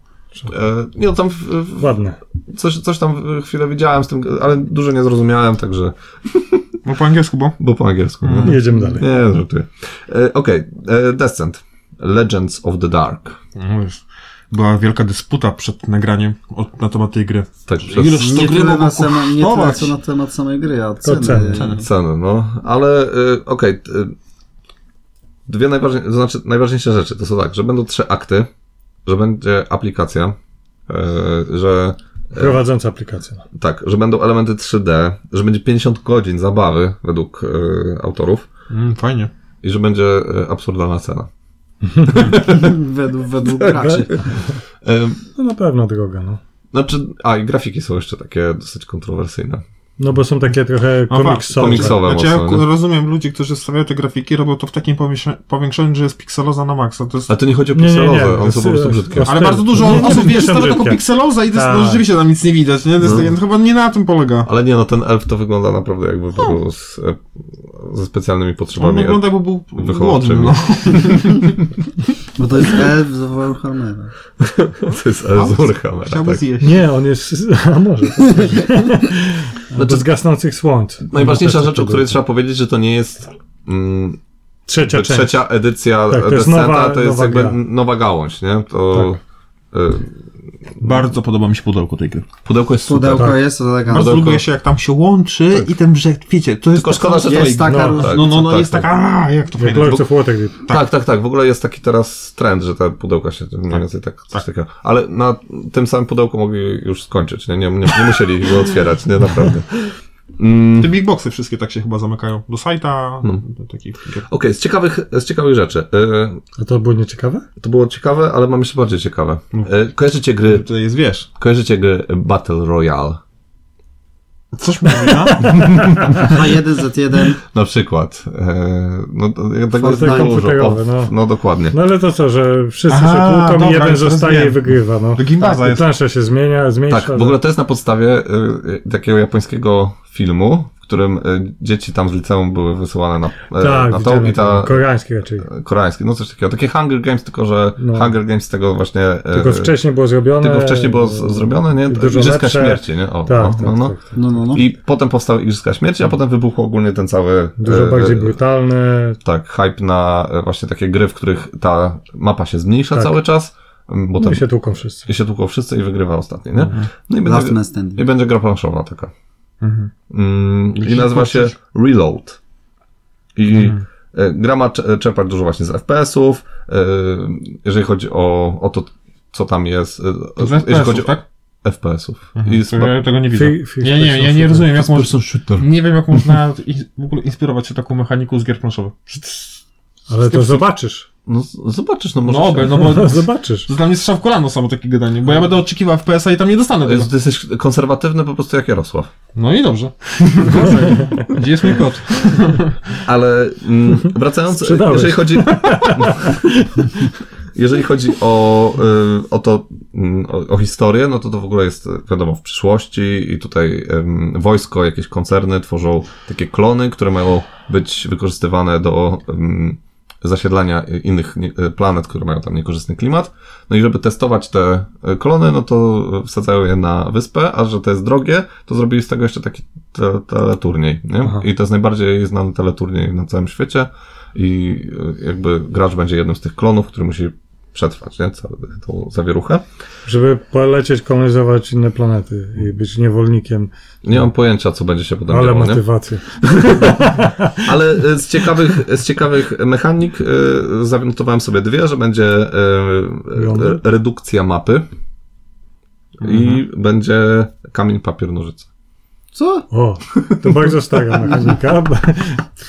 Speaker 4: E, nie, no tam w, w,
Speaker 2: Ładne.
Speaker 4: coś, coś tam chwilę widziałem z tym, ale dużo nie zrozumiałem, także...
Speaker 1: Bo No, po angielsku, bo
Speaker 4: Bo po angielsku.
Speaker 1: Mhm.
Speaker 4: nie?
Speaker 2: Jedziemy dalej.
Speaker 4: Nie, żartuję. E, Okej, e, Descent. Legends of the Dark.
Speaker 1: No była wielka dysputa przed nagraniem o, na temat tej gry.
Speaker 4: Tak,
Speaker 1: Ile
Speaker 4: przez
Speaker 1: to
Speaker 3: Nie
Speaker 1: gry
Speaker 3: tyle,
Speaker 1: mogą
Speaker 3: na sama, nie tyle
Speaker 1: kosztować?
Speaker 3: co na temat samej gry, a
Speaker 2: To
Speaker 3: ceny.
Speaker 2: ceny,
Speaker 4: cenę, no. Ale y, okej. y, dwie najważniejsze, to znaczy najważniejsze rzeczy to są tak, że będą trzy akty, że będzie aplikacja, y, że
Speaker 2: Prowadząca aplikację.
Speaker 4: tak, że będą elementy 3D, że będzie 50 godzin zabawy według y, autorów
Speaker 1: Mm, fajnie.
Speaker 4: i że będzie y, absurdalna cena. Tak.
Speaker 3: Według, według graczy.
Speaker 4: Y,
Speaker 2: No na pewno droga, no.
Speaker 4: znaczy, a i grafiki są jeszcze takie dosyć kontrowersyjne.
Speaker 2: No bo są takie trochę
Speaker 1: No,
Speaker 2: komiksowe.
Speaker 4: komiksowe.
Speaker 1: Znaczy, ja
Speaker 4: mocno, nie?
Speaker 1: rozumiem ludzi, którzy stawiają te grafiki, robią to w takim powiększa- powiększeniu, że jest pikseloza na maksa. To jest...
Speaker 4: Ale to nie chodzi o
Speaker 2: Nie, nie, nie,
Speaker 4: pikselozę, one
Speaker 2: jest-
Speaker 4: są po prostu
Speaker 2: jest-
Speaker 4: brzydkie.
Speaker 2: jest-
Speaker 1: Ale bardzo dużo
Speaker 2: Nie, nie,
Speaker 1: osób
Speaker 2: nie
Speaker 1: wiesz,
Speaker 2: są
Speaker 1: stawia taką
Speaker 2: brzydkie.
Speaker 1: pikselozę i to jest, no,
Speaker 2: Tak.
Speaker 1: rzeczywiście tam nic nie widać. Nie? To jest,
Speaker 4: No.
Speaker 1: takie- Chyba nie na tym polega.
Speaker 4: Ale nie, no ten elf to wygląda naprawdę jakby
Speaker 2: No.
Speaker 4: był z, e, ze specjalnymi
Speaker 1: On
Speaker 4: potrzebami.
Speaker 1: wygląda No, jakby był głodny.
Speaker 4: Wychowawczymi.
Speaker 1: No.
Speaker 3: Bo to jest E elf z Warhammera.
Speaker 4: To jest elf z Warhammera,
Speaker 1: Chciałby
Speaker 4: tak.
Speaker 1: zjeść.
Speaker 2: Nie, on jest... A może. Znaczy, z gasnących słońc.
Speaker 4: Najważniejsza
Speaker 2: No, to-
Speaker 4: rzecz, o której trzeba powiedzieć, że to nie jest mm,
Speaker 2: Trzecia część.
Speaker 4: trzecia edycja
Speaker 2: Tak, to jest
Speaker 4: Descenta,
Speaker 2: nowa-
Speaker 4: to jest
Speaker 2: nowa
Speaker 4: jakby
Speaker 2: gra.
Speaker 4: nowa gałąź, nie? To y,
Speaker 1: Bardzo podoba mi się pudełko tej gry.
Speaker 4: pudełko jest super.
Speaker 3: Pudełko
Speaker 2: tak.
Speaker 3: jest eleganckie.
Speaker 1: Bardzo
Speaker 4: Pudełko.
Speaker 1: lubię się, jak tam się łączy i ten brzeg, wiecie, to jest...
Speaker 4: Tylko szkoda, że to
Speaker 3: Jest taka
Speaker 2: no,
Speaker 3: róż-
Speaker 1: No, no, no,
Speaker 4: tak,
Speaker 1: jest
Speaker 4: tak.
Speaker 1: taka, a, jak to
Speaker 2: Jak
Speaker 1: fajnie.
Speaker 2: Lords of Waterdeep.
Speaker 4: Tak. tak, tak, W ogóle jest taki teraz trend, że te pudełka się mniej więcej tak, coś takiego. Ale na tym samym pudełku mogli już skończyć, nie? Nie, nie, nie musieli go otwierać, nie? Naprawdę. Mm,
Speaker 1: Te big boxy wszystkie tak się chyba zamykają. Do sajta,
Speaker 4: No.
Speaker 1: do takich... gier.
Speaker 4: Okej, z ciekawych, z ciekawych rzeczy. Y,
Speaker 2: A to było nieciekawe?
Speaker 4: To było ciekawe, ale mam jeszcze bardziej ciekawe.
Speaker 1: No.
Speaker 4: E, Kojarzycie gry,
Speaker 1: To jest, wiesz...
Speaker 4: kojarzycie gry Battle Royale.
Speaker 1: Coś mówiła?
Speaker 3: H1Z1.
Speaker 4: Na przykład. e, No, to- tego jest
Speaker 3: Fortnite
Speaker 4: dużo.
Speaker 2: komputerowe,
Speaker 4: O,
Speaker 2: no.
Speaker 4: No dokładnie.
Speaker 2: No ale to co, że wszyscy
Speaker 1: Aha,
Speaker 2: się kłócą
Speaker 1: dobra,
Speaker 2: i jeden
Speaker 1: już teraz
Speaker 2: zostaje i
Speaker 1: wiem.
Speaker 2: wygrywa, no.
Speaker 1: To gimbaza
Speaker 2: tak,
Speaker 1: jest.
Speaker 2: Plansza się zmienia, zmniejsza.
Speaker 4: Tak, w ogóle to jest na podstawie e, takiego japońskiego filmu, w którym e, dzieci tam z liceum były wysyłane na, e,
Speaker 2: Tak,
Speaker 4: na tą
Speaker 2: widziałem,
Speaker 4: i ta
Speaker 2: koreański raczej.
Speaker 4: koreańskie, no coś takiego. Takie Hunger Games, tylko że
Speaker 2: No.
Speaker 4: Hunger Games z tego właśnie... e,
Speaker 2: Tylko wcześniej było zrobione.
Speaker 4: Tylko wcześniej było z, zrobione, nie?
Speaker 2: Dużo
Speaker 4: Igrzyska
Speaker 2: lepsze.
Speaker 4: śmierci, nie? O,
Speaker 2: Tak,
Speaker 4: no, no, no.
Speaker 2: tak, tak, tak.
Speaker 3: No, no, no.
Speaker 4: I potem powstały Igrzyska śmierci, a potem wybuchł ogólnie ten cały...
Speaker 2: Dużo
Speaker 4: e,
Speaker 2: bardziej
Speaker 4: e,
Speaker 2: brutalne.
Speaker 4: tak, hype na e, właśnie takie gry, w których ta mapa się zmniejsza
Speaker 2: Tak. No
Speaker 4: cały czas, m, bo tam
Speaker 2: I się Mhm. tłuką wszyscy.
Speaker 4: i się tłuką wszyscy i wygrywa ostatni, nie? No i
Speaker 3: Last
Speaker 4: będzie,
Speaker 3: Man
Speaker 4: i
Speaker 3: Standing.
Speaker 4: będzie gra planszowa taka.
Speaker 1: Mhm.
Speaker 4: Mm, I
Speaker 1: Jeśli Mhm.
Speaker 4: nazywa się
Speaker 1: хочешь.
Speaker 4: Reload. I e, gra ma cze- czerpać dużo właśnie z FPS-ów, e, jeżeli chodzi o, o to, co tam jest, e,
Speaker 1: To z
Speaker 4: jeżeli
Speaker 1: FPS-ów,
Speaker 4: chodzi o
Speaker 1: tak?
Speaker 4: FPS-ów. I
Speaker 1: Mhm.
Speaker 4: z-
Speaker 1: To Ja tego nie widzę.
Speaker 2: Fi- fi-
Speaker 1: Ja nie, ja nie rozumiem, jak można...
Speaker 4: shooter.
Speaker 1: Nie wiem, jak można i- w ogóle inspirować się taką mechaniką z gier planszowych.
Speaker 2: Ale to zobaczysz.
Speaker 4: No z- zobaczysz, no może
Speaker 1: No,
Speaker 4: się-
Speaker 1: oby, no bo to
Speaker 2: zobaczysz.
Speaker 1: dla mnie strzał w kolano samo takie gadanie, bo ja będę oczekiwał FPS-a i tam nie dostanę tego.
Speaker 4: Jezu, Ty jesteś konserwatywny po prostu jak Jarosław.
Speaker 1: No i dobrze. Gdzie jest mój kot?
Speaker 4: Ale mm, wracając,
Speaker 2: Sprzedałeś.
Speaker 4: jeżeli chodzi. jeżeli chodzi o, y, o to, mm, o, o historię, no to to w ogóle jest, y, wiadomo, w przyszłości i tutaj ym, wojsko, jakieś koncerny tworzą takie klony, które mają być wykorzystywane do ym, zasiedlania y, innych nie- y, planet, które mają tam niekorzystny klimat. No i żeby testować te y, klony, no to y, wsadzają je na wyspę, a że to jest drogie, to zrobili z tego jeszcze taki te, teleturniej. Nie?
Speaker 2: Aha.
Speaker 4: I to jest najbardziej znany teleturniej na całym świecie i y, jakby gracz będzie jednym z tych klonów, który musi przetrwać nie? Całą tą zawieruchę.
Speaker 2: Żeby polecieć, kolonizować inne planety i być niewolnikiem.
Speaker 4: Nie mam pojęcia, co będzie się potem
Speaker 2: Ale
Speaker 4: działo, nie?
Speaker 2: motywację.
Speaker 4: Ale y, z ciekawych, z ciekawych mechanik y, zanotowałem sobie dwie, że będzie y,
Speaker 2: Lądy?
Speaker 4: y, redukcja mapy i
Speaker 2: Mhm.
Speaker 4: będzie kamień, papier, nożyce.
Speaker 3: Co?
Speaker 2: O, to bardzo stara mechanika. bo-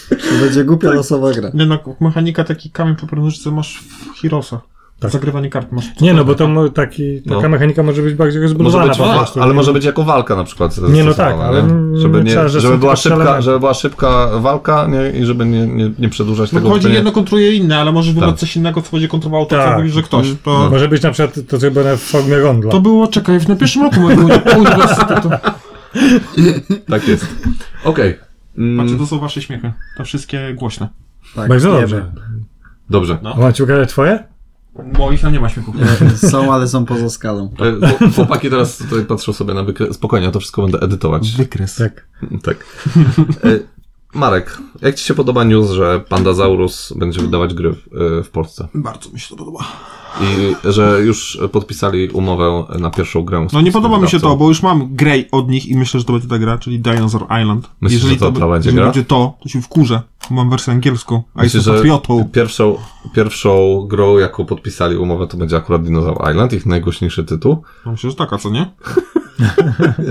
Speaker 3: To będzie głupia
Speaker 4: Tak.
Speaker 3: losowa gra.
Speaker 1: Nie no, mechanika taki kamień po nożyce masz w Heroesa.
Speaker 2: Tak.
Speaker 1: Zagrywanie kart masz.
Speaker 2: Nie no, bo to mo- taki, taka
Speaker 4: No.
Speaker 2: mechanika może być bardziej
Speaker 4: Może
Speaker 2: rozbudowana
Speaker 4: być,
Speaker 2: po
Speaker 4: wa-
Speaker 2: prostu.
Speaker 4: ale może być jako walka na przykład.
Speaker 2: no
Speaker 4: zastosowana,
Speaker 2: tak, ale nie
Speaker 4: Żeby, nie,
Speaker 2: trzeba, że
Speaker 4: żeby,
Speaker 2: są
Speaker 4: była
Speaker 2: tylko
Speaker 4: szybka,
Speaker 2: strzelane.
Speaker 4: żeby była szybka walka nie, i żeby nie, nie, nie przedłużać
Speaker 1: No
Speaker 4: tego.
Speaker 1: chodzi,
Speaker 4: żeby nie...
Speaker 1: jedno kontruje inne, ale może wybrać
Speaker 4: Tak.
Speaker 1: coś innego, co będzie kontrolował to,
Speaker 2: Tak.
Speaker 1: co mówisz, że ktoś. To,
Speaker 4: No.
Speaker 2: Może być na przykład to zrobione w formie rondla.
Speaker 1: to było, czekaj, na pierwszym roku mojego uni- uniwersytetu.
Speaker 4: Tak jest. Okej. Mm,
Speaker 1: Patrzcie, to są wasze śmiechy. To wszystkie głośne.
Speaker 3: Tak,
Speaker 2: Bardzo
Speaker 3: wiemy.
Speaker 2: dobrze.
Speaker 4: Dobrze.
Speaker 1: No.
Speaker 2: A mam ci ukarać twoje?
Speaker 1: Moich tam nie ma śmiechów.
Speaker 3: E, Są, ale są poza skalą.
Speaker 4: E, chłop- Chłopaki teraz tutaj patrzą sobie na wykres. Spokojnie, ja to wszystko będę edytować.
Speaker 1: Wykres.
Speaker 2: Tak.
Speaker 4: Tak. E, Marek, jak ci się podoba news, że Pandazaurus będzie wydawać gry w, y, w Polsce?
Speaker 1: Bardzo mi się to podoba.
Speaker 4: I że już podpisali umowę na pierwszą grę. z
Speaker 1: No nie podoba mi się
Speaker 4: wydawcą.
Speaker 1: to, bo już mam grę od nich i myślę, że to będzie ta gra, czyli Dinosaur Island.
Speaker 4: Myślisz, że to
Speaker 1: be-
Speaker 4: ta będzie
Speaker 1: jeżeli
Speaker 4: gra?
Speaker 1: będzie to, to się wkurzę. bo Mam wersję angielską, a
Speaker 4: Myślę,
Speaker 1: jestem
Speaker 4: że
Speaker 1: patriotą.
Speaker 4: Pierwszą, pierwszą grą, jaką podpisali umowę, to będzie akurat Dinosaur Island, ich najgłośniejszy tytuł.
Speaker 1: No myślę, że taka, co nie?
Speaker 4: Nie,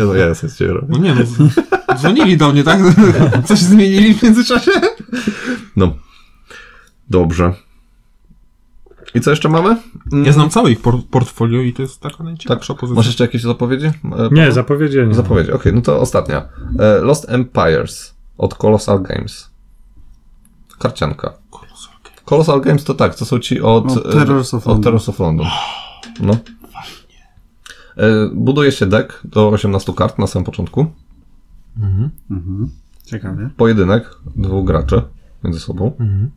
Speaker 4: no ja jestem z ciebie robię.
Speaker 1: No nie no, z- dzwonili do mnie, tak? Coś zmienili w międzyczasie?
Speaker 4: No. Dobrze. I co jeszcze mamy? Mm, Tak.
Speaker 1: Ja znam całe ich por- portfolio i to jest taka najciekawsza pozycja.
Speaker 4: Masz jeszcze jakieś zapowiedzi? E,
Speaker 2: Nie, zapowiedzi nie.
Speaker 4: Zapowiedzi, okej, no to ostatnia. E, Lost Empires od Colossal Games. Karcianka.
Speaker 1: Kolosalne.
Speaker 4: Colossal Games to tak, to są ci od,
Speaker 3: Od
Speaker 4: e,
Speaker 3: Terrors of
Speaker 4: od
Speaker 3: London.
Speaker 4: Terrors of London. No. E, Buduje się deck do 18 kart na samym początku.
Speaker 3: Mhm. Ciekawie.
Speaker 4: Pojedynek dwóch graczy między sobą.
Speaker 2: Mhm.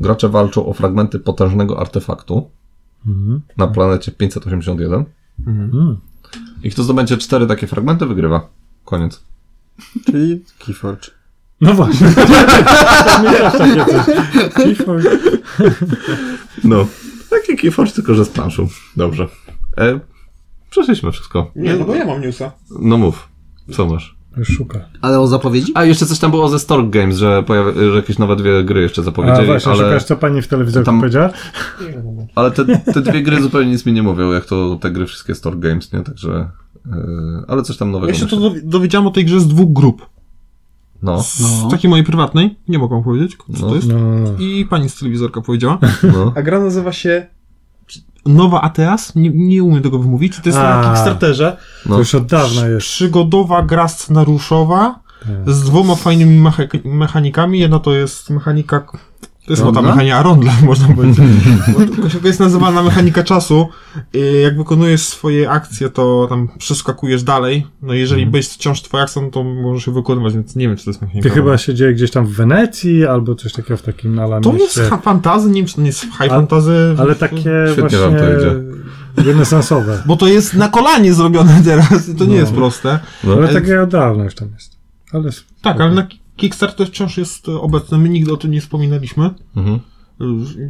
Speaker 4: Gracze walczą o fragmenty potężnego artefaktu na planecie 581.
Speaker 2: Mhm.
Speaker 4: I kto zdobędzie cztery takie fragmenty, wygrywa. Koniec.
Speaker 3: Czyli Keyforge.
Speaker 2: No właśnie. Pamiętasz takie coś. Keyforge.
Speaker 4: No. Taki Keyforge, tylko że z planszą. Dobrze. E, przeszliśmy wszystko.
Speaker 1: ja mam newsa.
Speaker 4: No mów. Co masz?
Speaker 2: Już szuka.
Speaker 3: Ale o zapowiedzi?
Speaker 4: A, jeszcze coś tam było ze Stork Games, że, pojawi, że jakieś nowe dwie gry jeszcze
Speaker 2: A
Speaker 4: zapowiedzieli,
Speaker 2: właśnie,
Speaker 4: ale,
Speaker 2: szukasz co pani w telewizorze
Speaker 4: Tam-
Speaker 2: powiedziała?
Speaker 4: ale te, te dwie gry zupełnie nic mi nie mówią, jak to te gry wszystkie Stork Games, nie? Także... e, ale coś tam nowego.
Speaker 1: Ja się to
Speaker 4: myślę.
Speaker 1: dowi- dowiedziałem o tej grze z dwóch grup.
Speaker 4: No,
Speaker 1: Z
Speaker 3: No.
Speaker 1: takiej mojej prywatnej, nie mogłam powiedzieć, co
Speaker 4: No.
Speaker 1: to jest.
Speaker 2: No, no, no.
Speaker 1: I pani z telewizorka powiedziała.
Speaker 4: no.
Speaker 1: A gra nazywa się Nowa Ateas? Nie, nie umiem tego wymówić. To jest
Speaker 2: A.
Speaker 1: na Kickstarterze.
Speaker 4: No.
Speaker 2: To już od dawna jest.
Speaker 1: Przygodowa gra scenariuszowa z dwoma fajnymi mecha- mechanikami. Jedna to jest mechanika... To jest chyba ta
Speaker 3: Rondla?
Speaker 1: mechanika rondla, można powiedzieć. Bo to- to jest nazywana mechanika czasu. I Jak wykonujesz swoje akcje, to tam przeskakujesz dalej. No i jeżeli
Speaker 2: Mhm.
Speaker 1: byś wciąż twoja akcja, no to możesz je wykonywać, więc nie wiem, czy to jest mechanika.
Speaker 2: To chyba się dzieje gdzieś tam w Wenecji albo coś takiego w takim alamie.
Speaker 1: To jest ha- fantazy, nie wiem, czy to nie jest high fantazy.
Speaker 2: Ale takie
Speaker 4: Świetnie
Speaker 2: właśnie
Speaker 4: wam to idzie.
Speaker 2: renesansowe.
Speaker 1: Bo to jest na kolanie zrobione teraz i to nie
Speaker 2: No.
Speaker 1: jest proste.
Speaker 4: No.
Speaker 1: Mhm.
Speaker 2: Ale takie od dawna już tam jest. Ale s-
Speaker 1: Tak, ale na Kickstarter wciąż jest e, obecny. My nigdy o tym nie wspominaliśmy.
Speaker 4: Mhm.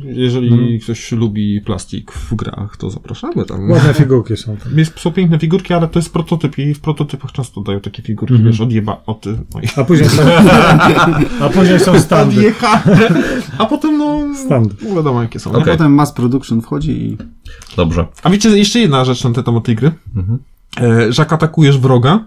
Speaker 1: Jeżeli ktoś lubi plastik w grach, to zapraszamy tam.
Speaker 4: No.
Speaker 2: ładne figurki są tam.
Speaker 1: Jest, są piękne figurki, ale to jest prototyp i w prototypach często dają takie figurki, wiesz, odjeba, no o ty, oj.
Speaker 2: A później są, a później są standy.
Speaker 1: Odjecha. A potem no...
Speaker 2: Standard.
Speaker 1: Wiadomo jakie są. nie?
Speaker 4: Okej.
Speaker 3: Potem Mass Production wchodzi i...
Speaker 4: Dobrze.
Speaker 1: A wiecie, jeszcze jedna rzecz na ten temat tej gry.
Speaker 4: Mhm.
Speaker 1: E, że jak atakujesz wroga,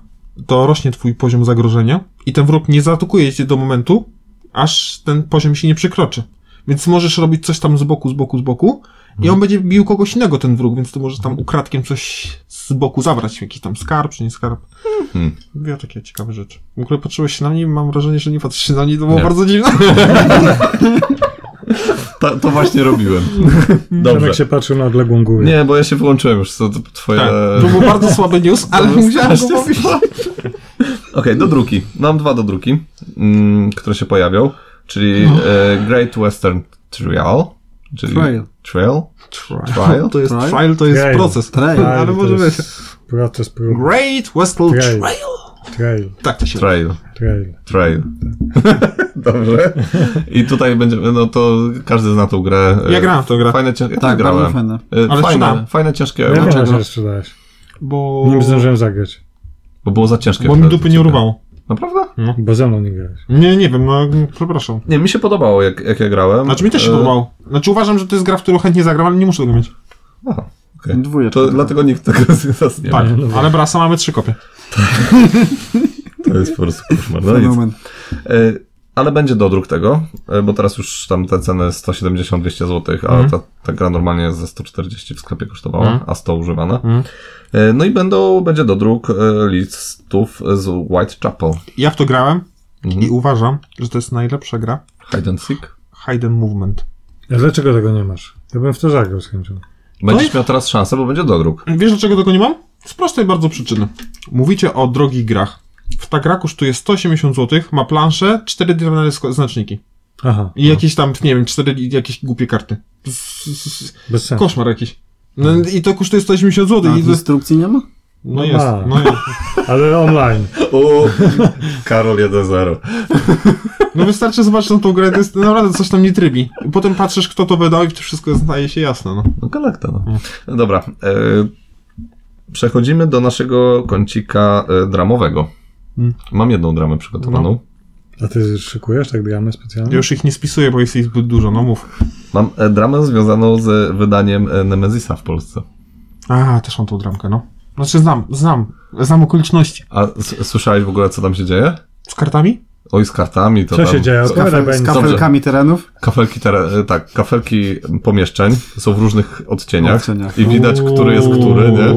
Speaker 1: to rośnie twój poziom zagrożenia i ten wróg nie zaatakuje cię do momentu, aż ten poziom się nie przekroczy. Więc możesz robić coś tam z boku, z boku, z boku
Speaker 4: Mhm.
Speaker 1: i on będzie bił kogoś innego, ten wróg, więc ty możesz tam ukradkiem coś z boku zabrać, jakiś tam skarb czy nie skarb.
Speaker 4: Mhm.
Speaker 1: Mówiła takie ciekawe rzeczy. W ogóle patrzyłeś na mnie i mam wrażenie, że nie patrzysz się na mnie, to było
Speaker 4: Nie.
Speaker 1: bardzo dziwne.
Speaker 4: To, to właśnie robiłem.
Speaker 2: Dobrze.
Speaker 4: Dobrze.
Speaker 2: Jak się patrzył na odległą górę.
Speaker 4: Nie, bo ja się wyłączyłem już, to, to twoje...
Speaker 1: Tak. To był bardzo słaby news, ale
Speaker 4: był
Speaker 1: musiałem go
Speaker 4: strasznie
Speaker 1: powiedzieć.
Speaker 4: Okej, do druki. Mam dwa do druki, mm, które się pojawią, czyli e, Great Western Trial, czyli
Speaker 3: Trail.
Speaker 4: Trail,
Speaker 1: Trial No to jest,
Speaker 3: Trial?
Speaker 1: trial to jest
Speaker 2: Trial.
Speaker 1: proces.
Speaker 3: Trail.
Speaker 2: Ale
Speaker 1: Ale
Speaker 2: to
Speaker 1: może
Speaker 2: jest
Speaker 1: wiecie.
Speaker 2: Proces prób.
Speaker 1: Great Western
Speaker 2: Trail.
Speaker 1: Trail.
Speaker 2: Trail,
Speaker 1: Tak to się
Speaker 4: Trail,
Speaker 2: trail.
Speaker 4: Trail. Dobrze. I tutaj będziemy, no to każdy zna tą grę. e,
Speaker 1: Ja grałem w tę grę.
Speaker 4: Fajne, ciężkie, ja
Speaker 3: Tak,
Speaker 4: tak,
Speaker 3: bardzo
Speaker 4: grałem.
Speaker 3: fajne.
Speaker 4: E,
Speaker 1: Ale
Speaker 4: Fajne,
Speaker 1: sprzedałem.
Speaker 4: fajne, ciężkie,
Speaker 2: Ja wiem,
Speaker 4: bo-
Speaker 2: że
Speaker 3: Dlaczego?
Speaker 2: się sprzedałeś.
Speaker 1: Bo...
Speaker 2: Nim zdążyłem zagrać,
Speaker 4: bo było za ciężkie.
Speaker 1: Bo mi
Speaker 4: wtedy.
Speaker 1: dupy nie urwało.
Speaker 4: Naprawdę?
Speaker 2: bo ze mną nie grałeś.
Speaker 1: Nie, nie wiem, no przepraszam.
Speaker 4: Nie, mi się podobało, jak, jak ja grałem.
Speaker 1: Znaczy mi też się
Speaker 4: E,
Speaker 1: podobało. Znaczy uważam, że to jest gra, w którą chętnie zagram, ale nie muszę tego mieć.
Speaker 4: Aha, okej.
Speaker 3: Dwójeczka.
Speaker 4: To dlatego nikt tego z nas nie
Speaker 1: Tak,
Speaker 4: ma.
Speaker 2: no
Speaker 1: ale brasa mamy trzy kopie.
Speaker 4: To jest po prostu koszmar. No nic.
Speaker 3: Fenomen.
Speaker 4: E, Ale będzie dodruk tego, e, bo teraz już tam te ceny 170-200 zł, a
Speaker 1: Mhm.
Speaker 4: ta, ta gra normalnie ze 140 w sklepie kosztowała,
Speaker 1: Mhm.
Speaker 4: a 100 używana.
Speaker 1: Mhm.
Speaker 4: E, No i będą, będzie dodruk e, listów z Whitechapel.
Speaker 1: Ja w to grałem i
Speaker 4: Mhm.
Speaker 1: uważam, że to jest najlepsza gra
Speaker 4: Hide and Seek.
Speaker 1: Hidden Movement.
Speaker 2: A dlaczego tego nie masz? Ja bym w to zagrał z chęcią.
Speaker 4: Będziesz
Speaker 1: jest-
Speaker 4: miał teraz szansę, bo będzie dodruk.
Speaker 1: Wiesz dlaczego tego nie mam? Z prostej bardzo przyczyny. Mówicie o drogich grach. W ta gra kosztuje 180 zł, ma planszę, 4 drewniane sko- znaczniki.
Speaker 2: Aha,
Speaker 4: No.
Speaker 1: I jakieś tam, nie wiem, 4 jakieś głupie karty. S- s- s-
Speaker 2: bez sensu.
Speaker 1: Koszmar jakiś. No, I to kosztuje 180 zł.
Speaker 3: A
Speaker 1: i to-
Speaker 3: instrukcji nie ma?
Speaker 1: No
Speaker 2: No
Speaker 1: jest,
Speaker 2: ma.
Speaker 1: no jest.
Speaker 2: Ale online.
Speaker 4: O, Karol 1-0.
Speaker 1: No wystarczy zobaczyć na tą grę, to jest naprawdę coś tam nie trybi. Potem patrzysz, kto to wydał i to wszystko staje się jasne, no.
Speaker 4: No Galakta, no. No Dobra. E, przechodzimy do naszego kącika e, dramowego.
Speaker 1: Mm.
Speaker 2: Hmm.
Speaker 4: Mam jedną dramę przygotowaną.
Speaker 2: No. A ty szykujesz tak gramy specjalnie?
Speaker 1: Ja już ich nie spisuję, bo jest ich zbyt dużo, no mów.
Speaker 4: Mam e, dramę związaną z wydaniem e, Nemezisa w Polsce.
Speaker 1: A, też mam tą dramkę, no. Znaczy znam, znam, znam okoliczności.
Speaker 4: A s- słyszałeś w ogóle, co tam się dzieje?
Speaker 1: Z kartami?
Speaker 4: Oj, z kartami to
Speaker 2: Co
Speaker 4: tam...
Speaker 2: się dzieje?
Speaker 3: Z,
Speaker 2: Odpowiadaj
Speaker 3: kafel, z
Speaker 2: będzie.
Speaker 3: kafelkami terenów?
Speaker 4: Kafelki, tera- tak, kafelki pomieszczeń są w różnych odcieniach
Speaker 3: Odcieniach.
Speaker 4: i widać, który jest który, nie?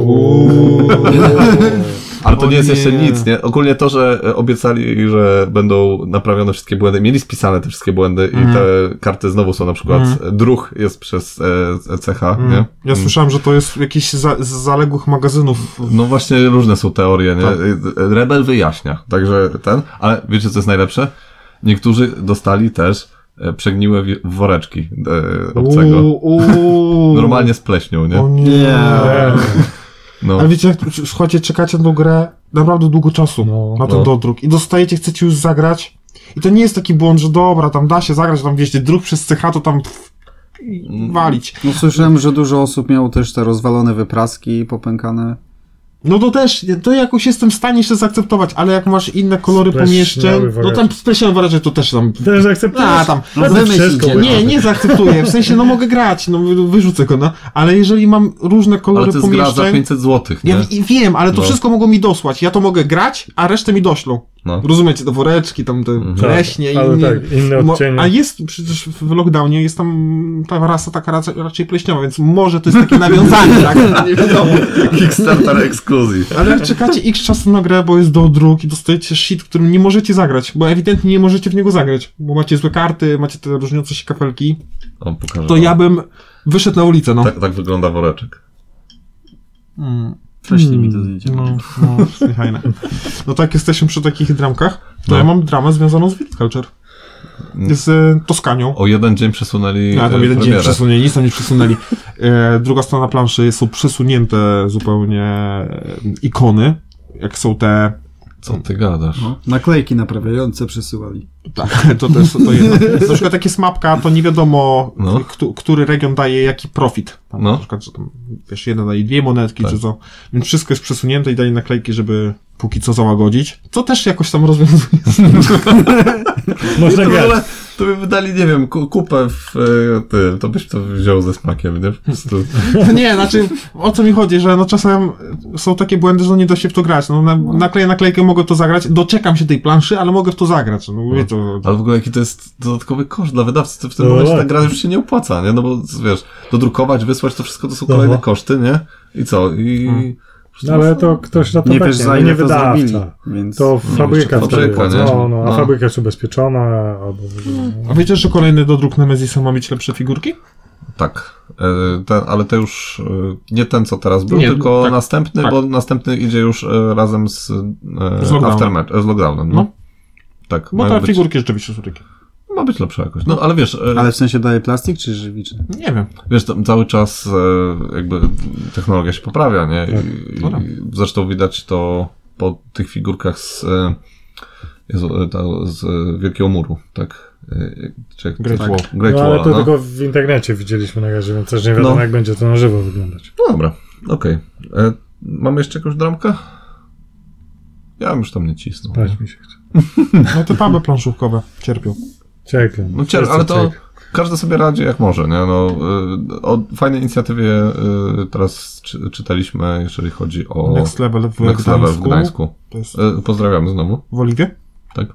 Speaker 4: Ale to
Speaker 1: O
Speaker 4: nie jest
Speaker 1: nie.
Speaker 4: jeszcze nic, nie? Ogólnie to, że e, obiecali, że będą naprawione wszystkie błędy, mieli spisane te wszystkie błędy
Speaker 1: Mhm.
Speaker 4: i te karty znowu są na przykład, e, druh jest przez e, CH, nie?
Speaker 1: Mm. Mhm. Ja słyszałem, że to jest jakieś za, z zaległych magazynów.
Speaker 4: No właśnie różne są teorie, nie?
Speaker 1: Tak.
Speaker 4: E, Rebel wyjaśnia, także ten, ale wiecie co jest najlepsze? Niektórzy dostali też e, przegniłe wi- woreczki e, obcego.
Speaker 1: uuu.
Speaker 4: Normalnie z pleśnią, nie?
Speaker 1: O nie.
Speaker 3: Nie.
Speaker 4: No.
Speaker 1: Ale wiecie, jak, słuchajcie, czekacie na tą grę naprawdę długo czasu
Speaker 2: No.
Speaker 1: na ten
Speaker 4: No.
Speaker 1: dodruk i dostajecie, chcecie już zagrać i to nie jest taki błąd, że dobra, tam da się zagrać, tam wieźcie druk przez CH, to tam pff,
Speaker 4: Mm.
Speaker 1: i walić.
Speaker 3: No, słyszałem, że dużo osób miało też te rozwalone wypraski popękane.
Speaker 1: No to też, to jakoś jestem w stanie jeszcze zaakceptować, ale jak masz inne kolory
Speaker 2: Spleśniały
Speaker 1: pomieszczeń, no
Speaker 2: woreczek.
Speaker 1: tam splesiony woreczek to też tam...
Speaker 2: Też akceptujesz?
Speaker 1: A, tam,
Speaker 3: No,
Speaker 2: A, to
Speaker 3: wymyśl
Speaker 2: wszystko
Speaker 3: idzie.
Speaker 2: będzie.
Speaker 1: Nie, nie zaakceptuję, w sensie no mogę grać, no wy- wyrzucę go, no, ale jeżeli mam różne
Speaker 4: Ale
Speaker 1: kolory
Speaker 4: to jest gra za
Speaker 1: pomieszczeń...
Speaker 4: 500 zł, nie?
Speaker 1: Ja i wiem, ale to
Speaker 4: No.
Speaker 1: wszystko mogą mi dosłać. Ja to mogę grać, a resztę mi doślą.
Speaker 4: No.
Speaker 1: Rozumiecie, te woreczki, tam te
Speaker 2: Tak,
Speaker 1: pleśnie
Speaker 2: ale
Speaker 1: i
Speaker 2: tak, inne odcienie.
Speaker 1: A jest przecież w lockdownie, jest tam ta rasa taka raczej, raczej pleśniowa, więc może to jest takie nawiązanie, tak? Nie wiadomo.
Speaker 4: Kickstarter Exclusive.
Speaker 1: Ale jak czekacie x czasu na grę, bo jest do dróg i dostajecie shit, którym nie możecie zagrać, bo ewidentnie nie możecie w niego zagrać, bo macie złe karty, macie te różniące się kafelki,
Speaker 4: O, pokażę.
Speaker 1: to
Speaker 4: wam.
Speaker 1: ja bym wyszedł na ulicę, no.
Speaker 4: Tak, tak wygląda woreczek.
Speaker 1: Mm.
Speaker 3: Prześlij mi to zdjęcie.
Speaker 1: No, no, fajne. No tak, jesteśmy przy takich dramkach, to ja mam dramę związaną z Viticulture. Z e, Toskanią.
Speaker 4: O jeden dzień przesunęli
Speaker 1: A tam
Speaker 4: e,
Speaker 1: jeden dzień
Speaker 4: premierę.
Speaker 1: przesunęli, nic tam nie przesunęli. E, druga strona planszy są przesunięte zupełnie e, ikony, jak są te...
Speaker 4: Co ty gadasz?
Speaker 3: No, naklejki naprawiające przesyłali.
Speaker 1: Tak, to też to jedno. Na przykład takie smapka, to nie wiadomo,
Speaker 4: No.
Speaker 1: któ- który region daje jaki profit. Tam,
Speaker 4: No.
Speaker 1: Na przykład, że tam, wiesz, jeden daje dwie monetki,
Speaker 4: Tak.
Speaker 1: czy co. Więc wszystko jest przesunięte i daje naklejki, żeby póki co załagodzić. Co też jakoś tam rozwiązuje.
Speaker 2: Można
Speaker 4: To, w
Speaker 2: grać.
Speaker 4: ogóle, to by wydali, nie wiem, ku- kupę w e, tym, to byś to wziął ze smakiem, nie? Po prostu.
Speaker 1: Nie, znaczy, o co mi chodzi, że no czasem są takie błędy, że no nie da się w to grać. No, na, nakleję naklejkę, mogę w to zagrać, doczekam się tej planszy, ale mogę w to zagrać. No, mówię to...
Speaker 4: Ale w ogóle jaki to jest dodatkowy koszt dla wydawcy, to w tym
Speaker 2: No
Speaker 4: momencie ta
Speaker 2: tak.
Speaker 4: gra już się nie opłaca, nie? No bo wiesz, dodrukować, wysłać, to wszystko to są
Speaker 2: No,
Speaker 4: kolejne
Speaker 2: no.
Speaker 4: koszty, nie? I co? I... po prostu-
Speaker 2: No, ale to ktoś na to
Speaker 3: Nie
Speaker 2: tak
Speaker 3: wiesz
Speaker 2: nie,
Speaker 3: za
Speaker 2: nie
Speaker 3: ile to zrobili.
Speaker 2: wydawca.
Speaker 3: Więc...
Speaker 2: To
Speaker 4: jeszcze
Speaker 2: fabryka wtedy.
Speaker 4: fabryka, nie?
Speaker 2: No, no, a
Speaker 4: No.
Speaker 2: fabryka jest ubezpieczona, albo...
Speaker 1: A wiecie, że kolejny dodruk Nemezisa ma mieć lepsze figurki?
Speaker 4: Tak, E, ten, ale to już e, nie ten, co teraz był,
Speaker 1: Nie,
Speaker 4: tylko
Speaker 1: tak,
Speaker 4: następny,
Speaker 1: tak.
Speaker 4: bo następny idzie już e, razem z, e,
Speaker 1: Z lockdownem.
Speaker 4: Aftermath, e, z lockdownem. No.
Speaker 1: No.
Speaker 4: Tak,
Speaker 1: Bo
Speaker 4: mają
Speaker 1: te
Speaker 4: być,
Speaker 1: figurki rzeczywiście są takie.
Speaker 4: ma być lepsze jakoś. No ale wiesz, e,
Speaker 3: Ale w sensie daje plastik czy żywiczny?
Speaker 1: Nie wiem.
Speaker 4: wiesz tam cały czas e, jakby technologia się poprawia, nie? I,
Speaker 1: No tak.
Speaker 4: i zresztą widać to po tych figurkach z, e, Jezu, e, ta, z e, Wielkiego Muru, tak? E, Czy, jak-
Speaker 1: Great
Speaker 4: tak.
Speaker 1: Wall.
Speaker 4: Great
Speaker 2: No, ale
Speaker 4: Wall,
Speaker 2: to
Speaker 4: no.
Speaker 2: tylko w internecie widzieliśmy na razie, więc też nie wiadomo,
Speaker 4: No.
Speaker 2: jak będzie to na żywo wyglądać.
Speaker 4: No dobra, okej. E, Mamy jeszcze jakąś dramkę? Ja bym już tam nie cisnął.
Speaker 2: Patrz mi się chce.
Speaker 1: No te puby planszówkowe cierpią.
Speaker 2: Cierpię.
Speaker 4: No cier-
Speaker 2: Wszyscy
Speaker 4: ale to
Speaker 2: cierpią.
Speaker 4: każdy sobie radzi jak może, nie? No, y, o fajnej inicjatywie y, teraz czy, czytaliśmy, jeżeli chodzi o
Speaker 1: Next level w
Speaker 4: Next Level w Gdańsku.
Speaker 1: To jest
Speaker 4: Y, pozdrawiamy znowu.
Speaker 1: w Oliwie.
Speaker 4: Tak.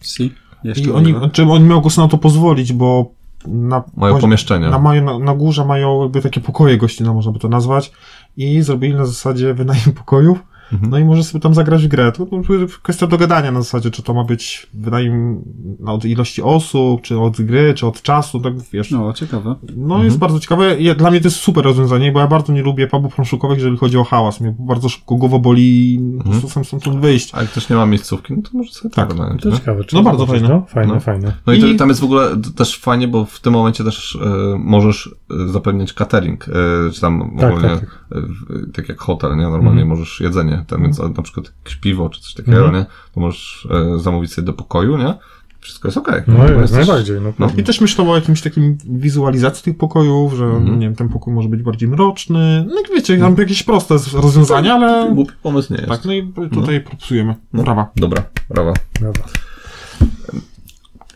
Speaker 3: Si?
Speaker 1: I
Speaker 3: Jeszcze
Speaker 1: oni,
Speaker 3: Oliwa?
Speaker 1: czym oni mogą sobie na to pozwolić, bo na,
Speaker 4: Mają
Speaker 1: pozi-
Speaker 4: pomieszczenia.
Speaker 1: na, mają, na, na górze mają jakby takie pokoje gościnne, można by to nazwać, i zrobili na zasadzie wynajem pokojów.
Speaker 4: Mhm.
Speaker 1: No i może sobie tam zagrać w grę. To no, kwestia dogadania na zasadzie, czy to ma być wynajem no, od ilości osób, czy od gry, czy od czasu, tak wiesz. No,
Speaker 3: No, ciekawe.
Speaker 1: jest bardzo ciekawe. Ja, dla mnie to jest super rozwiązanie, bo ja bardzo nie lubię pubów planszukowych, jeżeli chodzi o hałas. Mnie bardzo szybko głowa boli, po prostu sam stąd wyjść.
Speaker 4: A jak ktoś nie ma miejscówki, no to może sobie
Speaker 1: Tak.
Speaker 4: tak wynająć,
Speaker 2: To
Speaker 4: nie?
Speaker 2: ciekawe. czy
Speaker 1: No bardzo
Speaker 2: zobaczysz,
Speaker 1: fajne.
Speaker 2: No? Fajne,
Speaker 4: No.
Speaker 2: fajne.
Speaker 4: No i,
Speaker 1: I-
Speaker 4: To, tam jest w ogóle t- też fajnie, bo w tym momencie też e, możesz e, zapewnić catering, e, czy tam
Speaker 2: Tak,
Speaker 4: ogólnie,
Speaker 2: tak, Mhm.
Speaker 4: tak. tak jak hotel, nie? Normalnie możesz jedzenie, tam więc a, na przykład jakieś piwo, czy coś takiego,
Speaker 2: Mhm.
Speaker 4: nie? To możesz e, zamówić sobie do pokoju, nie? Wszystko jest okej.
Speaker 2: No,
Speaker 4: Chyba
Speaker 2: jest
Speaker 4: jesteś-
Speaker 2: najbardziej. No,
Speaker 4: No.
Speaker 1: I też myślę o jakimś takim wizualizacji tych pokojów, że
Speaker 4: Mhm.
Speaker 1: nie wiem, ten pokój może być bardziej mroczny. No jak wiecie, tam jakieś proste z- rozwiązania, ale.
Speaker 4: Głupi pomysł nie jest.
Speaker 1: Tak, no i tutaj propsujemy.
Speaker 4: No.
Speaker 1: Brawa.
Speaker 4: Dobra, brawa.
Speaker 2: Dobra.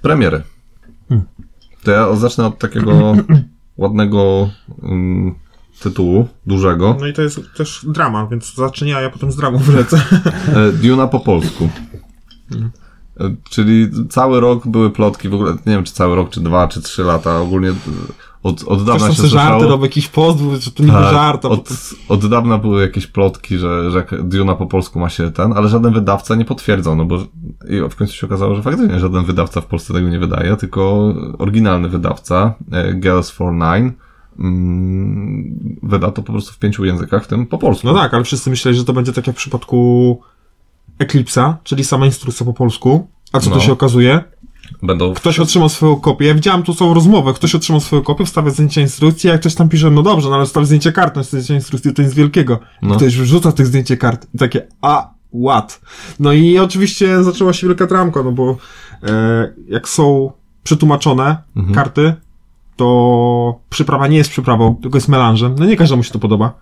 Speaker 4: Premiery.
Speaker 1: Hmm.
Speaker 4: To ja zacznę od takiego ładnego mm, tytułu, dużego.
Speaker 1: No i to jest też drama, więc zaczynia, a ja potem z dramą wlecę.
Speaker 4: E, Duna po polsku. E, Czyli cały rok były plotki, w ogóle nie wiem czy cały rok, czy dwa, czy trzy lata, ogólnie e, od, od
Speaker 1: Ktoś
Speaker 4: dawna
Speaker 1: tam
Speaker 4: się
Speaker 1: sobie żarty
Speaker 4: słyszało.
Speaker 1: robi, jakiś pozwór, że to nie był
Speaker 4: Tak,
Speaker 1: żart. a
Speaker 4: od,
Speaker 1: potem-
Speaker 4: od dawna były jakieś plotki, że, że Duna po polsku ma się ten, ale żaden wydawca nie potwierdzał, no bo i w końcu się okazało, że faktycznie żaden wydawca w Polsce tego nie wydaje, tylko oryginalny wydawca, e, Girls for Nine, mm, wyda to po prostu w pięciu językach, w tym po polsku.
Speaker 1: No tak, ale wszyscy myśleli, że to będzie tak jak w przypadku Eklipsa, czyli sama instrukcja po polsku. A co
Speaker 4: No.
Speaker 1: tu się okazuje?
Speaker 4: Będą
Speaker 1: Ktoś otrzymał swoją kopię. Ja widziałem tu całą rozmowę. Ktoś otrzymał swoją kopię, wstawia zdjęcia instrukcji, jak ktoś tam pisze, no dobrze, no ale wstaw zdjęcie kart, no zdjęcie instrukcji to nic wielkiego.
Speaker 4: No.
Speaker 1: Ktoś wrzuca tych zdjęcie kart i takie, a, what? No i oczywiście zaczęła się wielka dramka, no bo e, jak są przetłumaczone
Speaker 4: Mhm.
Speaker 1: karty, to przyprawa nie jest przyprawą, tylko jest melanżem. No nie każdemu się to podoba.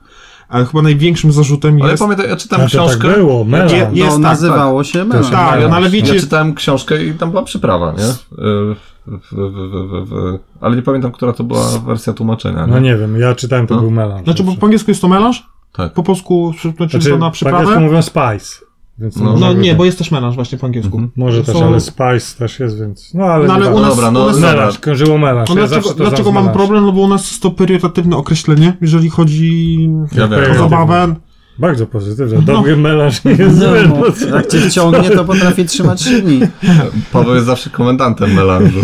Speaker 1: Ale chyba największym zarzutem
Speaker 4: Ale ja
Speaker 1: jest...
Speaker 4: pamiętam, ja czytałem
Speaker 2: Ale to tak
Speaker 4: książkę.
Speaker 2: było, mela.
Speaker 1: Je- je-
Speaker 2: No,
Speaker 1: Jest
Speaker 3: To
Speaker 1: tak,
Speaker 3: nazywało się
Speaker 2: To jest
Speaker 3: Melan.
Speaker 1: Tak, no ale
Speaker 4: ja
Speaker 1: wiecie,
Speaker 4: czytałem książkę i tam była przyprawa, nie? Y, w- w- w- w- w- Ale nie pamiętam, która to była wersja tłumaczenia.
Speaker 2: no
Speaker 4: Nie?
Speaker 2: nie wiem, ja czytałem, to
Speaker 4: No.
Speaker 2: był melan.
Speaker 1: Znaczy, bo po angielsku jest to melanż,
Speaker 4: Tak.
Speaker 1: po polsku przetłumaczymy
Speaker 2: Znaczy,
Speaker 1: to na
Speaker 2: po angielsku
Speaker 1: przyprawę.
Speaker 2: mówią spice. Więc
Speaker 4: No,
Speaker 2: może
Speaker 1: No
Speaker 2: być-
Speaker 1: nie, bo jest też melanż właśnie po angielsku.
Speaker 4: Mhm.
Speaker 2: Może też,
Speaker 1: są-
Speaker 2: ale spice też jest, więc... No ale,
Speaker 1: No ale
Speaker 2: nie
Speaker 1: u
Speaker 2: ważne.
Speaker 1: nas,
Speaker 4: dobra, no,
Speaker 1: u nas
Speaker 4: dobra.
Speaker 2: Melarz, krążyło melarz.
Speaker 1: No
Speaker 2: ja zawsze
Speaker 1: dlaczego
Speaker 2: to znam
Speaker 1: dlaczego
Speaker 2: z
Speaker 1: mam
Speaker 2: melarz.
Speaker 1: problem? No bo u nas jest to periodatywne określenie, jeżeli chodzi
Speaker 4: Ja
Speaker 1: o
Speaker 4: wiem.
Speaker 2: Periodatywne.
Speaker 1: zabawę.
Speaker 2: Bardzo
Speaker 1: No.
Speaker 2: pozytywne. Dobry melarz nie jest zły.
Speaker 3: No,
Speaker 2: No,
Speaker 3: jak cię ciągnie, to potrafi trzymać trzy dni.
Speaker 4: Paweł jest zawsze komendantem melanżu.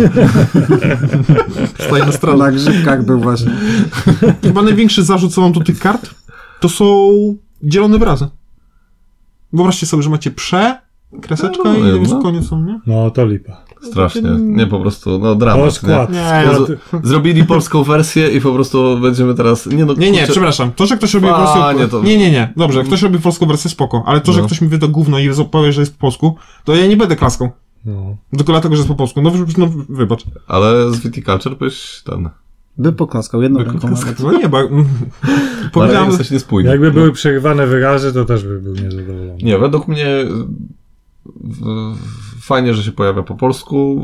Speaker 1: Stoi na stronę.
Speaker 3: Na grzybkach był właśnie.
Speaker 1: Chyba największy zarzut, co mam do tych kart, to są dzielone wyrazy. Wyobraźcie sobie, że macie prze,
Speaker 4: No,
Speaker 1: kreseczka
Speaker 4: no,
Speaker 1: i
Speaker 4: no.
Speaker 1: no. koniec są, nie?
Speaker 2: no to lipa.
Speaker 4: Strasznie. Nie, po prostu, no dramat.
Speaker 2: O,
Speaker 4: nie? no.
Speaker 2: skład.
Speaker 1: Nie,
Speaker 2: skład.
Speaker 4: Jezu, Zrobili polską wersję i po prostu będziemy teraz... Nie, no,
Speaker 1: Nie, nie,
Speaker 4: kurczę,
Speaker 1: przepraszam. To, że ktoś robi
Speaker 4: A,
Speaker 1: polską...
Speaker 4: nie, to- Mm.
Speaker 1: Nie, nie, nie. Dobrze, ktoś robi polską wersję, spoko. Ale to, że
Speaker 4: No.
Speaker 1: ktoś mi wyda gówno i powie, że jest po polsku, to ja nie będę klaską.
Speaker 2: No.
Speaker 1: Tylko dlatego, że jest po polsku. No, wy- no wybacz.
Speaker 4: Ale z Viticulture byś ten...
Speaker 3: By poklaskał jedną ręką nawet.
Speaker 1: No nie, bo...
Speaker 4: Ale
Speaker 1: Powiedziałem...
Speaker 4: jesteś niespójny.
Speaker 2: Jakby były przerywane wyrazy, to też by był niezadowolony.
Speaker 4: Nie, według mnie w, fajnie, że się pojawia po polsku.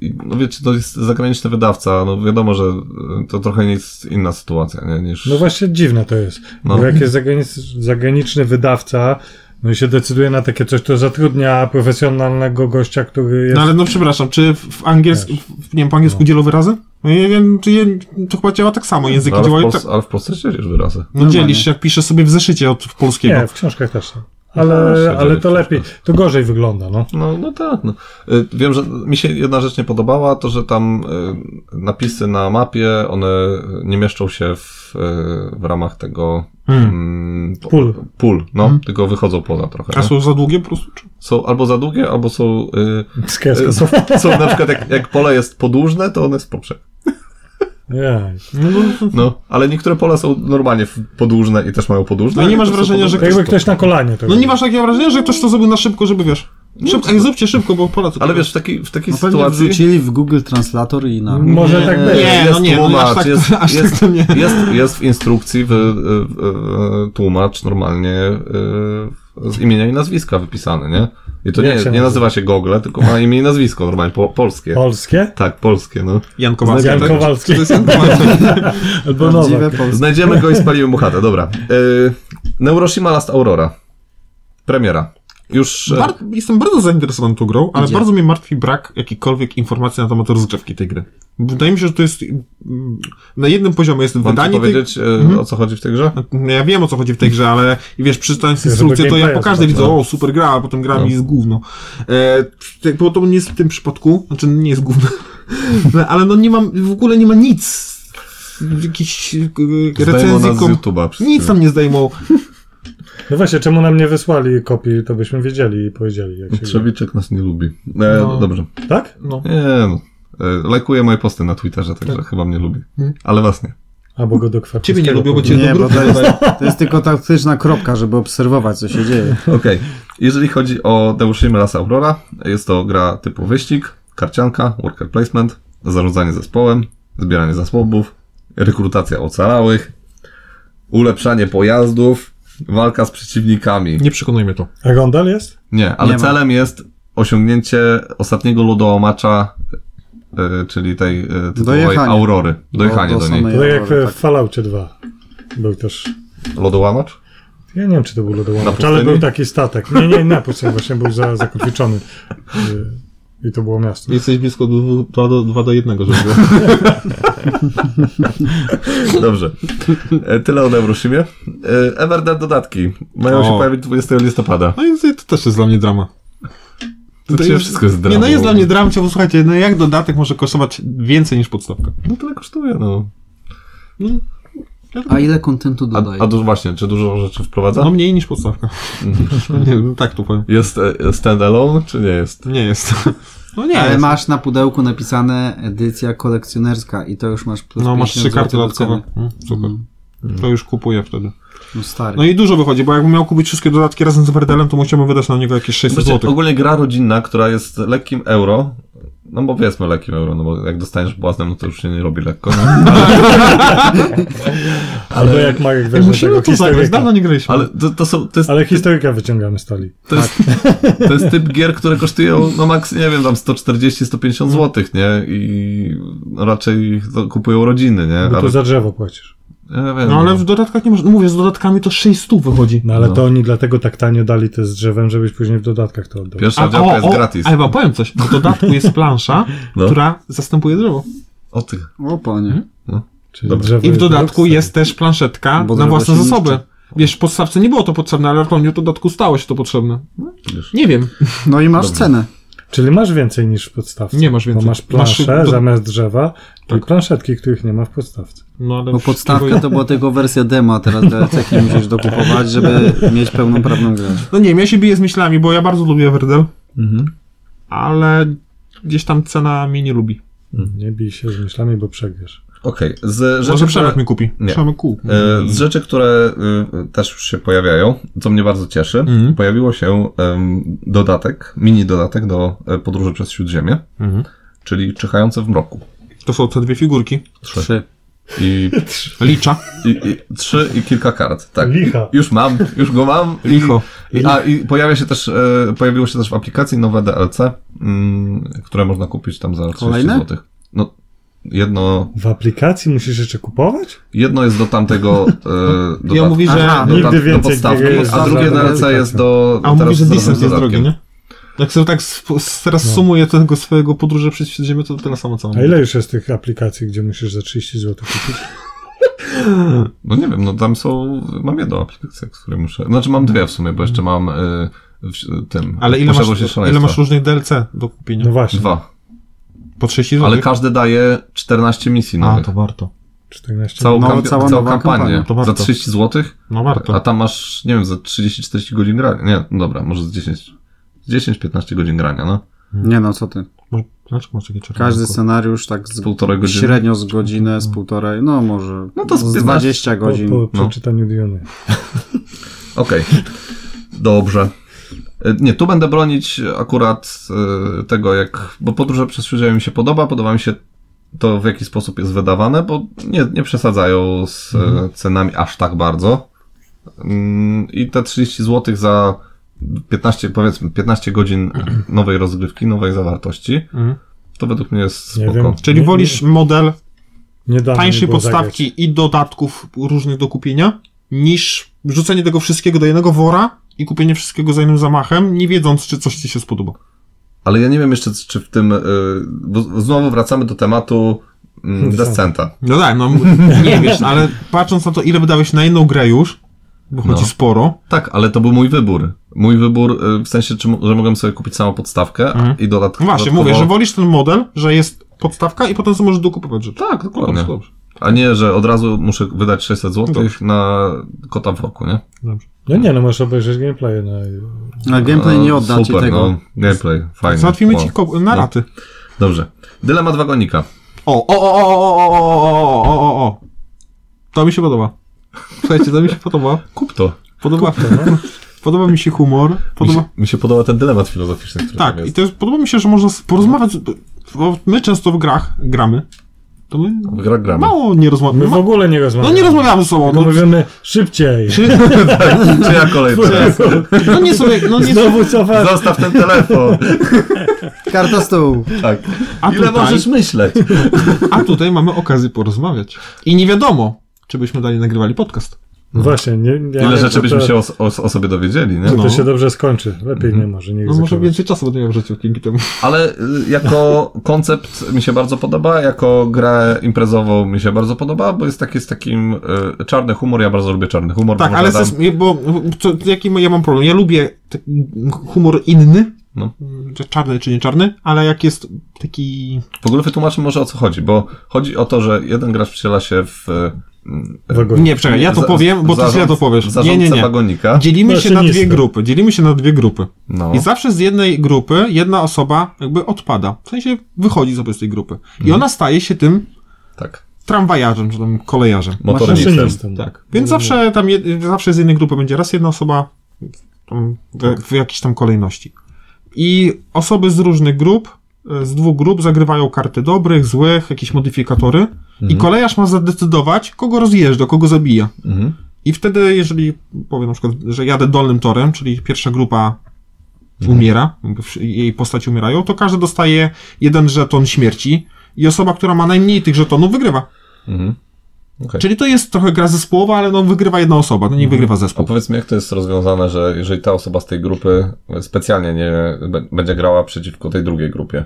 Speaker 4: I, No wiecie, to jest zagraniczny wydawca, no wiadomo, że y, to trochę jest inna sytuacja, nie, niż...
Speaker 2: No właśnie dziwne to jest.
Speaker 4: No.
Speaker 2: Bo jak jest zagranic- zagraniczny wydawca, no i się decyduje na takie coś, to zatrudnia profesjonalnego gościa, który jest...
Speaker 1: No ale no przepraszam, czy w, w angielsku, w, nie wiem, po angielsku dzielą wyrazy? No ja wiem, czy je, to chyba działa tak samo, języki
Speaker 4: No, ale, w
Speaker 1: działają
Speaker 4: Polsce,
Speaker 1: tak.
Speaker 4: ale w Polsce siedzisz wyrazy.
Speaker 1: No dzielisz się, jak piszesz sobie w zeszycie od polskiego.
Speaker 2: Nie, w książkach też są. Ale,
Speaker 4: No, się
Speaker 2: ale
Speaker 4: dzieje
Speaker 2: to
Speaker 4: w
Speaker 2: lepiej, to gorzej wygląda, no.
Speaker 4: No, no tak. No. Y, Wiem, że mi się jedna rzecz nie podobała, to że tam y, napisy na mapie, one nie mieszczą się w, y, w ramach tego
Speaker 1: Hmm.
Speaker 4: mm,
Speaker 2: Pól.
Speaker 4: pól no, tylko wychodzą poza trochę.
Speaker 1: A
Speaker 4: nie?
Speaker 1: są za długie po prostu? Czy?
Speaker 4: Są albo za długie, albo są y,
Speaker 2: Skieska.
Speaker 4: Są, są na przykład, jak, jak pole jest podłużne, to one jest poprzek.
Speaker 2: Jaj.
Speaker 1: No, no,
Speaker 4: No, ale niektóre pola są normalnie w- podłużne i też mają podłużne.
Speaker 1: No i nie
Speaker 4: ale
Speaker 1: masz
Speaker 4: to są
Speaker 1: wrażenia, że
Speaker 4: podłużne.
Speaker 2: To jakby ktoś na kolanie to
Speaker 1: no nie
Speaker 2: robi.
Speaker 1: masz takiego wrażenia, że ktoś to zrobił na szybko, żeby wiesz. Szybko, ej, zróbcie szybko, bo pola to
Speaker 4: Ale wiesz, w takiej, w takiej
Speaker 3: No pewnie
Speaker 4: sytuacji...
Speaker 3: wrzucili w Google Translator i na...
Speaker 2: Może tak być.
Speaker 1: Nie, no
Speaker 4: jest
Speaker 1: nie, no aż
Speaker 4: tłumacz,
Speaker 1: tak-
Speaker 4: jest,
Speaker 1: aż tak
Speaker 4: jest,
Speaker 1: to nie.
Speaker 4: jest, jest w instrukcji w, w, w, tłumacz normalnie y, z imienia i nazwiska wypisany, nie? I to
Speaker 2: Jak
Speaker 4: nie,
Speaker 2: się
Speaker 4: nie
Speaker 2: nazywa?
Speaker 4: nazywa się Google, tylko ma imię i nazwisko normalnie, po, polskie.
Speaker 2: Polskie?
Speaker 4: Tak, polskie, no.
Speaker 1: Jan Kowalski.
Speaker 2: Jan
Speaker 1: tak?
Speaker 2: Kowalski.
Speaker 1: Czy to jest Jan Kowalski?
Speaker 2: Albo
Speaker 3: Prawdziwe
Speaker 2: Nowak.
Speaker 3: polskie.
Speaker 4: Znajdziemy go i spalimy mu chatę, dobra. Y, Neuroshima Last Aurora. Premiera. Już... e,
Speaker 1: Bar- jestem bardzo zainteresowany tą grą, ale
Speaker 3: Idzie.
Speaker 1: bardzo mnie martwi brak jakichkolwiek informacji na temat rozgrzewki tej gry. Wydaje mi się, że to jest... mm, Na jednym poziomie jest
Speaker 4: Mam ci
Speaker 1: wydanie tej,
Speaker 4: powiedzieć, e,
Speaker 1: Mhm.
Speaker 4: o co chodzi w tej grze?
Speaker 1: No ja wiem o co chodzi w tej grze, ale i wiesz, przeczytając
Speaker 2: Żeby
Speaker 1: instrukcję, to ja
Speaker 2: gameplaya
Speaker 1: po każdej widzę,
Speaker 4: zobaczyłem.
Speaker 1: o super gra, a potem gra
Speaker 4: No.
Speaker 1: mi jest gówno. E, tak, bo to nie jest w tym przypadku, znaczy nie jest gówno, No, ale no nie mam, w ogóle nie ma nic, jakichś e,
Speaker 4: Zdejmą
Speaker 1: recenzji,
Speaker 4: nas z
Speaker 1: kom...
Speaker 4: YouTube'a. przez
Speaker 1: nic
Speaker 4: chwilę.
Speaker 1: tam nie zdejmą.
Speaker 2: No właśnie, czemu nam nie wysłali kopii, to byśmy wiedzieli i powiedzieli, jak się Trzeba...
Speaker 4: Trzewiczek nas nie lubi. E,
Speaker 1: No.
Speaker 4: Dobrze.
Speaker 2: Tak?
Speaker 1: No.
Speaker 4: Nie no. E, lajkuje moje posty na Twitterze, także
Speaker 1: Tak.
Speaker 4: chyba mnie lubi.
Speaker 1: Mhm.
Speaker 4: Ale was nie.
Speaker 2: Albo go do kwartety.
Speaker 1: Ciebie nie lubią, bo cię
Speaker 3: Nie,
Speaker 1: do
Speaker 3: bo
Speaker 4: tak.
Speaker 1: grupy
Speaker 3: to jest,
Speaker 1: dodają.
Speaker 3: to jest tylko taktyczna kropka, żeby obserwować, co się dzieje.
Speaker 4: Okej. Jeżeli chodzi o Deushima Las Aurora, jest to gra typu wyścig. karcianka, worker placement, zarządzanie zespołem, zbieranie zasobów, rekrutacja ocalałych, ulepszanie pojazdów, walka z przeciwnikami.
Speaker 1: Nie przekonujmy to.
Speaker 2: A Rondel jest?
Speaker 4: Nie, ale
Speaker 3: Nie ma.
Speaker 4: celem jest osiągnięcie ostatniego lodołamacza, y, czyli tej y, tytułowej
Speaker 3: Dojechanie.
Speaker 4: aurory. Dojechanie
Speaker 3: No, Do-
Speaker 4: do,
Speaker 3: do
Speaker 4: niej.
Speaker 3: samej-
Speaker 2: To
Speaker 3: Ja
Speaker 2: jak
Speaker 3: może
Speaker 2: w
Speaker 3: tak.
Speaker 2: Falloutie 2 był też.
Speaker 4: Lodołamacz?
Speaker 2: Ja nie wiem, czy to był
Speaker 4: Na
Speaker 2: lodołamacz,
Speaker 4: pustyni?
Speaker 2: ale był taki statek. Nie, nie, na pustyni właśnie był za, zakotwiczony. Y, I to było miasto.
Speaker 1: Jesteś blisko 2 do, dwa do 1, żeby było.
Speaker 4: Dobrze. E, Tyle o Neurosimie. Everdell E, dodatki. Mają się
Speaker 1: O.
Speaker 4: pojawić 20 listopada.
Speaker 1: No i to też jest dla mnie drama.
Speaker 4: To
Speaker 1: To
Speaker 4: dzisiaj
Speaker 1: jest-
Speaker 4: wszystko jest
Speaker 1: Nie,
Speaker 4: dramą.
Speaker 1: no jest dla mnie dramcie, bo słuchajcie, no jak dodatek może kosztować więcej niż podstawka?
Speaker 4: No tyle kosztuje, no.
Speaker 3: A ile kontentu
Speaker 4: A,
Speaker 3: dodaje?
Speaker 4: a dużo właśnie, czy dużo rzeczy wprowadza?
Speaker 1: No mniej niż podstawka. nie, no tak tu powiem.
Speaker 4: Jest e, standalone, czy nie jest?
Speaker 1: Nie jest. No nie
Speaker 3: Ale
Speaker 1: jest.
Speaker 3: masz na pudełku napisane edycja kolekcjonerska i to już masz plus
Speaker 1: No masz trzy
Speaker 3: 50
Speaker 1: karty
Speaker 3: złotych do
Speaker 1: dodatkowe.
Speaker 3: ceny.
Speaker 1: Mm, Super. To już kupuję wtedy.
Speaker 3: No stary.
Speaker 1: No i dużo wychodzi, bo jakbym miał kupić wszystkie dodatki razem z Werdelem, to musiałbym wydać na niego jakieś 600
Speaker 4: Znaczy,
Speaker 1: zł.
Speaker 4: ogólnie gra rodzinna, która jest lekkim euro, no bo powiedzmy lekkim euro, no bo jak dostaniesz błaznem, no to już się nie robi lekko. No.
Speaker 2: Albo jak Marek weźmie
Speaker 1: Musimy
Speaker 2: tego
Speaker 1: to zagrać,
Speaker 2: historyka.
Speaker 1: dawno nie graliśmy.
Speaker 4: Ale to, to, są, to, jest,
Speaker 2: Ale historyka wyciągamy stali.
Speaker 4: to, jest,
Speaker 1: Tak.
Speaker 4: to jest typ gier, które kosztują, no maks, nie wiem, tam 140-150 zł, nie? I raczej to kupują rodziny, nie?
Speaker 2: Bo
Speaker 4: Ale,
Speaker 2: tu za drzewo płacisz.
Speaker 4: ja wiem,
Speaker 1: No ale w dodatkach nie masz. No mówię, z dodatkami to 600 wychodzi.
Speaker 2: No ale
Speaker 4: No.
Speaker 2: to oni dlatego tak tanio dali te z drzewem, żebyś później w dodatkach to oddał.
Speaker 4: Pierwsza działka jest gratis.
Speaker 1: A Ewa, powiem coś. W dodatku jest plansza,
Speaker 4: No.
Speaker 1: która zastępuje drzewo.
Speaker 4: O ty.
Speaker 3: O panie.
Speaker 2: Czyli
Speaker 4: Dobra.
Speaker 2: drzewo
Speaker 1: I w
Speaker 2: jest
Speaker 1: dodatku
Speaker 2: dodatkiem.
Speaker 1: jest też planszetka
Speaker 3: Bo
Speaker 1: na
Speaker 3: drzewo
Speaker 1: własne
Speaker 3: się
Speaker 1: zasoby.
Speaker 3: niszczy.
Speaker 1: Wiesz, w podstawce nie było to potrzebne, ale w Artoniu w dodatku stało się to potrzebne.
Speaker 4: wiesz.
Speaker 1: Nie wiem.
Speaker 3: No i masz cenę.
Speaker 2: Czyli masz więcej niż w podstawce.
Speaker 1: Nie masz więcej.
Speaker 2: Bo masz planszę
Speaker 1: Masz- do-
Speaker 2: zamiast drzewa
Speaker 4: Tak.
Speaker 2: i planszetki, których nie ma w podstawce.
Speaker 1: No ale
Speaker 3: Bo podstawka to była tylko wersja demo, a teraz DLC musisz dokupować, żeby mieć pełną prawną grę.
Speaker 1: No nie wiem, ja się biję z myślami, bo ja bardzo lubię Everdell,
Speaker 4: Mhm.
Speaker 1: ale gdzieś tam cena mnie nie lubi.
Speaker 2: Nie bij się z myślami, bo przegrasz.
Speaker 4: Okej, z rzeczy,
Speaker 1: Może
Speaker 4: które,
Speaker 1: Przemek mi kupi.
Speaker 4: Nie.
Speaker 1: Przemek kup.
Speaker 4: e, z rzeczy, które y, też już się pojawiają, co mnie bardzo cieszy,
Speaker 1: Mhm.
Speaker 4: pojawiło się em, dodatek, mini dodatek do e, podróży przez Śródziemie,
Speaker 1: Mhm.
Speaker 4: czyli Czyhające w mroku.
Speaker 1: To są te dwie figurki.
Speaker 4: Trzy.
Speaker 3: Trzy.
Speaker 4: I,
Speaker 1: Licza.
Speaker 4: i, i, trzy i kilka kart, tak.
Speaker 2: Licha.
Speaker 4: Już mam, już go mam. i-
Speaker 1: Licho.
Speaker 4: I, a, i pojawia się też, e, pojawiło się też w aplikacji nowe DLC, mm, które można kupić tam za 30
Speaker 3: Kolejne?
Speaker 4: zł. No, jedno,
Speaker 2: W aplikacji musisz jeszcze kupować?
Speaker 1: Jedno
Speaker 4: jest do tamtego e, dodatku.
Speaker 1: Ja mówi, że...
Speaker 3: Aha,
Speaker 4: do,
Speaker 2: Nigdy
Speaker 4: tam, do
Speaker 2: więcej
Speaker 4: podstawki,
Speaker 2: nie
Speaker 3: jest
Speaker 4: a
Speaker 3: za
Speaker 4: drugie
Speaker 3: darmo.
Speaker 4: DLC jest do...
Speaker 1: A on mówi, że
Speaker 4: razem z
Speaker 1: distance jest
Speaker 4: dodatkiem.
Speaker 1: drogi, nie? Jak sobie tak sp- s- teraz sumuję tego swojego podróże przez ziemię, to tyle samo co on
Speaker 2: A ile już jest tych aplikacji, gdzie musisz za 30 zł kupić?
Speaker 4: No nie wiem, no tam są... Mam jedną aplikację, z której muszę... Znaczy mam dwie w sumie, bo jeszcze mam y, w, tym...
Speaker 1: Ale ile
Speaker 4: Posiadłość
Speaker 1: masz,
Speaker 4: i
Speaker 1: ile
Speaker 4: szaleństwa.
Speaker 1: masz różnych DLC do kupienia?
Speaker 2: No właśnie,
Speaker 4: Dwa.
Speaker 1: Po 30 zł?
Speaker 4: Ale każdy daje 14 misji
Speaker 1: A,
Speaker 4: nowych.
Speaker 1: to warto.
Speaker 2: 14
Speaker 4: Całą,
Speaker 3: No,
Speaker 4: kampi-
Speaker 3: cała
Speaker 4: całą
Speaker 3: nowa
Speaker 4: kampanię.
Speaker 3: kampania,
Speaker 1: to warto.
Speaker 4: Za 30 złotych
Speaker 1: No warto.
Speaker 4: A tam masz, nie wiem, za 30-40 godzin grania. Nie, no dobra, może z 10. z 10-15 godzin grania, no.
Speaker 3: Nie no, co ty.
Speaker 1: Może- Dlaczego masz takie czerwone?
Speaker 3: Każdy
Speaker 1: kółko?
Speaker 3: scenariusz tak z
Speaker 4: Półtorej godziny.
Speaker 3: średnio z godzinę, z półtorej, no może
Speaker 4: No to z
Speaker 3: z
Speaker 4: 15
Speaker 3: 20
Speaker 2: po,
Speaker 3: godzin.
Speaker 2: po
Speaker 4: No.
Speaker 2: przeczytaniu Diony.
Speaker 4: Okej. Dobrze. E, Nie, tu będę bronić akurat e, tego, jak. Bo podróże przez Śródziemie mi się podoba, podoba mi się to, w jaki sposób jest wydawane, bo nie, nie przesadzają z e,
Speaker 2: Mhm.
Speaker 4: cenami aż tak bardzo. Mm, I te 30 zł za 15, powiedzmy, 15 godzin
Speaker 2: Mhm.
Speaker 4: nowej rozgrywki, nowej zawartości,
Speaker 1: Mhm.
Speaker 4: to według mnie jest
Speaker 2: Nie
Speaker 4: spoko.
Speaker 2: wiem.
Speaker 1: Czyli
Speaker 2: Nie-
Speaker 1: wolisz model
Speaker 2: Nie damy mi
Speaker 1: tańszej
Speaker 2: było
Speaker 1: podstawki i dodatków różnych do kupienia, niż rzucenie tego wszystkiego do jednego wora i kupienie wszystkiego za jednym zamachem, nie wiedząc, czy coś ci się spodoba.
Speaker 4: Ale ja nie wiem jeszcze, czy w tym. y, Bo z- znowu wracamy do tematu mm, Descenta.
Speaker 1: No tak, no nie wiesz, ale patrząc na to, ile wydałeś na jedną grę już, bo chodzi
Speaker 4: No.
Speaker 1: sporo,
Speaker 4: Tak, ale to był mój wybór. Mój wybór y, w sensie, czy, mo- że mogłem sobie kupić samą podstawkę
Speaker 1: Mhm.
Speaker 4: i dodatkowo.
Speaker 1: No Właśnie,
Speaker 4: dodatkowo-
Speaker 1: mówię, że wolisz ten model, że jest podstawka i potem sobie możesz dokupować rzeczy.
Speaker 4: Tak, dokładnie.
Speaker 1: Dobrze, dobrze.
Speaker 4: A nie, że od razu muszę wydać 600 zł
Speaker 1: Dobrze.
Speaker 4: na kota w roku, nie?
Speaker 2: No nie, no możesz obejrzeć gameplay no na...
Speaker 3: A gameplay nie
Speaker 4: E,
Speaker 3: odda ci
Speaker 4: Super,
Speaker 3: tego.
Speaker 4: No, gameplay, fajnie.
Speaker 1: Tak, Załatwimy
Speaker 4: Wow.
Speaker 1: ci ko- na
Speaker 4: No.
Speaker 1: raty.
Speaker 4: Dobrze. Dylemat wagonika.
Speaker 1: O, o, o, o, o, o, o, o, o, o, o. To mi się podoba. Słuchajcie, to mi się podoba.
Speaker 4: Kup to.
Speaker 1: Podoba, podoba mi się humor.
Speaker 4: Mi
Speaker 1: Podoba...
Speaker 4: się, mi się podoba ten dylemat filozoficzny, który tam
Speaker 1: Tak, i
Speaker 4: jest.
Speaker 1: też podoba mi się, że można s- porozmawiać. bo my często w grach gramy, to my
Speaker 4: Gra, gramy.
Speaker 1: mało nie
Speaker 2: My
Speaker 1: rozmawiamy.
Speaker 2: w ogóle nie
Speaker 1: No
Speaker 2: rozmawiamy.
Speaker 1: nie rozmawiamy ze sobą.
Speaker 2: Tylko
Speaker 1: No,
Speaker 2: mówimy szybciej.
Speaker 1: czy,
Speaker 4: Czy ja kolejny? raz?
Speaker 1: no nie sobie, no nie
Speaker 2: Znowu cofa.
Speaker 4: Zostaw ten telefon.
Speaker 3: Karta stół.
Speaker 4: Tak.
Speaker 1: A
Speaker 4: Ile
Speaker 1: tutaj-
Speaker 4: możesz myśleć?
Speaker 1: A tutaj mamy okazję porozmawiać. I nie wiadomo, czy byśmy dalej nagrywali podcast.
Speaker 2: Właśnie, nie, nie,
Speaker 4: Ile
Speaker 2: to-
Speaker 4: rzeczy byśmy
Speaker 2: to,
Speaker 4: się Mhm. o, o, o sobie dowiedzieli, nie?
Speaker 2: To,
Speaker 1: No.
Speaker 2: to się dobrze skończy. Lepiej nie może. Nie
Speaker 1: No może
Speaker 2: ryzykować.
Speaker 1: więcej czasu będę miał w życiu dzięki temu.
Speaker 4: Ale y, jako koncept mi się bardzo podoba, jako grę imprezową mi się bardzo podoba, bo jest taki z takim y, czarny humor, ja bardzo lubię czarny humor.
Speaker 1: Tak,
Speaker 4: bo
Speaker 1: ale
Speaker 4: opowiadam-
Speaker 1: ses, bo co, jaki ma- ja mam problem? Ja lubię taki humor inny,
Speaker 4: No.
Speaker 1: czy czarny czy nie czarny, ale jak jest taki...
Speaker 4: W ogóle wytłumaczmy może o co chodzi, bo chodzi o to, że jeden gracz wciela się w... mm,
Speaker 2: Wagonie.
Speaker 1: Nie, czekaj, ja to
Speaker 4: za-
Speaker 1: powiem, bo ty
Speaker 4: zarząd-
Speaker 1: źle to powiesz. Nie,
Speaker 4: Zarządcę
Speaker 1: nie, nie.
Speaker 4: wagonika.
Speaker 1: Dzielimy się na dwie
Speaker 2: Maszynistę.
Speaker 1: grupy. Dzielimy się na dwie grupy.
Speaker 4: No.
Speaker 1: I zawsze z jednej grupy jedna osoba jakby odpada. W sensie wychodzi sobie z tej grupy.
Speaker 4: Mhm.
Speaker 1: I ona staje się tym
Speaker 4: Tak.
Speaker 1: tramwajarzem, czy tam kolejarzem.
Speaker 4: Motornikiem.
Speaker 2: Maszynistą.
Speaker 1: Tak. Więc zawsze tam, jed, zawsze z jednej grupy będzie raz jedna osoba tam, w, w jakiejś tam kolejności. I osoby z różnych grup, e, z dwóch grup zagrywają karty dobrych, złych, jakieś modyfikatory. I kolejarz ma zadecydować, kogo rozjeżdża, kogo zabija.
Speaker 4: Mhm.
Speaker 1: I wtedy, jeżeli powiem na przykład, że jadę dolnym torem, czyli pierwsza grupa umiera, jakby wsz- jej postaci umierają, to każdy dostaje jeden żeton śmierci i osoba, która ma najmniej tych żetonów, wygrywa.
Speaker 4: Mhm. Okej.
Speaker 1: Czyli to jest trochę gra zespołowa, ale no wygrywa jedna osoba, no
Speaker 2: Mhm.
Speaker 1: nie wygrywa
Speaker 4: A
Speaker 1: zespół.
Speaker 4: powiedz mi, jak to jest rozwiązane, że jeżeli ta osoba z tej grupy specjalnie nie b- będzie grała przeciwko tej drugiej grupie?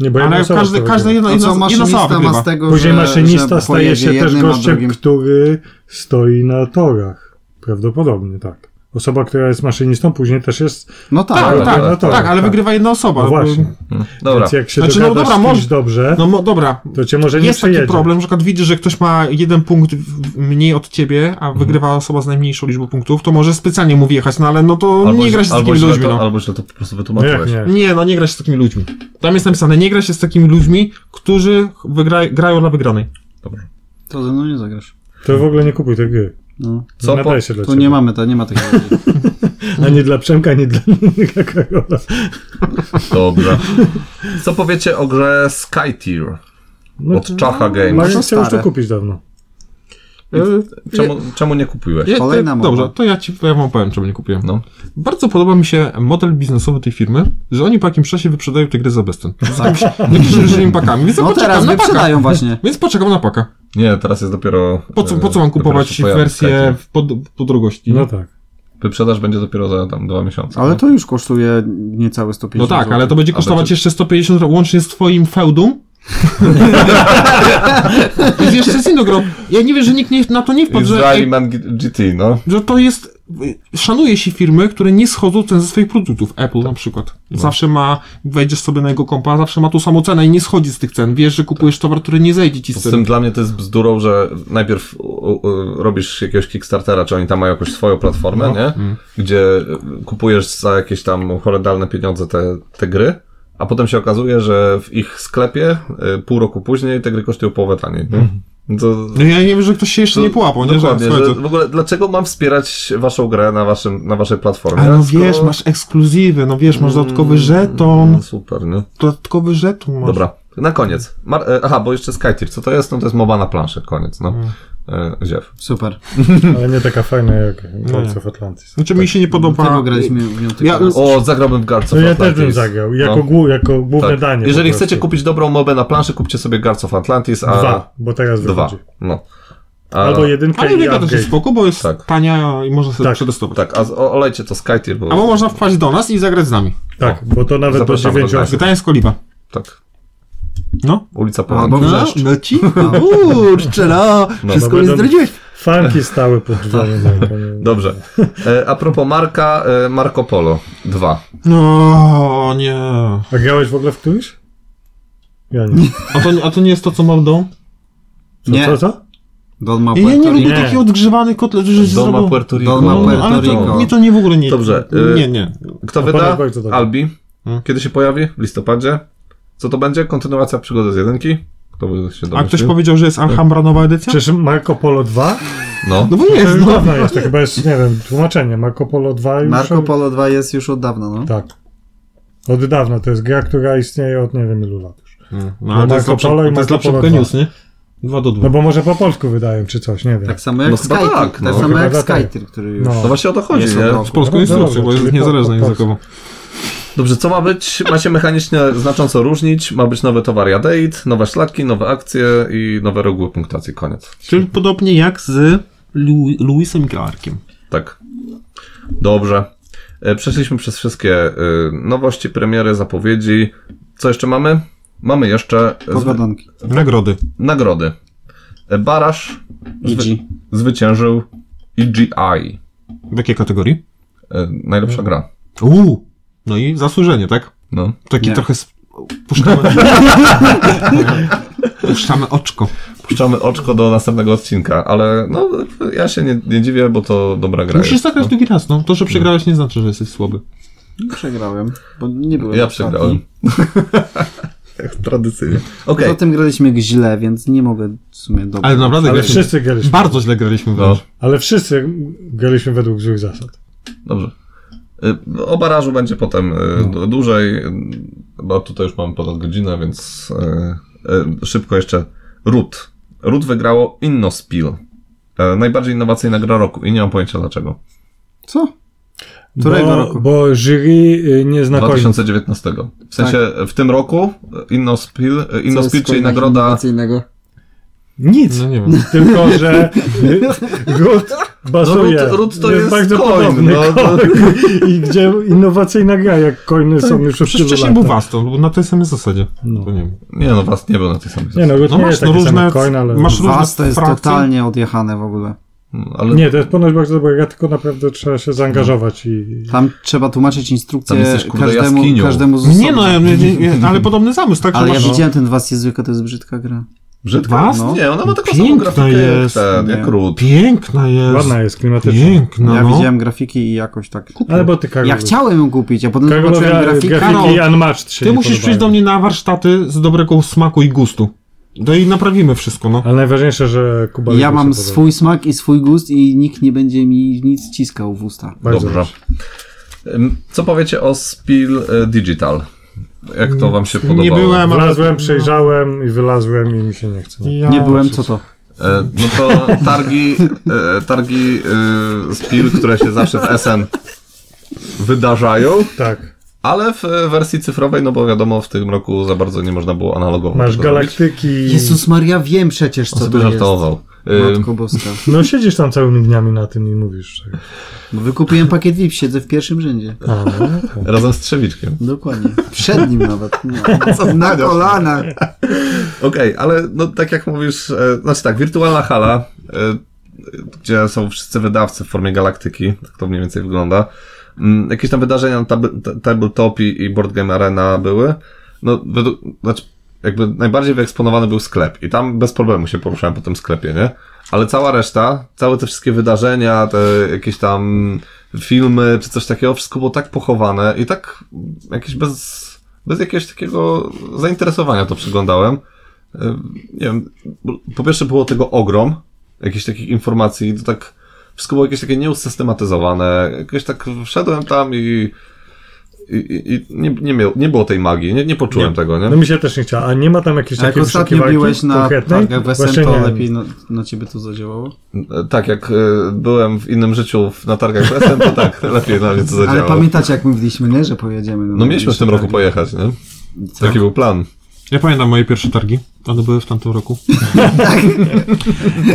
Speaker 2: Nie, bo
Speaker 1: Ale
Speaker 2: jedna osoba
Speaker 1: każdy,
Speaker 2: to
Speaker 1: każda
Speaker 2: robi.
Speaker 1: jedna,
Speaker 3: I
Speaker 1: jedna,
Speaker 3: co,
Speaker 1: jedna osoba
Speaker 3: maszynista znaczy, ma
Speaker 1: wygrywa.
Speaker 3: z tego,
Speaker 2: Później
Speaker 3: że,
Speaker 2: maszynista
Speaker 3: że
Speaker 2: staje się
Speaker 3: pojedzie
Speaker 2: też
Speaker 3: jednym, a
Speaker 2: gościem,
Speaker 3: drugim-
Speaker 2: który stoi na torach. Prawdopodobnie tak. Osoba, która jest maszynistą, później też jest.
Speaker 3: No tak,
Speaker 1: Tak,
Speaker 4: Ale
Speaker 1: tak,
Speaker 4: na
Speaker 1: tak,
Speaker 4: torze,
Speaker 1: ale
Speaker 2: tak.
Speaker 1: wygrywa jedna osoba.
Speaker 2: No właśnie.
Speaker 4: Mhm. Dobra.
Speaker 2: Więc jak się
Speaker 1: Znaczy, no
Speaker 2: dogadasz
Speaker 1: dobra,
Speaker 2: z kimś
Speaker 1: może-
Speaker 2: dobrze,
Speaker 1: No mo, dobra,
Speaker 2: to cię może nie
Speaker 1: jest taki
Speaker 2: przejedzie.
Speaker 1: problem, że na przykład widzisz, że ktoś ma jeden punkt w- mniej od ciebie,
Speaker 2: Mhm.
Speaker 1: a wygrywa osoba z najmniejszą liczbą punktów, to może specjalnie mu wjechać, no ale no to nie
Speaker 4: źle-
Speaker 1: gra się z
Speaker 4: albo
Speaker 1: takimi
Speaker 4: źle
Speaker 1: ludźmi,
Speaker 4: to,
Speaker 1: no.
Speaker 4: Albo źle to po
Speaker 2: No
Speaker 4: prostu
Speaker 2: jak
Speaker 4: wytłumaczyłeś.
Speaker 2: nie?
Speaker 1: Nie, no nie gra się z takimi ludźmi. Tam jest napisane, nie gra się z takimi ludźmi, którzy wygra, grają dla wygranej.
Speaker 3: To ze mną nie zagrasz.
Speaker 2: To w ogóle nie kupuj tej gry.
Speaker 3: No.
Speaker 4: Co
Speaker 2: nie
Speaker 4: po...
Speaker 2: nadaje się dla
Speaker 3: Tu
Speaker 2: ciebie.
Speaker 3: nie mamy, to nie ma takiego.
Speaker 2: Ani dla Przemka, ani dla dla Karola.
Speaker 4: Dobrze. Co powiecie o grze Skytier
Speaker 2: No,
Speaker 4: od Czacha Games?
Speaker 2: Mariusz chciał już to
Speaker 3: Stare.
Speaker 2: kupić dawno.
Speaker 1: E,
Speaker 2: no,
Speaker 4: Czemu, czemu nie kupiłeś?
Speaker 1: ja,
Speaker 3: Kolejna
Speaker 1: ja,
Speaker 3: mowa.
Speaker 1: y, dobrze, to ja ci ja wam powiem, czemu nie kupiłem.
Speaker 4: No.
Speaker 1: Bardzo podoba mi się model biznesowy tej firmy, że oni po jakimś czasie wyprzedają te gry za bezcen. Z jakimiś- jakimiś różnymi pakami. Więc ja
Speaker 3: No
Speaker 1: poczekam
Speaker 3: teraz
Speaker 1: na paka.
Speaker 3: wyprzedają właśnie.
Speaker 1: Więc poczekam na paka.
Speaker 4: Nie, teraz jest dopiero...
Speaker 1: Po co,
Speaker 4: e,
Speaker 1: po co mam
Speaker 4: dopiero
Speaker 1: kupować
Speaker 4: się pojawi
Speaker 1: wersję
Speaker 4: Skytier.
Speaker 1: w pod, po drogości?
Speaker 2: No tak.
Speaker 4: Wyprzedaż będzie dopiero za tam dwa miesiące. no.
Speaker 3: Ale
Speaker 4: nie?
Speaker 3: to już kosztuje niecałe 150
Speaker 1: No tak, ale to będzie
Speaker 4: A
Speaker 1: kosztować
Speaker 4: będzie-
Speaker 1: jeszcze 150 ro- łącznie z twoim feudum. Więc jeszcze z inną grą. Ja nie wiem, że nikt nie, na to nie wpadł, że,
Speaker 4: Israeli Man G- GT, no.
Speaker 1: że to jest... Szanuje się firmy, które nie schodzą cen ze swoich produktów. Apple na przykład.
Speaker 4: No.
Speaker 1: Zawsze ma, wejdziesz sobie na jego kompa, zawsze ma tą samą cenę i nie schodzi z tych cen. Wiesz, że kupujesz towar, który nie zejdzie ci z
Speaker 4: Z
Speaker 1: cen.
Speaker 4: tym dla mnie to jest bzdurą, że najpierw u, u, robisz jakiegoś Kickstartera, czy oni tam mają jakąś swoją
Speaker 1: No.
Speaker 4: platformę, nie?
Speaker 1: Mhm.
Speaker 4: Gdzie y, kupujesz za jakieś tam horrendalne pieniądze te, te gry, a potem się okazuje, że w ich sklepie y, pół roku później te gry kosztują połowę taniej. nie? To,
Speaker 1: No ja nie wiem, że ktoś się jeszcze nie połapał, nie? Że,
Speaker 4: Dokładnie, że
Speaker 1: słuchajcie,
Speaker 4: w ogóle dlaczego mam wspierać waszą grę na, waszym, na waszej platformie?
Speaker 1: A no
Speaker 4: Skoro-
Speaker 1: wiesz, masz ekskluzywy, no wiesz, masz dodatkowy żeton,
Speaker 4: Mm, Super, nie?
Speaker 1: dodatkowy żeton masz.
Speaker 4: Dobra, na koniec. Mar- e, aha, bo jeszcze Skytier, co to jest? No to jest moba na planszy, koniec, no.
Speaker 1: Mhm.
Speaker 4: E, Ziew.
Speaker 3: Super.
Speaker 2: Ale nie taka fajna jak Guards
Speaker 1: No nie.
Speaker 2: of Atlantis.
Speaker 4: No
Speaker 1: Znaczy
Speaker 4: Tak.
Speaker 1: mi się nie podoba...
Speaker 3: Tego graliśmy w nią
Speaker 1: Ja-
Speaker 3: tylko raz.
Speaker 4: O, zagrałbym w Guards
Speaker 2: To
Speaker 4: of
Speaker 2: No ja też
Speaker 4: Atlantis.
Speaker 2: bym zagrał. Jako,
Speaker 4: No.
Speaker 2: głu, jako główne
Speaker 4: Tak.
Speaker 2: danie. po
Speaker 4: Jeżeli
Speaker 2: prostu.
Speaker 4: chcecie kupić dobrą mobę na planszy, kupcie sobie Guards of Atlantis, a...
Speaker 2: Dwa, bo teraz
Speaker 4: Dwa.
Speaker 2: wychodzi.
Speaker 4: No. A,
Speaker 2: Albo jedynka
Speaker 1: Ale
Speaker 2: i
Speaker 1: jedynka też jest
Speaker 2: upgrade.
Speaker 1: spoko, bo jest
Speaker 4: Tak.
Speaker 1: tania i można sobie
Speaker 2: Tak.
Speaker 1: przetestować.
Speaker 4: Tak, a z- o- olejcie to Skytier, bo...
Speaker 1: Albo można wpaść do nas i zagrać z nami.
Speaker 2: Tak, bo to nawet do
Speaker 4: Zapraszamy do
Speaker 2: dziewięciu
Speaker 4: Gdańska.
Speaker 2: osób.
Speaker 1: Gdańsk Oliwa.
Speaker 4: Tak,
Speaker 1: No.
Speaker 4: ulica Poland.
Speaker 3: Albo-
Speaker 1: No,
Speaker 3: wrzeszcz.
Speaker 1: no ci? Kurczę, no.
Speaker 2: no,
Speaker 3: Wszystko mi
Speaker 2: będą-
Speaker 3: zdradziłeś.
Speaker 2: Fanki stały pod drzwiami. tak, to nie-
Speaker 4: Dobrze. E, a propos Marka, e, Marco Polo 2.
Speaker 1: No, nie.
Speaker 2: A grałeś w ogóle w któryś? Ja nie.
Speaker 1: A to, a to nie jest to, co mam w domu?
Speaker 2: Co,
Speaker 3: Nie.
Speaker 2: co, co?
Speaker 3: Don ma
Speaker 1: Ja nie
Speaker 3: Puerto
Speaker 1: lubię
Speaker 2: Nie.
Speaker 1: takich odgrzewanych kotletów, że się
Speaker 4: No, Doma
Speaker 1: zrobią...
Speaker 4: Puerto Rico.
Speaker 3: Doma
Speaker 1: No,
Speaker 3: Puerto
Speaker 1: ale
Speaker 3: Rico.
Speaker 1: to, mnie to nie w ogóle nie...
Speaker 4: Dobrze, y-
Speaker 1: Nie, nie.
Speaker 4: Kto
Speaker 2: Ponoć
Speaker 4: wyda?
Speaker 2: bardzo dobrze.
Speaker 4: Albi.
Speaker 1: Hmm.
Speaker 4: Kiedy się pojawi? W listopadzie. Co to będzie? Kontynuacja przygody z jedynki? Kto by
Speaker 1: A
Speaker 4: się domyślił?
Speaker 1: ktoś powiedział, że jest Alhambra nowa edycja?
Speaker 2: Przecież Marco Polo 2?
Speaker 4: No.
Speaker 1: No bo nie
Speaker 2: To
Speaker 1: jest,
Speaker 2: już
Speaker 1: no.
Speaker 2: dawno jest, to chyba jest, nie wiem, tłumaczenie. Marco Polo 2 już...
Speaker 3: Marco Polo 2 jest już od dawna, no.
Speaker 2: Tak. Od dawna, to jest gra, która istnieje od nie wiem ilu lat już.
Speaker 1: No, ale to jest, dla,
Speaker 2: Marco Polo i
Speaker 1: Przem- to jest dla
Speaker 2: Marco
Speaker 1: Przemka
Speaker 2: Polo dwa.
Speaker 1: News, nie? 2 do 2.
Speaker 2: No bo może po polsku wydają, czy coś, nie wiem.
Speaker 3: Tak samo jak
Speaker 4: No
Speaker 3: no,
Speaker 4: chyba
Speaker 3: Skytir,
Speaker 4: tak,
Speaker 3: tak,
Speaker 4: no,
Speaker 3: samo
Speaker 2: chyba
Speaker 3: jak
Speaker 2: tak.
Speaker 3: Skytir, który już...
Speaker 2: No.
Speaker 4: No właśnie o to chodzi,
Speaker 3: Jest
Speaker 4: nie?
Speaker 3: od
Speaker 1: Z polską
Speaker 2: No
Speaker 1: instrukcją,
Speaker 2: dobra,
Speaker 1: bo jest
Speaker 2: czyli po-
Speaker 1: niezależna
Speaker 2: po polsku.
Speaker 1: językowo.
Speaker 4: Dobrze, co ma być? Ma się mechanicznie znacząco różnić, ma być nowy towar Jadate, nowe szlaki, nowe akcje i nowe reguły punktacji, koniec.
Speaker 1: Czyli podobnie jak z Lu- Luisem Garkiem.
Speaker 4: Tak. Dobrze. E, Przeszliśmy przez wszystkie e, nowości, premiery, zapowiedzi. Co jeszcze mamy? Mamy jeszcze e, zwy-
Speaker 3: Podgadanki.
Speaker 1: Nagrody.
Speaker 4: nagrody. E, Barasz
Speaker 3: IG.
Speaker 4: zwyciężył EGI.
Speaker 1: W jakiej kategorii?
Speaker 4: E, Najlepsza gra.
Speaker 1: Uuu! No i zasłużenie, tak?
Speaker 4: No.
Speaker 1: Taki
Speaker 3: Nie.
Speaker 1: trochę. Sp- puszczamy. puszczamy oczko.
Speaker 4: Puszczamy oczko do następnego odcinka, ale no, ja się nie, nie dziwię, bo to dobra gra
Speaker 1: Musisz
Speaker 4: jest.
Speaker 1: zagrać drugi raz, no. To, że przegrałeś, nie znaczy, że jesteś słaby.
Speaker 3: Przegrałem, bo nie byłem
Speaker 4: Ja
Speaker 3: ostatni.
Speaker 4: przegrałem. No Jak Tradycyjnie. Okej.
Speaker 3: Poza tym graliśmy źle, więc nie mogę w sumie dobrze.
Speaker 1: Ale no, naprawdę
Speaker 2: Ale
Speaker 1: graliśmy.
Speaker 2: wszyscy graliśmy.
Speaker 1: Bardzo źle graliśmy.
Speaker 4: No,
Speaker 1: No.
Speaker 2: Ale wszyscy graliśmy według złych zasad.
Speaker 4: dobrze. Y, O barażu będzie potem y, d- dłużej, y, bo tutaj już mamy ponad godzinę, więc y, y, szybko jeszcze. Root. Root wygrało Innospil. Y, Najbardziej innowacyjna gra roku i nie mam pojęcia dlaczego.
Speaker 3: Co? Którego
Speaker 2: Bo,
Speaker 3: roku?
Speaker 2: bo jury y, nie zna końca.
Speaker 4: 2019. W sensie w tym roku y, Innospil, y,
Speaker 3: Co
Speaker 4: Innospil
Speaker 3: jest,
Speaker 4: czyli
Speaker 3: kurwa,
Speaker 4: nagroda
Speaker 3: innowacyjnego?
Speaker 2: Nic.
Speaker 1: no nie wiem.
Speaker 2: Tylko, że Rut bazuje.
Speaker 4: No Root- Root to jest
Speaker 2: bardzo
Speaker 4: coin,
Speaker 2: podobny
Speaker 4: no to-
Speaker 2: coin. I gdzie innowacyjna gra, jak coiny są już od
Speaker 1: Tak, Przecież
Speaker 2: tylu
Speaker 1: wcześniej
Speaker 2: lat.
Speaker 1: był Waston, bo na tej samej zasadzie.
Speaker 2: No.
Speaker 1: To nie wiem.
Speaker 4: Nie no, was nie był na tej samej
Speaker 2: Nie no, Root
Speaker 1: No
Speaker 2: nie
Speaker 1: masz,
Speaker 2: jest
Speaker 1: no
Speaker 2: taki różne,
Speaker 1: różne-
Speaker 2: sam coin, ale...
Speaker 1: masz różne
Speaker 3: Was to jest
Speaker 1: frakcje.
Speaker 3: totalnie odjechane w ogóle.
Speaker 4: No, Ale
Speaker 2: Nie, to jest ponoć bardzo dobra gra, tylko naprawdę trzeba się zaangażować i...
Speaker 3: Tam trzeba tłumaczyć
Speaker 4: Tam
Speaker 3: instrukcję
Speaker 4: jesteś, kurde,
Speaker 3: każdemu,
Speaker 4: jaskinią.
Speaker 3: każdemu z osobna.
Speaker 1: Nie no, ja- nie, nie, nie, ale podobny zamysł, tak? że
Speaker 3: Ale ja
Speaker 1: masz-
Speaker 3: widziałem ten Was jest zwykła, to jest brzydka gra.
Speaker 4: brzydka.
Speaker 1: Was?
Speaker 3: No.
Speaker 4: Nie, ona ma taką samą
Speaker 1: Piękna
Speaker 4: grafikę
Speaker 1: jest,
Speaker 4: jak ten, jak
Speaker 3: nie.
Speaker 4: Root.
Speaker 1: Piękna jest.
Speaker 2: Ładna jest, klimatyczna.
Speaker 1: Piękna,
Speaker 3: ja
Speaker 1: no.
Speaker 3: widziałem grafiki i jakoś tak...
Speaker 2: Ale bo ty Karol...
Speaker 3: Ja chciałem ją kupić, a potem
Speaker 2: Karol,
Speaker 3: zobaczyłem
Speaker 2: grafiki,
Speaker 3: grafikę.
Speaker 2: grafiki
Speaker 1: Karol,
Speaker 2: Unmatched się
Speaker 1: Ty
Speaker 2: nie
Speaker 1: musisz przyjść do
Speaker 2: podobają.
Speaker 1: mnie na warsztaty z dobrego smaku i gustu. No i naprawimy wszystko, no.
Speaker 2: Ale najważniejsze, że Kuba...
Speaker 3: Ja
Speaker 2: Lidl
Speaker 3: mam
Speaker 2: się podoba.
Speaker 3: swój smak i swój gust i nikt nie będzie mi nic ciskał w usta.
Speaker 2: Bardzo
Speaker 4: Dobrze. Ym, Co powiecie o Spill y, Digital? Jak to wam się podobało?
Speaker 1: Nie byłem, ale...
Speaker 2: Wlazłem, przejrzałem i wylazłem i mi się nie chce.
Speaker 1: Ja-
Speaker 3: nie byłem, co to?
Speaker 4: E, No to targi, e, targi y, Spill, które się zawsze w SN wydarzają,
Speaker 2: Tak.
Speaker 4: ale w e, wersji cyfrowej, no bo wiadomo, w tym roku za bardzo nie można było analogowo
Speaker 2: Masz
Speaker 4: tego zrobić.
Speaker 2: galaktyki...
Speaker 3: Jezus Maria, wiem przecież co
Speaker 4: On
Speaker 3: to
Speaker 4: sobie
Speaker 3: jest.
Speaker 4: żartował. Y,
Speaker 3: Matko Boska.
Speaker 2: No siedzisz tam całymi dniami na tym i mówisz. Tak.
Speaker 3: Bo wykupiłem pakiet VIP, siedzę w pierwszym rzędzie.
Speaker 2: A, no, tak.
Speaker 4: Razem z Trzewiczkiem.
Speaker 3: Dokładnie. Przed nim nawet. No. Na kolanach.
Speaker 4: Okej, ale no tak jak mówisz, e, znaczy tak, wirtualna hala, e, gdzie są wszyscy wydawcy w formie galaktyki, tak to mniej więcej wygląda. Mm, jakieś tam wydarzenia na tab- t- Tabletop i, i Board Game Arena były. No, według, znaczy, jakby najbardziej wyeksponowany był sklep i tam bez problemu się poruszałem po tym sklepie, nie? Ale cała reszta, całe te wszystkie wydarzenia, te jakieś tam filmy czy coś takiego, wszystko było tak pochowane i tak jakieś bez, bez jakiegoś takiego zainteresowania to przeglądałem. E, Nie wiem, bo- po pierwsze było tego ogrom, jakichś takich informacji, to tak wszystko było jakieś takie nieusystematyzowane, jakieś tak wszedłem tam i, i, i- i nie, nie, miał, nie było tej magii, nie, nie poczułem tego, nie?
Speaker 2: no mi się też nie chciało. A nie ma tam jakiejś
Speaker 3: A jak
Speaker 2: takiej
Speaker 3: ostatnio
Speaker 2: wyszukiwarki
Speaker 3: biłeś na tak,
Speaker 2: konkretnej?
Speaker 3: targach Wesen,
Speaker 2: Właśnie
Speaker 3: to
Speaker 2: nie.
Speaker 3: lepiej na, na ciebie to zadziałało?
Speaker 4: E, Tak, jak e, byłem w innym życiu w- na targach Western, to tak, lepiej na mnie to
Speaker 3: Ale
Speaker 4: zadziałało.
Speaker 3: pamiętacie jak mówiliśmy, nie? Że pojedziemy.
Speaker 4: No mieliśmy w tym roku pojechać, nie? Taki był plan.
Speaker 1: Ja pamiętam moje pierwsze targi. One były w tamtym roku.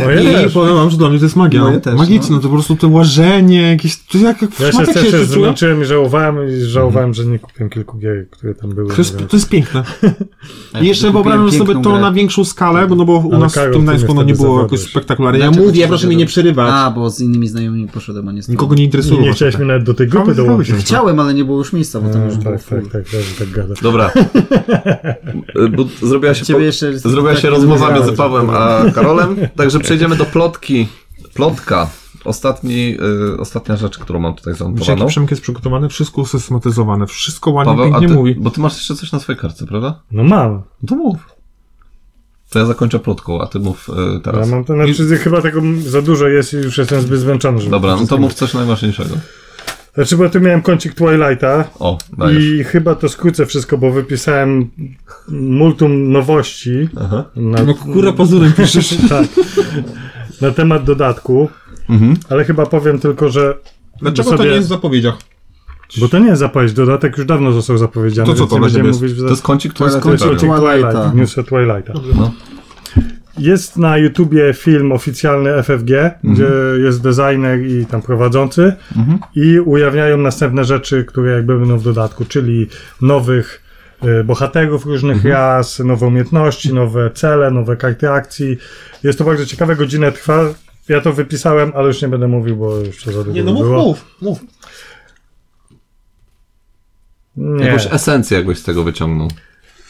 Speaker 2: Moje
Speaker 1: I
Speaker 2: też.
Speaker 1: powiem wam, że dla mnie to jest magia.
Speaker 3: Moje
Speaker 1: no.
Speaker 3: też,
Speaker 1: Magiczne,
Speaker 3: no.
Speaker 1: to po prostu to łażenie, jakieś... To jak, jak w
Speaker 2: Ja się
Speaker 1: szmatek
Speaker 2: też
Speaker 1: jeszcze czułem.
Speaker 2: zmęczyłem i żałowałem,
Speaker 4: Mhm.
Speaker 2: i żałowałem, że nie kupiłem kilku gier, które tam były.
Speaker 1: To jest,
Speaker 2: mówiąc.
Speaker 1: to jest piękne. I jeszcze
Speaker 3: kupiłem
Speaker 1: wyobrażam sobie
Speaker 3: piękną
Speaker 1: to
Speaker 3: grę.
Speaker 1: na większą skalę, bo, no bo u
Speaker 2: Ale
Speaker 1: nas
Speaker 2: Karol,
Speaker 1: w
Speaker 2: ty
Speaker 1: tym
Speaker 2: mnie
Speaker 1: Gdańsku no, nie
Speaker 2: wtedy
Speaker 1: było
Speaker 2: zawiodłeś.
Speaker 1: jakoś spektakularnie. Ja
Speaker 3: Dlaczego
Speaker 1: mówię,
Speaker 3: ty
Speaker 1: proszę
Speaker 3: się
Speaker 1: mnie nie
Speaker 3: dowiadujesz?
Speaker 1: przerywać.
Speaker 3: A, bo z innymi znajomymi poszedłem, a nie z tobą.
Speaker 1: Nikogo nie
Speaker 2: I
Speaker 1: interesuje.
Speaker 2: nie
Speaker 1: właśnie.
Speaker 2: chcieliśmy nawet do tej grupy
Speaker 1: Ale
Speaker 2: dołączyć.
Speaker 1: zdałeś
Speaker 3: Chciałem, ale nie było już miejsca, bo tam już
Speaker 2: A,
Speaker 3: było
Speaker 2: Tak,
Speaker 3: full.
Speaker 2: tak, tak, też tak gada.
Speaker 4: Dobra. E, Bo zrobiła się,
Speaker 3: Ciebie
Speaker 4: po-
Speaker 3: jeszcze-
Speaker 4: zrobiła
Speaker 3: tak
Speaker 4: się
Speaker 3: nie
Speaker 4: rozmowa
Speaker 2: zgrałem,
Speaker 4: między Pawłem a Karolem, także przejdziemy do plotki. Plotka. Ostatni, y, ostatnia rzecz, którą mam tutaj
Speaker 1: Wiesz, jaki
Speaker 4: zanotowaną.
Speaker 1: Przemek jest przygotowany? Wszystko usystematyzowane, wszystko ładnie,
Speaker 4: Paweł, a
Speaker 1: pięknie
Speaker 4: ty,
Speaker 1: mówi.
Speaker 4: bo ty masz jeszcze coś na swojej kartce, prawda?
Speaker 2: No mam.
Speaker 4: No to mów. To ja zakończę plotką, a ty mów y,
Speaker 2: Ja
Speaker 4: teraz.
Speaker 2: mam to, znaczy, chyba tego za dużo jest i już jestem zbyt zmęczony. Żeby
Speaker 4: Dobra, no to
Speaker 2: wszystkim-
Speaker 4: mów coś najważniejszego.
Speaker 2: Znaczy, bo ja tu miałem kącik Twilighta
Speaker 4: O, dajesz.
Speaker 2: i chyba to skrócę wszystko, bo wypisałem multum nowości
Speaker 4: Aha.
Speaker 2: na,
Speaker 1: No kurwa pazurem piszesz.
Speaker 2: tak, na temat dodatku,
Speaker 4: Mhm.
Speaker 2: ale chyba powiem tylko, że
Speaker 1: Dlaczego to
Speaker 2: Sobie-
Speaker 1: nie jest w zapowiedziach?
Speaker 2: bo to nie jest zapowiedź, dodatek już dawno został zapowiedziany.
Speaker 1: To co
Speaker 2: więc
Speaker 1: to
Speaker 2: nie
Speaker 1: dla
Speaker 2: będziemy
Speaker 4: To jest,
Speaker 2: mówić w
Speaker 4: to jest kącik, który
Speaker 3: To
Speaker 4: jest
Speaker 3: jest
Speaker 2: Kącik
Speaker 4: Twilight.
Speaker 3: kącik.
Speaker 2: Twilighta,
Speaker 3: Twilighta.
Speaker 2: newsa Twilighta.
Speaker 4: No.
Speaker 2: Jest na YouTubie film oficjalny FFG,
Speaker 1: Mhm.
Speaker 2: gdzie jest designer i tam prowadzący i ujawniają następne rzeczy, które jakby będą w dodatku, czyli nowych e, bohaterów różnych
Speaker 1: Mhm.
Speaker 2: ras, nowe umiejętności, nowe cele, nowe karty akcji. Jest to bardzo ciekawe, godzinę trwa. Ja to wypisałem, ale już nie będę mówił, bo już to za długo
Speaker 1: Nie, no
Speaker 2: by
Speaker 1: mów,
Speaker 2: było.
Speaker 1: mów, mów.
Speaker 2: Nie,
Speaker 4: Jakąś esencję jakbyś z tego wyciągnął.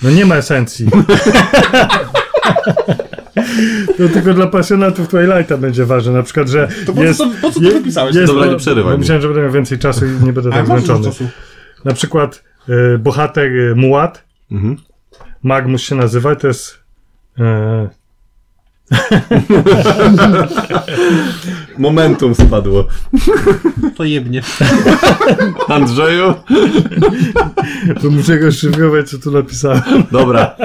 Speaker 2: no nie ma esencji. To tylko dla pasjonatów Twilighta będzie ważne, na przykład, że
Speaker 1: To po co
Speaker 2: jest,
Speaker 1: to- po co to wypisałeś?
Speaker 4: Dobra, nie przerywaj
Speaker 2: bo
Speaker 4: mi.
Speaker 2: Myślałem, że będę miał więcej czasu i nie będę
Speaker 1: A
Speaker 2: tak
Speaker 1: masz dużo
Speaker 2: zmęczony.
Speaker 1: czasu.
Speaker 2: Na przykład y, bohater y, Mułat,
Speaker 4: Mhm.
Speaker 2: Magmus się nazywa, to jest y,
Speaker 4: Momentum spadło.
Speaker 1: To jebnie.
Speaker 4: Andrzeju?
Speaker 2: To muszę go szyfrować, co tu napisałem.
Speaker 4: Dobra.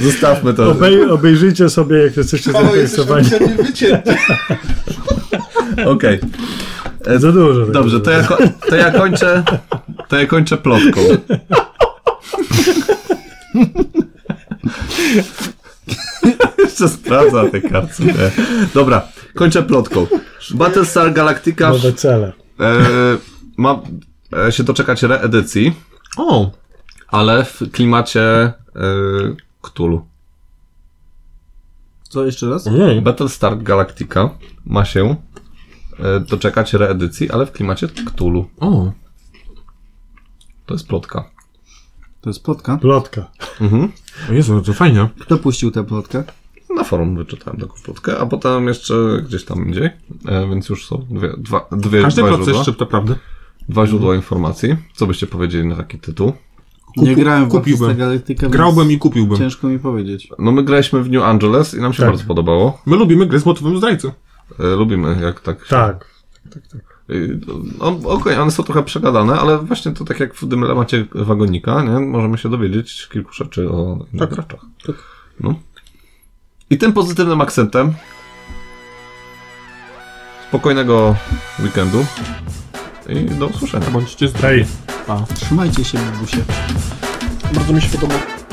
Speaker 4: Zostawmy to. Okej,
Speaker 2: Obej, obejrzyjcie sobie, jak jesteście zainteresowani.
Speaker 1: wycięty.
Speaker 2: Za dużo. tego
Speaker 4: Dobrze,
Speaker 2: było.
Speaker 4: to ja, ko- to ja kończę. To ja kończę plotką. Jeszcze sprawdza te karty. Dobra, kończę plotką. Battlestar Galactica
Speaker 2: Nowe cele.
Speaker 4: e, ma e, się doczekać reedycji,
Speaker 1: O,
Speaker 4: ale w klimacie e, Ktulu.
Speaker 3: Co jeszcze raz?
Speaker 1: Mhm.
Speaker 4: Battlestar Galactica ma się e, doczekać reedycji, ale w klimacie Ktulu.
Speaker 1: o.
Speaker 4: To jest plotka.
Speaker 3: To jest plotka.
Speaker 2: Plotka.
Speaker 4: Mhm.
Speaker 1: O Jezu, to fajnie.
Speaker 3: Kto puścił tę plotkę?
Speaker 4: Na forum wyczytałem taką plotkę, a potem jeszcze gdzieś tam indziej, e, więc już są dwie, dwa, dwie,
Speaker 1: Każdy
Speaker 4: dwa,
Speaker 1: proces Mhm.
Speaker 4: źródła,
Speaker 1: szczypta prawdy.
Speaker 4: dwa źródła informacji. Co byście powiedzieli na taki tytuł?
Speaker 3: Nie grałem w
Speaker 1: kupiłbym.
Speaker 3: Battlestar Galactica, więc
Speaker 1: Grałbym i kupiłbym.
Speaker 3: Ciężko mi powiedzieć.
Speaker 4: No my graliśmy w New Angeles i nam się
Speaker 2: Tak.
Speaker 4: bardzo podobało.
Speaker 1: My lubimy gry z motywem zdrajcy.
Speaker 4: E, lubimy jak tak.
Speaker 2: Tak.
Speaker 4: E, no, Okej, one są trochę przegadane, ale właśnie to tak jak w Dymyle macie wagonika, nie? Możemy się dowiedzieć kilku rzeczy o innych
Speaker 1: Tak.
Speaker 4: graczach. No. I tym pozytywnym akcentem spokojnego weekendu i do usłyszenia.
Speaker 1: Bądźcie zdrowi.
Speaker 2: Hej.
Speaker 3: Trzymajcie się, bubusie.
Speaker 1: Bardzo mi się podoba.